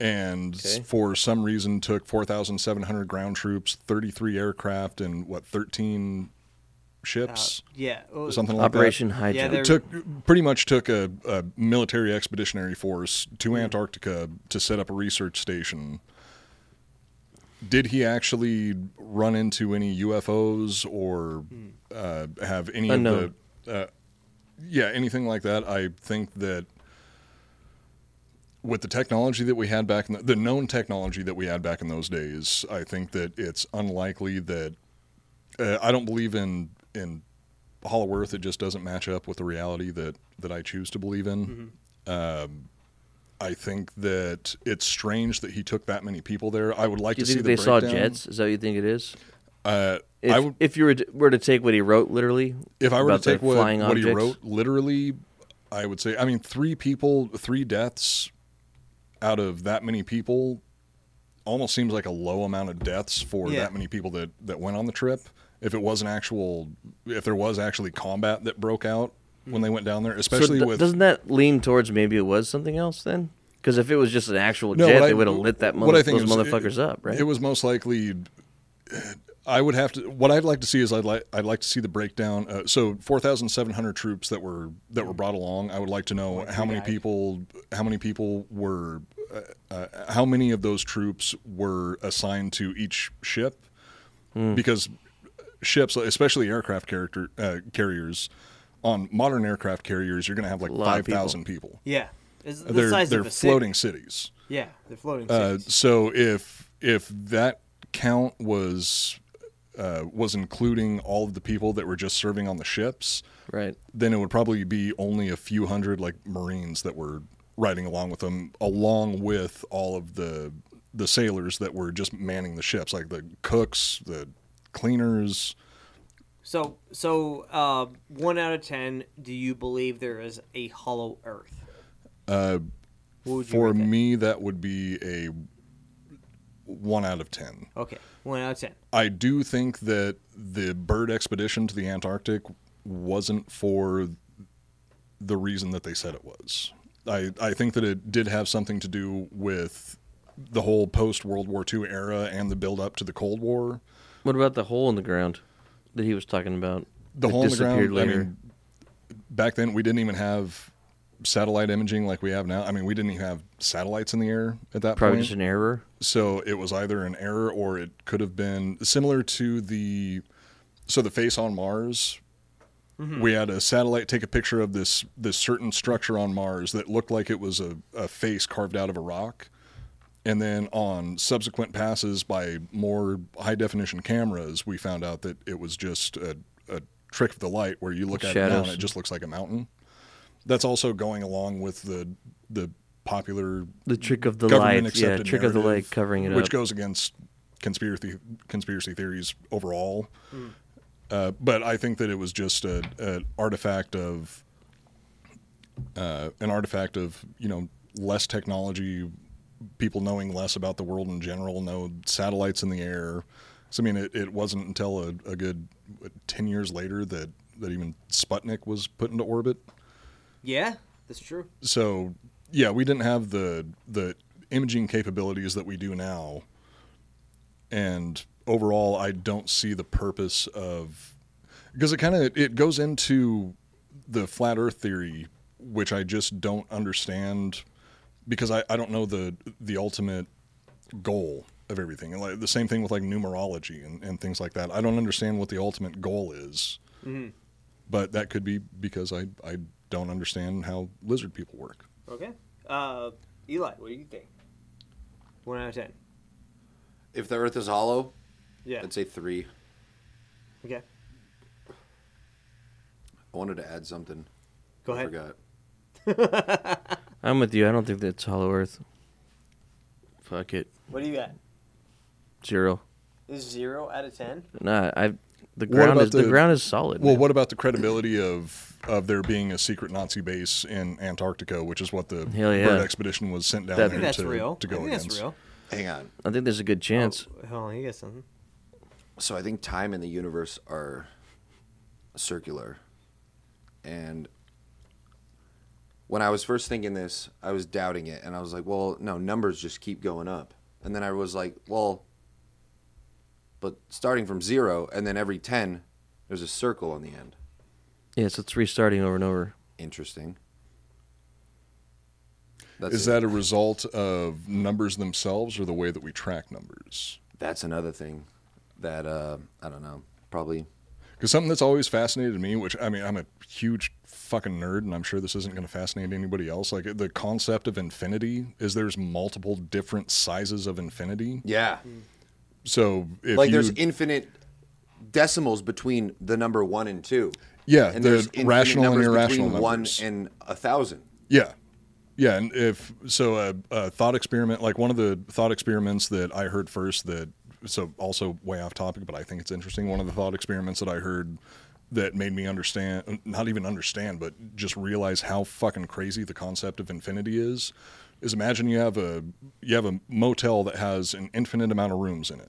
and s- Okay. for some reason took four thousand seven hundred ground troops, thirty three aircraft, and what thirteen ships, Yeah. oh, or something like Operation that. Hijack. Yeah, they're- Took pretty much took a, a military expeditionary force to Antarctica to set up a research station did he actually run into any UFOs or uh, have any Unknown. of the uh, yeah anything like that? I think that with the technology that we had back in the, the known technology that we had back in those days, I think that it's unlikely that uh, I don't believe in in Hollow Earth. It just doesn't match up with the reality that that I choose to believe in. Um, I think that it's strange that he took that many people there. I would like Do you to see think the they saw breakdown. jets? Is that what you think it is? Uh, If, I would, if you were to, were to take what he wrote literally, if I were to about the take what, flying what he objects, wrote literally, I would say, I mean, three people, three deaths out of that many people almost seems like a low amount of deaths for Yeah. that many people that, that went on the trip. If it was an actual, if there was actually combat that broke out when they went down there, So especially th- with. doesn't that lean towards maybe it was something else then? Because if it was just an actual No, jet, what I- they would have lit that what mother- I think those is- motherfuckers it- up, right? It was most likely. I would have to. What I'd like to see is I'd like I'd like to see the breakdown. Uh, so four thousand seven hundred troops that were that were brought along. I would like to know how many people how many people were uh, uh, how many of those troops were assigned to each ship Hmm. because ships, especially aircraft character uh, carriers, on modern aircraft carriers, you're going to have like lot five of people. thousand people. Yeah, it's the they're size they're of a city. floating cities. Yeah, they're floating. Uh, cities. so if if that count was uh, was including all of the people that were just serving on the ships, Right. then it would probably be only a few hundred like Marines that were riding along with them, along with all of the the sailors that were just manning the ships, like the cooks, the cleaners. So, so uh, one out of ten. Do you believe there is a hollow Earth? Uh, For me, that would be a one out of ten. okay, one out of ten. I do think that the bird expedition to the Antarctic wasn't for the reason that they said it was. I, I think that it did have something to do with the whole post World War II era and the build up to the Cold War. What about the hole in the ground that he was talking about? The that whole hole in the ground. disappeared later. I mean, back then we didn't even have satellite imaging like we have now. I mean, we didn't even have satellites in the air at that Probably point. just an error. so it was either an error or it could have been similar to the so the face on mars we had a satellite take a picture of this this certain structure on mars that looked like it was a, a face carved out of a rock and then on subsequent passes by more high definition cameras we found out that it was just a, a trick of the light where you look at it now and Shadows. it just looks like a mountain that's also going along with the the popular The trick of the government light. Yeah, accepted trick of the narrative, light covering it which up. goes against conspiracy conspiracy theories overall. Uh, but I think that it was just a, an artifact of uh, an artifact of you know less technology, people knowing less about the world in general, no satellites in the air. So I mean, it, it wasn't until a, a good what, ten years later that that even Sputnik was put into orbit Yeah, that's true. so yeah, we didn't have the the imaging capabilities that we do now. And overall, I don't see the purpose of because it kind of it goes into the flat Earth theory, which I just don't understand because I, I don't know the the ultimate goal of everything. And like the same thing with like numerology and, and things like that. I don't understand what the ultimate goal is but that could be because I, I don't understand how lizard people work. Okay, uh, Eli, what do you think? One out of ten. If the Earth is hollow, Yeah. I'd say three. okay. I wanted to add something. Go I ahead. forgot. I'm with you. I don't think that's Hollow Earth. Fuck it. What do you got? Zero. Is zero out of ten? Nah, I. The ground about is the, the- ground is solid. Well, man. what about the credibility of of there being a secret Nazi base in Antarctica, which is what the Hell yeah. bird expedition was sent down That- I there think that's to, real. to go I think against? that's real. Hang on. I think there's a good Oh. chance. Hold on, you got something. So I think time and the universe are circular. And when I was first thinking this, I was doubting it. And I was like, well, no, numbers just keep going up. And then I was like, well, but starting from zero and then every 10, there's a circle on the end. Yeah, so it's restarting over and over. Interesting. That's Is it. that a result of numbers themselves or the way that we track numbers? that's another thing that uh, I don't know. Probably Because something that's always fascinated me, which I mean, I'm a huge fucking nerd, and I'm sure this isn't going to fascinate anybody else. Like the concept of infinity is there's multiple different sizes of infinity. yeah. So if like you, there's infinite decimals between the number one and two. Yeah, and the there's infinite rational and numbers irrational between numbers. one and a thousand. Yeah. Yeah, and if so, a, a thought experiment like one of the thought experiments that I heard first that so also way off topic, but I think it's interesting. One of the thought experiments that I heard that made me understand, not even understand, but just realize how fucking crazy the concept of infinity is. Is imagine you have a you have a motel that has an infinite amount of rooms in it.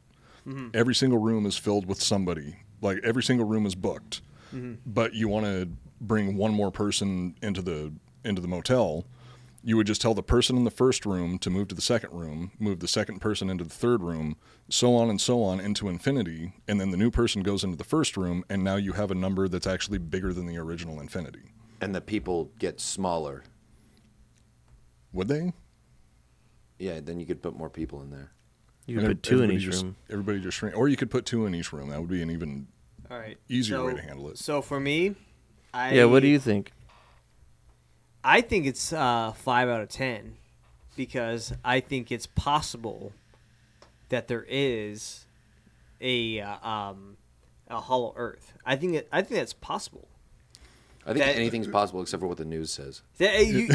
Every single room is filled with somebody. Like every single room is booked Mm-hmm. but you want to bring one more person into the into the motel you would just tell the person in the first room to move to the second room, move the second person into the third room, so on and so on into infinity, and then the new person goes into the first room, and now you have a number that's actually bigger than the original infinity. and the people get smaller. Would they? Yeah, then you could put more people in there. You And could put two in everybody each just- room. Everybody just shrink, or you could put two in each room. That would be an even. *laughs* All right. Easier way to handle it. So for me, I Yeah, what do you think? I think it's uh, five out of ten because I think it's possible that there is a uh, um, a Hollow Earth. I think that, I think that's possible. I think That- anything's possible except for what the news says. That- *laughs* uh, you-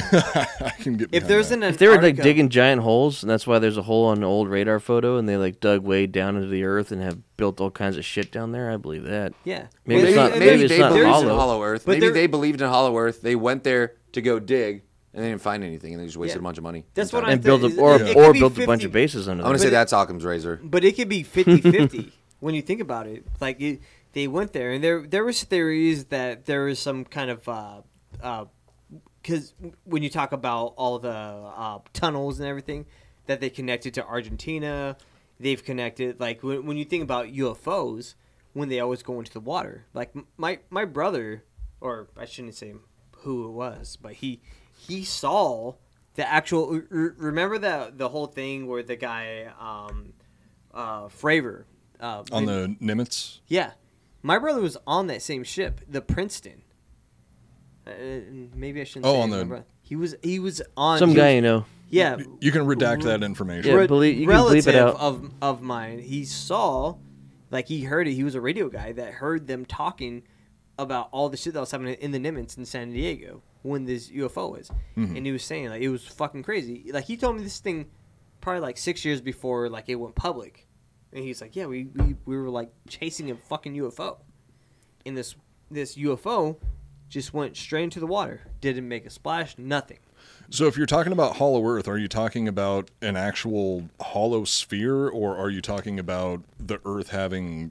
I can get. if behind there's that. an If they were like Antarctica- digging giant holes, and that's why there's a hole on the old radar photo, and they like dug way down into the earth and have built all kinds of shit down there, I believe that. yeah, Maybe it's Well, not- there- maybe it's they not believed in hollow. Hollow Earth. But maybe there- they believed in Hollow Earth. They went there to go dig, and they didn't find anything, and they just wasted Yeah. a bunch of money. That's and what time. I And build think a, it- or it or could be build a bunch 50 of bases under I'm gonna there. say that's Occam's razor. But it could be 50-50 *laughs* when you think about it. Like it, they went there, and there there was theories that there was some kind of because uh, uh 'cause when you talk about all the uh, tunnels and everything that they connected to Argentina, they've connected. Like when, when you think about UFOs, when they always go into the water. Like m- my my brother, or I shouldn't say who it was, but he he saw. The actual r- r- remember the the whole thing where the guy um, uh, Fravor. Uh, on the Nimitz, yeah, my brother was on that same ship, the Princeton. Uh, maybe I shouldn't. Oh, say on my the- brother. He was he was on Some he guy was- you know. Yeah, you can redact that information. Yeah, re- believe- you can bleep relative it out. of of mine. He saw, like he heard it. He was a radio guy that heard them talking about all the shit that was happening in the Nimitz in San Diego when this UFO was, Mm-hmm. and he was saying like it was fucking crazy. Like he told me this thing probably like six years before like it went public, and he's like, yeah, we we, we were like chasing a fucking UFO, and this this UFO just went straight into the water, didn't make a splash, nothing. So, if you're talking about Hollow Earth, are you talking about an actual hollow sphere, or are you talking about the Earth having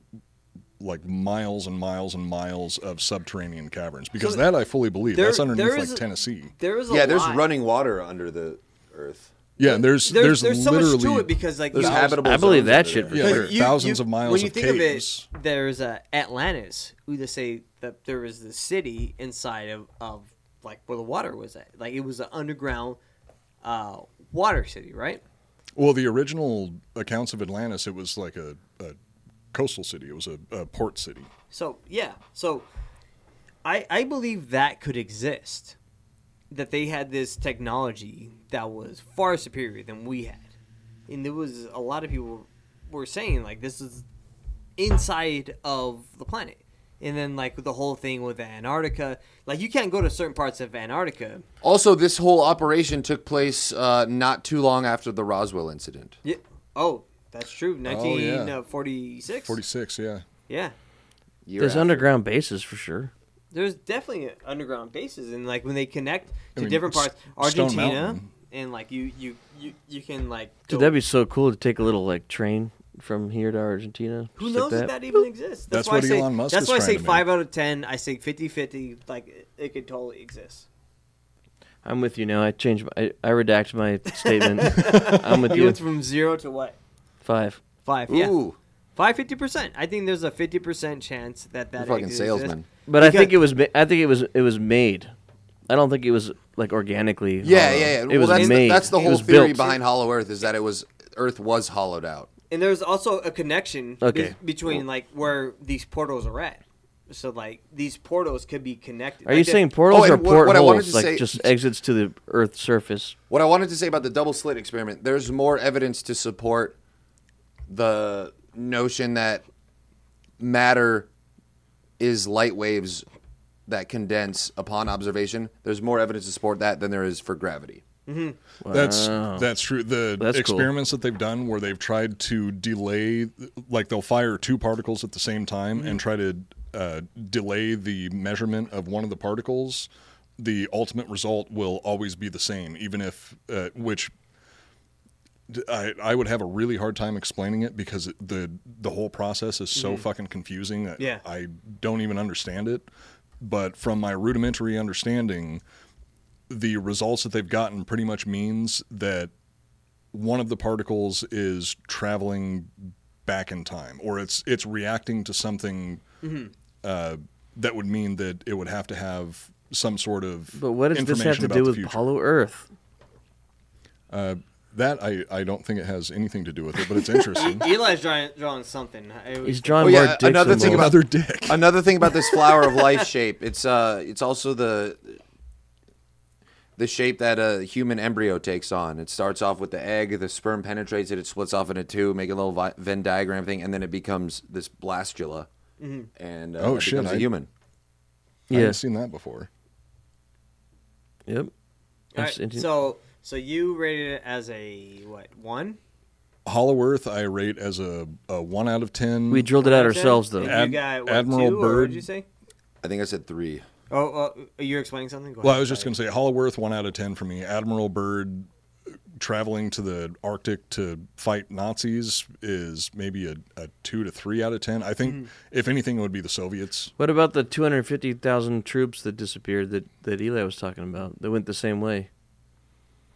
like miles and miles and miles of subterranean caverns? Because that I fully believe there- that's underneath there like is- Tennessee. There was a yeah, there's lot. running water under the earth. Yeah, and there's there's, there's, there's so literally much to it because like There's you- habitable. I believe zones that under shit there. for Yeah, because there are you- thousands you- of miles when you of think caves. Of it, there's uh, Atlantis, who they say that there was the city inside of, of like where the water was at. Like it was an underground uh, water city, right? well, the original accounts of Atlantis, it was like a, a coastal city. It was a, a port city. So yeah, so I I believe that could exist. That they had this technology that was far superior than we had, and there was a lot of people were saying like this is inside of the planet, and then like the whole thing with Antarctica, like you can't go to certain parts of Antarctica. Also, this whole operation took place uh, not too long after the Roswell incident. Yeah. Oh, that's true. Nineteen forty six. Forty six, yeah. Yeah. Year There's after. underground bases for sure. there's definitely underground bases and like when they connect to mean, different S- parts Stone argentina Mountain. and like you you you, you can like Dude, go- that'd be so cool to take a little like train from here to Argentina. who just knows like if that even exists That's that's, why what I say, Elon Musk that's is why i trying say to make. 5 out of 10 i say 50 50 like it, it could totally exist I'm with you now. I changed. My, I, I redact my *laughs* statement. I'm with you you. went from 0 to what Five. 5 yeah Ooh, 5 50% i think there's a 50% chance that that You're fucking exists. salesman. But I Because- think it was. ma- I think it was. It was made. I don't think it was like organically. yeah, hollow. yeah, yeah. It well, was that's, made. The, that's the It whole was theory built. behind Hollow Earth is that it was Earth was hollowed out. and there's also a connection be- Okay. between like where these portals are at so like these portals could be connected Are Like, you the- saying portals and or what- what I wanted portholes? to Like say- just exits to the Earth's surface. What I wanted to say about the double slit experiment, there's more evidence to support the notion that matter is light waves that condense upon observation. There's more evidence to support that than there is for gravity. That's that's true. The That's cool. experiments that they've done where they've tried to delay, like they'll fire two particles at the same time Mm-hmm. and try to uh, delay the measurement of one of the particles. The ultimate result will always be the same, even if uh, which d- I, I would have a really hard time explaining it because it- the the whole process is so fucking confusing that Yeah. I don't even understand it. But from my rudimentary understanding, the results that they've gotten pretty much means that one of the particles is traveling back in time, or it's it's reacting to something uh, that would mean that it would have to have some sort of. But what does this information have to about do the with future. Hollow Earth? That I, I don't think it has anything to do with it, but it's *laughs* interesting. E-, Eli's drawing, drawing something. I- He's drawing Well, yeah, more dicks another than thing about- balls. Another dick. Another thing about this flower of *laughs* life shape, it's uh, it's also the the shape that a human embryo takes on. It starts off with the egg, the sperm penetrates it, it splits off into two, make a little vi- Venn diagram thing, and then it becomes this blastula, Mm-hmm. and uh, Oh, it shit, becomes a I- human. I *laughs* yeah. haven't seen that before. Yep. All That's right, inter- so so you rated it as a what one? Hollow Earth, I rate as a, a one out of ten. we drilled it out Is that- ourselves and though. Ad- you got what, Admiral two, or what Byrd. did you say? I think I said three. Oh, oh you're explaining something. Go well, I ahead, was just going sorry. to say Hollow Earth, one out of ten for me. Admiral Byrd uh, traveling to the Arctic to fight Nazis is maybe a, a two to three out of ten. I think Mm. if anything, it would be the Soviets. What about the 250,000 troops that disappeared that, that Eli was talking about that went the same way?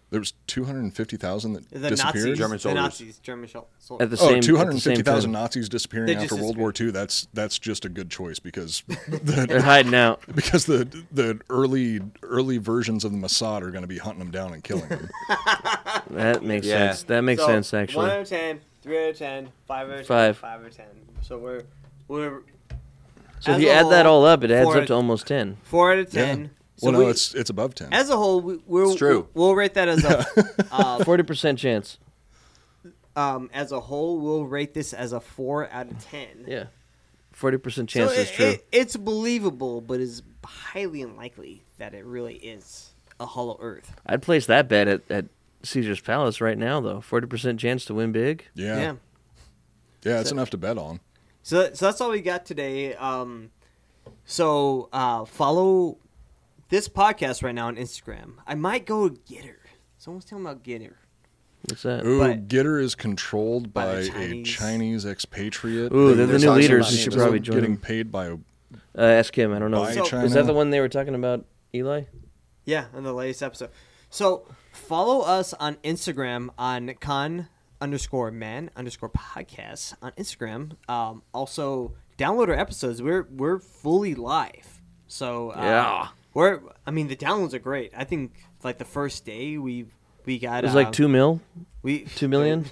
There was two hundred and fifty thousand that the disappeared. Nazis, German the soldiers. Nazis, German sol- soldiers. At the same Oh, at the two hundred and fifty same thousand time. Nazis disappearing They after just World War II. That's that's just a good choice *laughs* because They're the, hiding out. because the the early early versions of the Mossad are going to be hunting them down and killing them. That makes Yeah. sense. That makes So, sense One out actually. of ten, three out of ten, five out of ten, Five. five out of ten. So we're we're So if as you a add that whole, all up, it adds four up out- to almost 10. four out of Yeah. ten. *laughs* So well, no, we- it's it's above ten. as a whole, we, we're It's true. We'll rate that as a *laughs* uh, 40% chance. um as a whole. We'll rate this as a four out of ten. Yeah. 40% So chance is it- true. it- it's believable, but it's highly unlikely that it really is a hollow Earth. I'd place that bet at, at Caesar's Palace right now though. 40% chance to win big. yeah, yeah, it's enough to bet on. So, so that's all we got today. Um, so uh, follow this podcast right now on Instagram. I might go to Getter. Someone's talking about Getter. What's that? Ooh, But- Gitter is controlled By by, the a Chinese. Chinese expatriate. Ooh, they're the There's new also leaders. about You should me. probably Is it join Getting them. paid by Uh, ask him. I don't know. by So- China. Is that the one they were talking about, Eli? Yeah, in the latest episode. So follow us on Instagram on con underscore man underscore podcast on Instagram. Um, also download our episodes. We're we're fully live. So uh, Yeah. we're. I mean, the downloads are great. I think like the first day we we got It was um, like two mil, we two *laughs* million.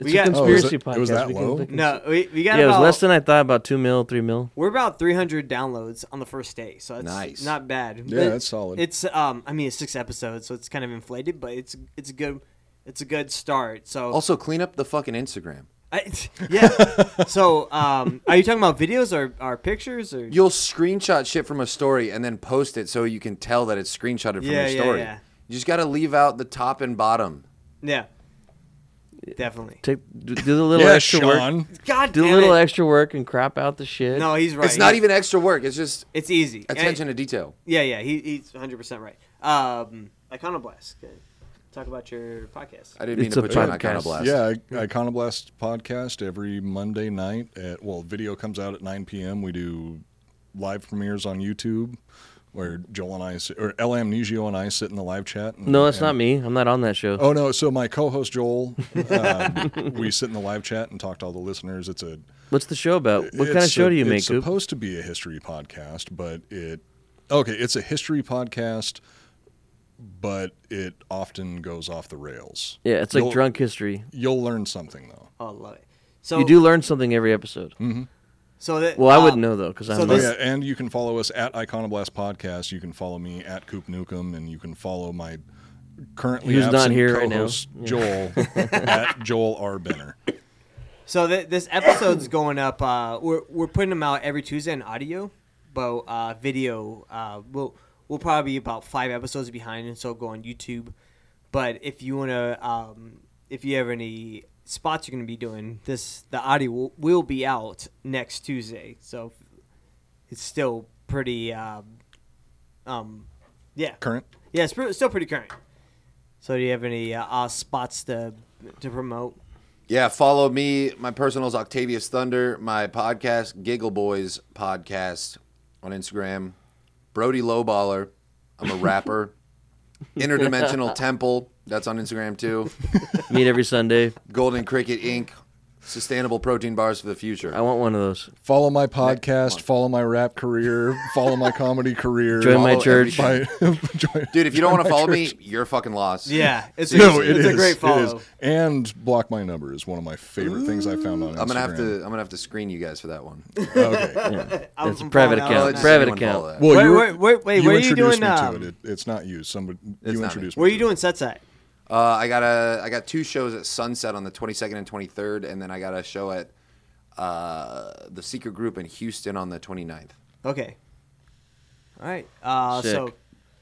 It's We a got- Oh, is conspiracy it- podcast. it was that We can low? look at- No, we, we got yeah, it was about, less than I thought. About two mil, three mil. We're about 300 downloads on the first day, so it's Nice. not bad. Yeah, But that's solid. It's um, I mean, it's six episodes, so it's kind of inflated, but it's it's a good it's a good start. So Also, clean up the fucking Instagram. I, *laughs* yeah. so um, are you talking about videos or, or pictures or You'll screenshot shit from a story and then post it so you can tell that it's screenshotted from Yeah, your yeah, story. yeah. You just got to leave out the top and bottom. yeah? Definitely. Take do do the little Yeah, extra work. Sean. God Do damn a little it. extra work and crop out the shit. No, he's right. It's not even extra work. It's just It's easy. attention I- to detail. yeah, yeah. He, he's 100 percent right. Um, Iconoblast. Good. Talk about your podcast. I didn't It's mean to a put you on podcast. kind of blast. Yeah, I- Iconoblast podcast every Monday night. At well, video comes out at 9 p.m. We do live premieres on YouTube, where Joel and I s- or El Amnesio and I sit in the live chat. And, no, that's and- not me. I'm not on that show. Oh no! So my co-host Joel, um, we sit in the live chat and talk to all the listeners. It's a What's the show about? What kind of it's show a- do you make, It's Coop? supposed to be a history podcast, but it okay. It's a history podcast, but it often goes off the rails. yeah, it's like You'll- drunk history. You'll learn something though. Oh, love it. So You do learn something every episode. Hmm. So that Well, I um, wouldn't know though because so I'm this- oh, not- yeah, and you can follow us at Iconoblast Podcast. You can follow me at Coop Newcomb, and you can follow my currently Who's not absent here right now. co-host *laughs* Joel at Joel R Benner. So th- this episode's *coughs* going up. Uh, we're we're putting them out every Tuesday in audio, but uh, video uh, we'll we'll probably be about five episodes behind, and so go on YouTube. But if you wanna, um, if you have any spots you're gonna be doing this, the audio will, will be out next Tuesday. So it's still pretty, um, um yeah, Current. yeah, it's pre- still pretty current. So do you have any uh, uh, spots to to promote? Yeah, follow me. My personal is Octavius Thunder. My podcast, Giggle Boys Podcast, on Instagram. Brody Lowballer. I'm a rapper. Interdimensional Temple. That's on Instagram too. Meet every Sunday. Golden Cricket Inc. Sustainable protein bars for the I future. want one of those. Follow my podcast, follow my rap career, follow *laughs* my comedy career. Join my Follow church. every- my- *laughs* *laughs* join- Dude, if you don't want to my follow me, church. you're fucking lost. *laughs* Yeah, it's a, no, it's it a is, great it follow. is. And block my number is one of my favorite things I found on Instagram. I'm gonna have to. I'm gonna have to screen you guys for that one. *laughs* Okay. I'm it's a from private Brown account. Just Island. Private anyone account. follow that. Well, Wait, you wait, wait, wait, where are you introduced doing, me to um, it. It- It's not you. Somebody not you me. introduced me. Where are to it. you doing sets at? Uh, I got a I got two shows at Sunset on the 22nd and 23rd, and then I got a show at uh, the Secret Group in Houston on the 29th. Okay. All right. Uh, Sick. so,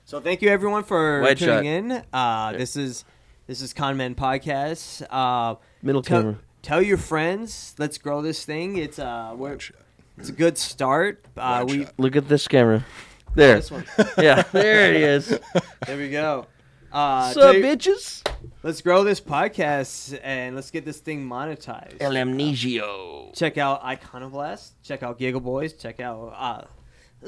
so thank you everyone for Wide tuning in. shot. Uh, this is this is Con Men Podcast. Uh, Middle tell- camera. Tell your friends. Let's grow this thing. It's uh, we're, it's a good start. Uh, we Look at this camera. There. this one. *laughs* Yeah, there it *laughs* is. There we go. Uh, What's tell up, you- bitches? let's grow this podcast and let's get this thing monetized. Amnesio. check out Iconoblast. Check out Giggle Boys. Check out uh,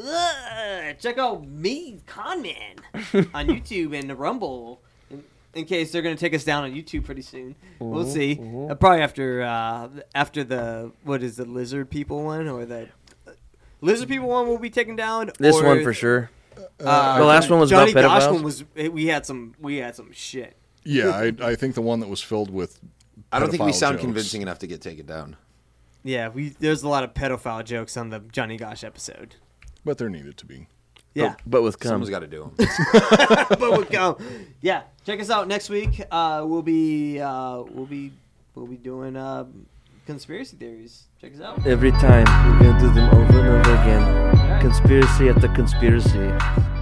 ugh, check out me Conman *laughs* on YouTube and the Rumble. In, in case they're gonna take us down on YouTube pretty soon, we'll see. Uh, probably after uh, after the what is the lizard people one or the lizard people one will be taken down. This or, one for sure. uh, The last one was Johnny about Gosh pedophiles. one was we had some we had some shit. Yeah, I, I think the one that was filled with. I don't think we pedophile sound jokes. convincing enough to get taken down. Yeah, we there's a lot of pedophile jokes on the Johnny Gosh episode. but there needed to be. Yeah. But with cum. Someone's got to do them. *laughs* but we go. Yeah, check us out next week. Uh, we'll be uh, we'll be we'll be doing uh, conspiracy theories. Check us out. Every time. We're going to do them over and over again. right. Conspiracy after conspiracy.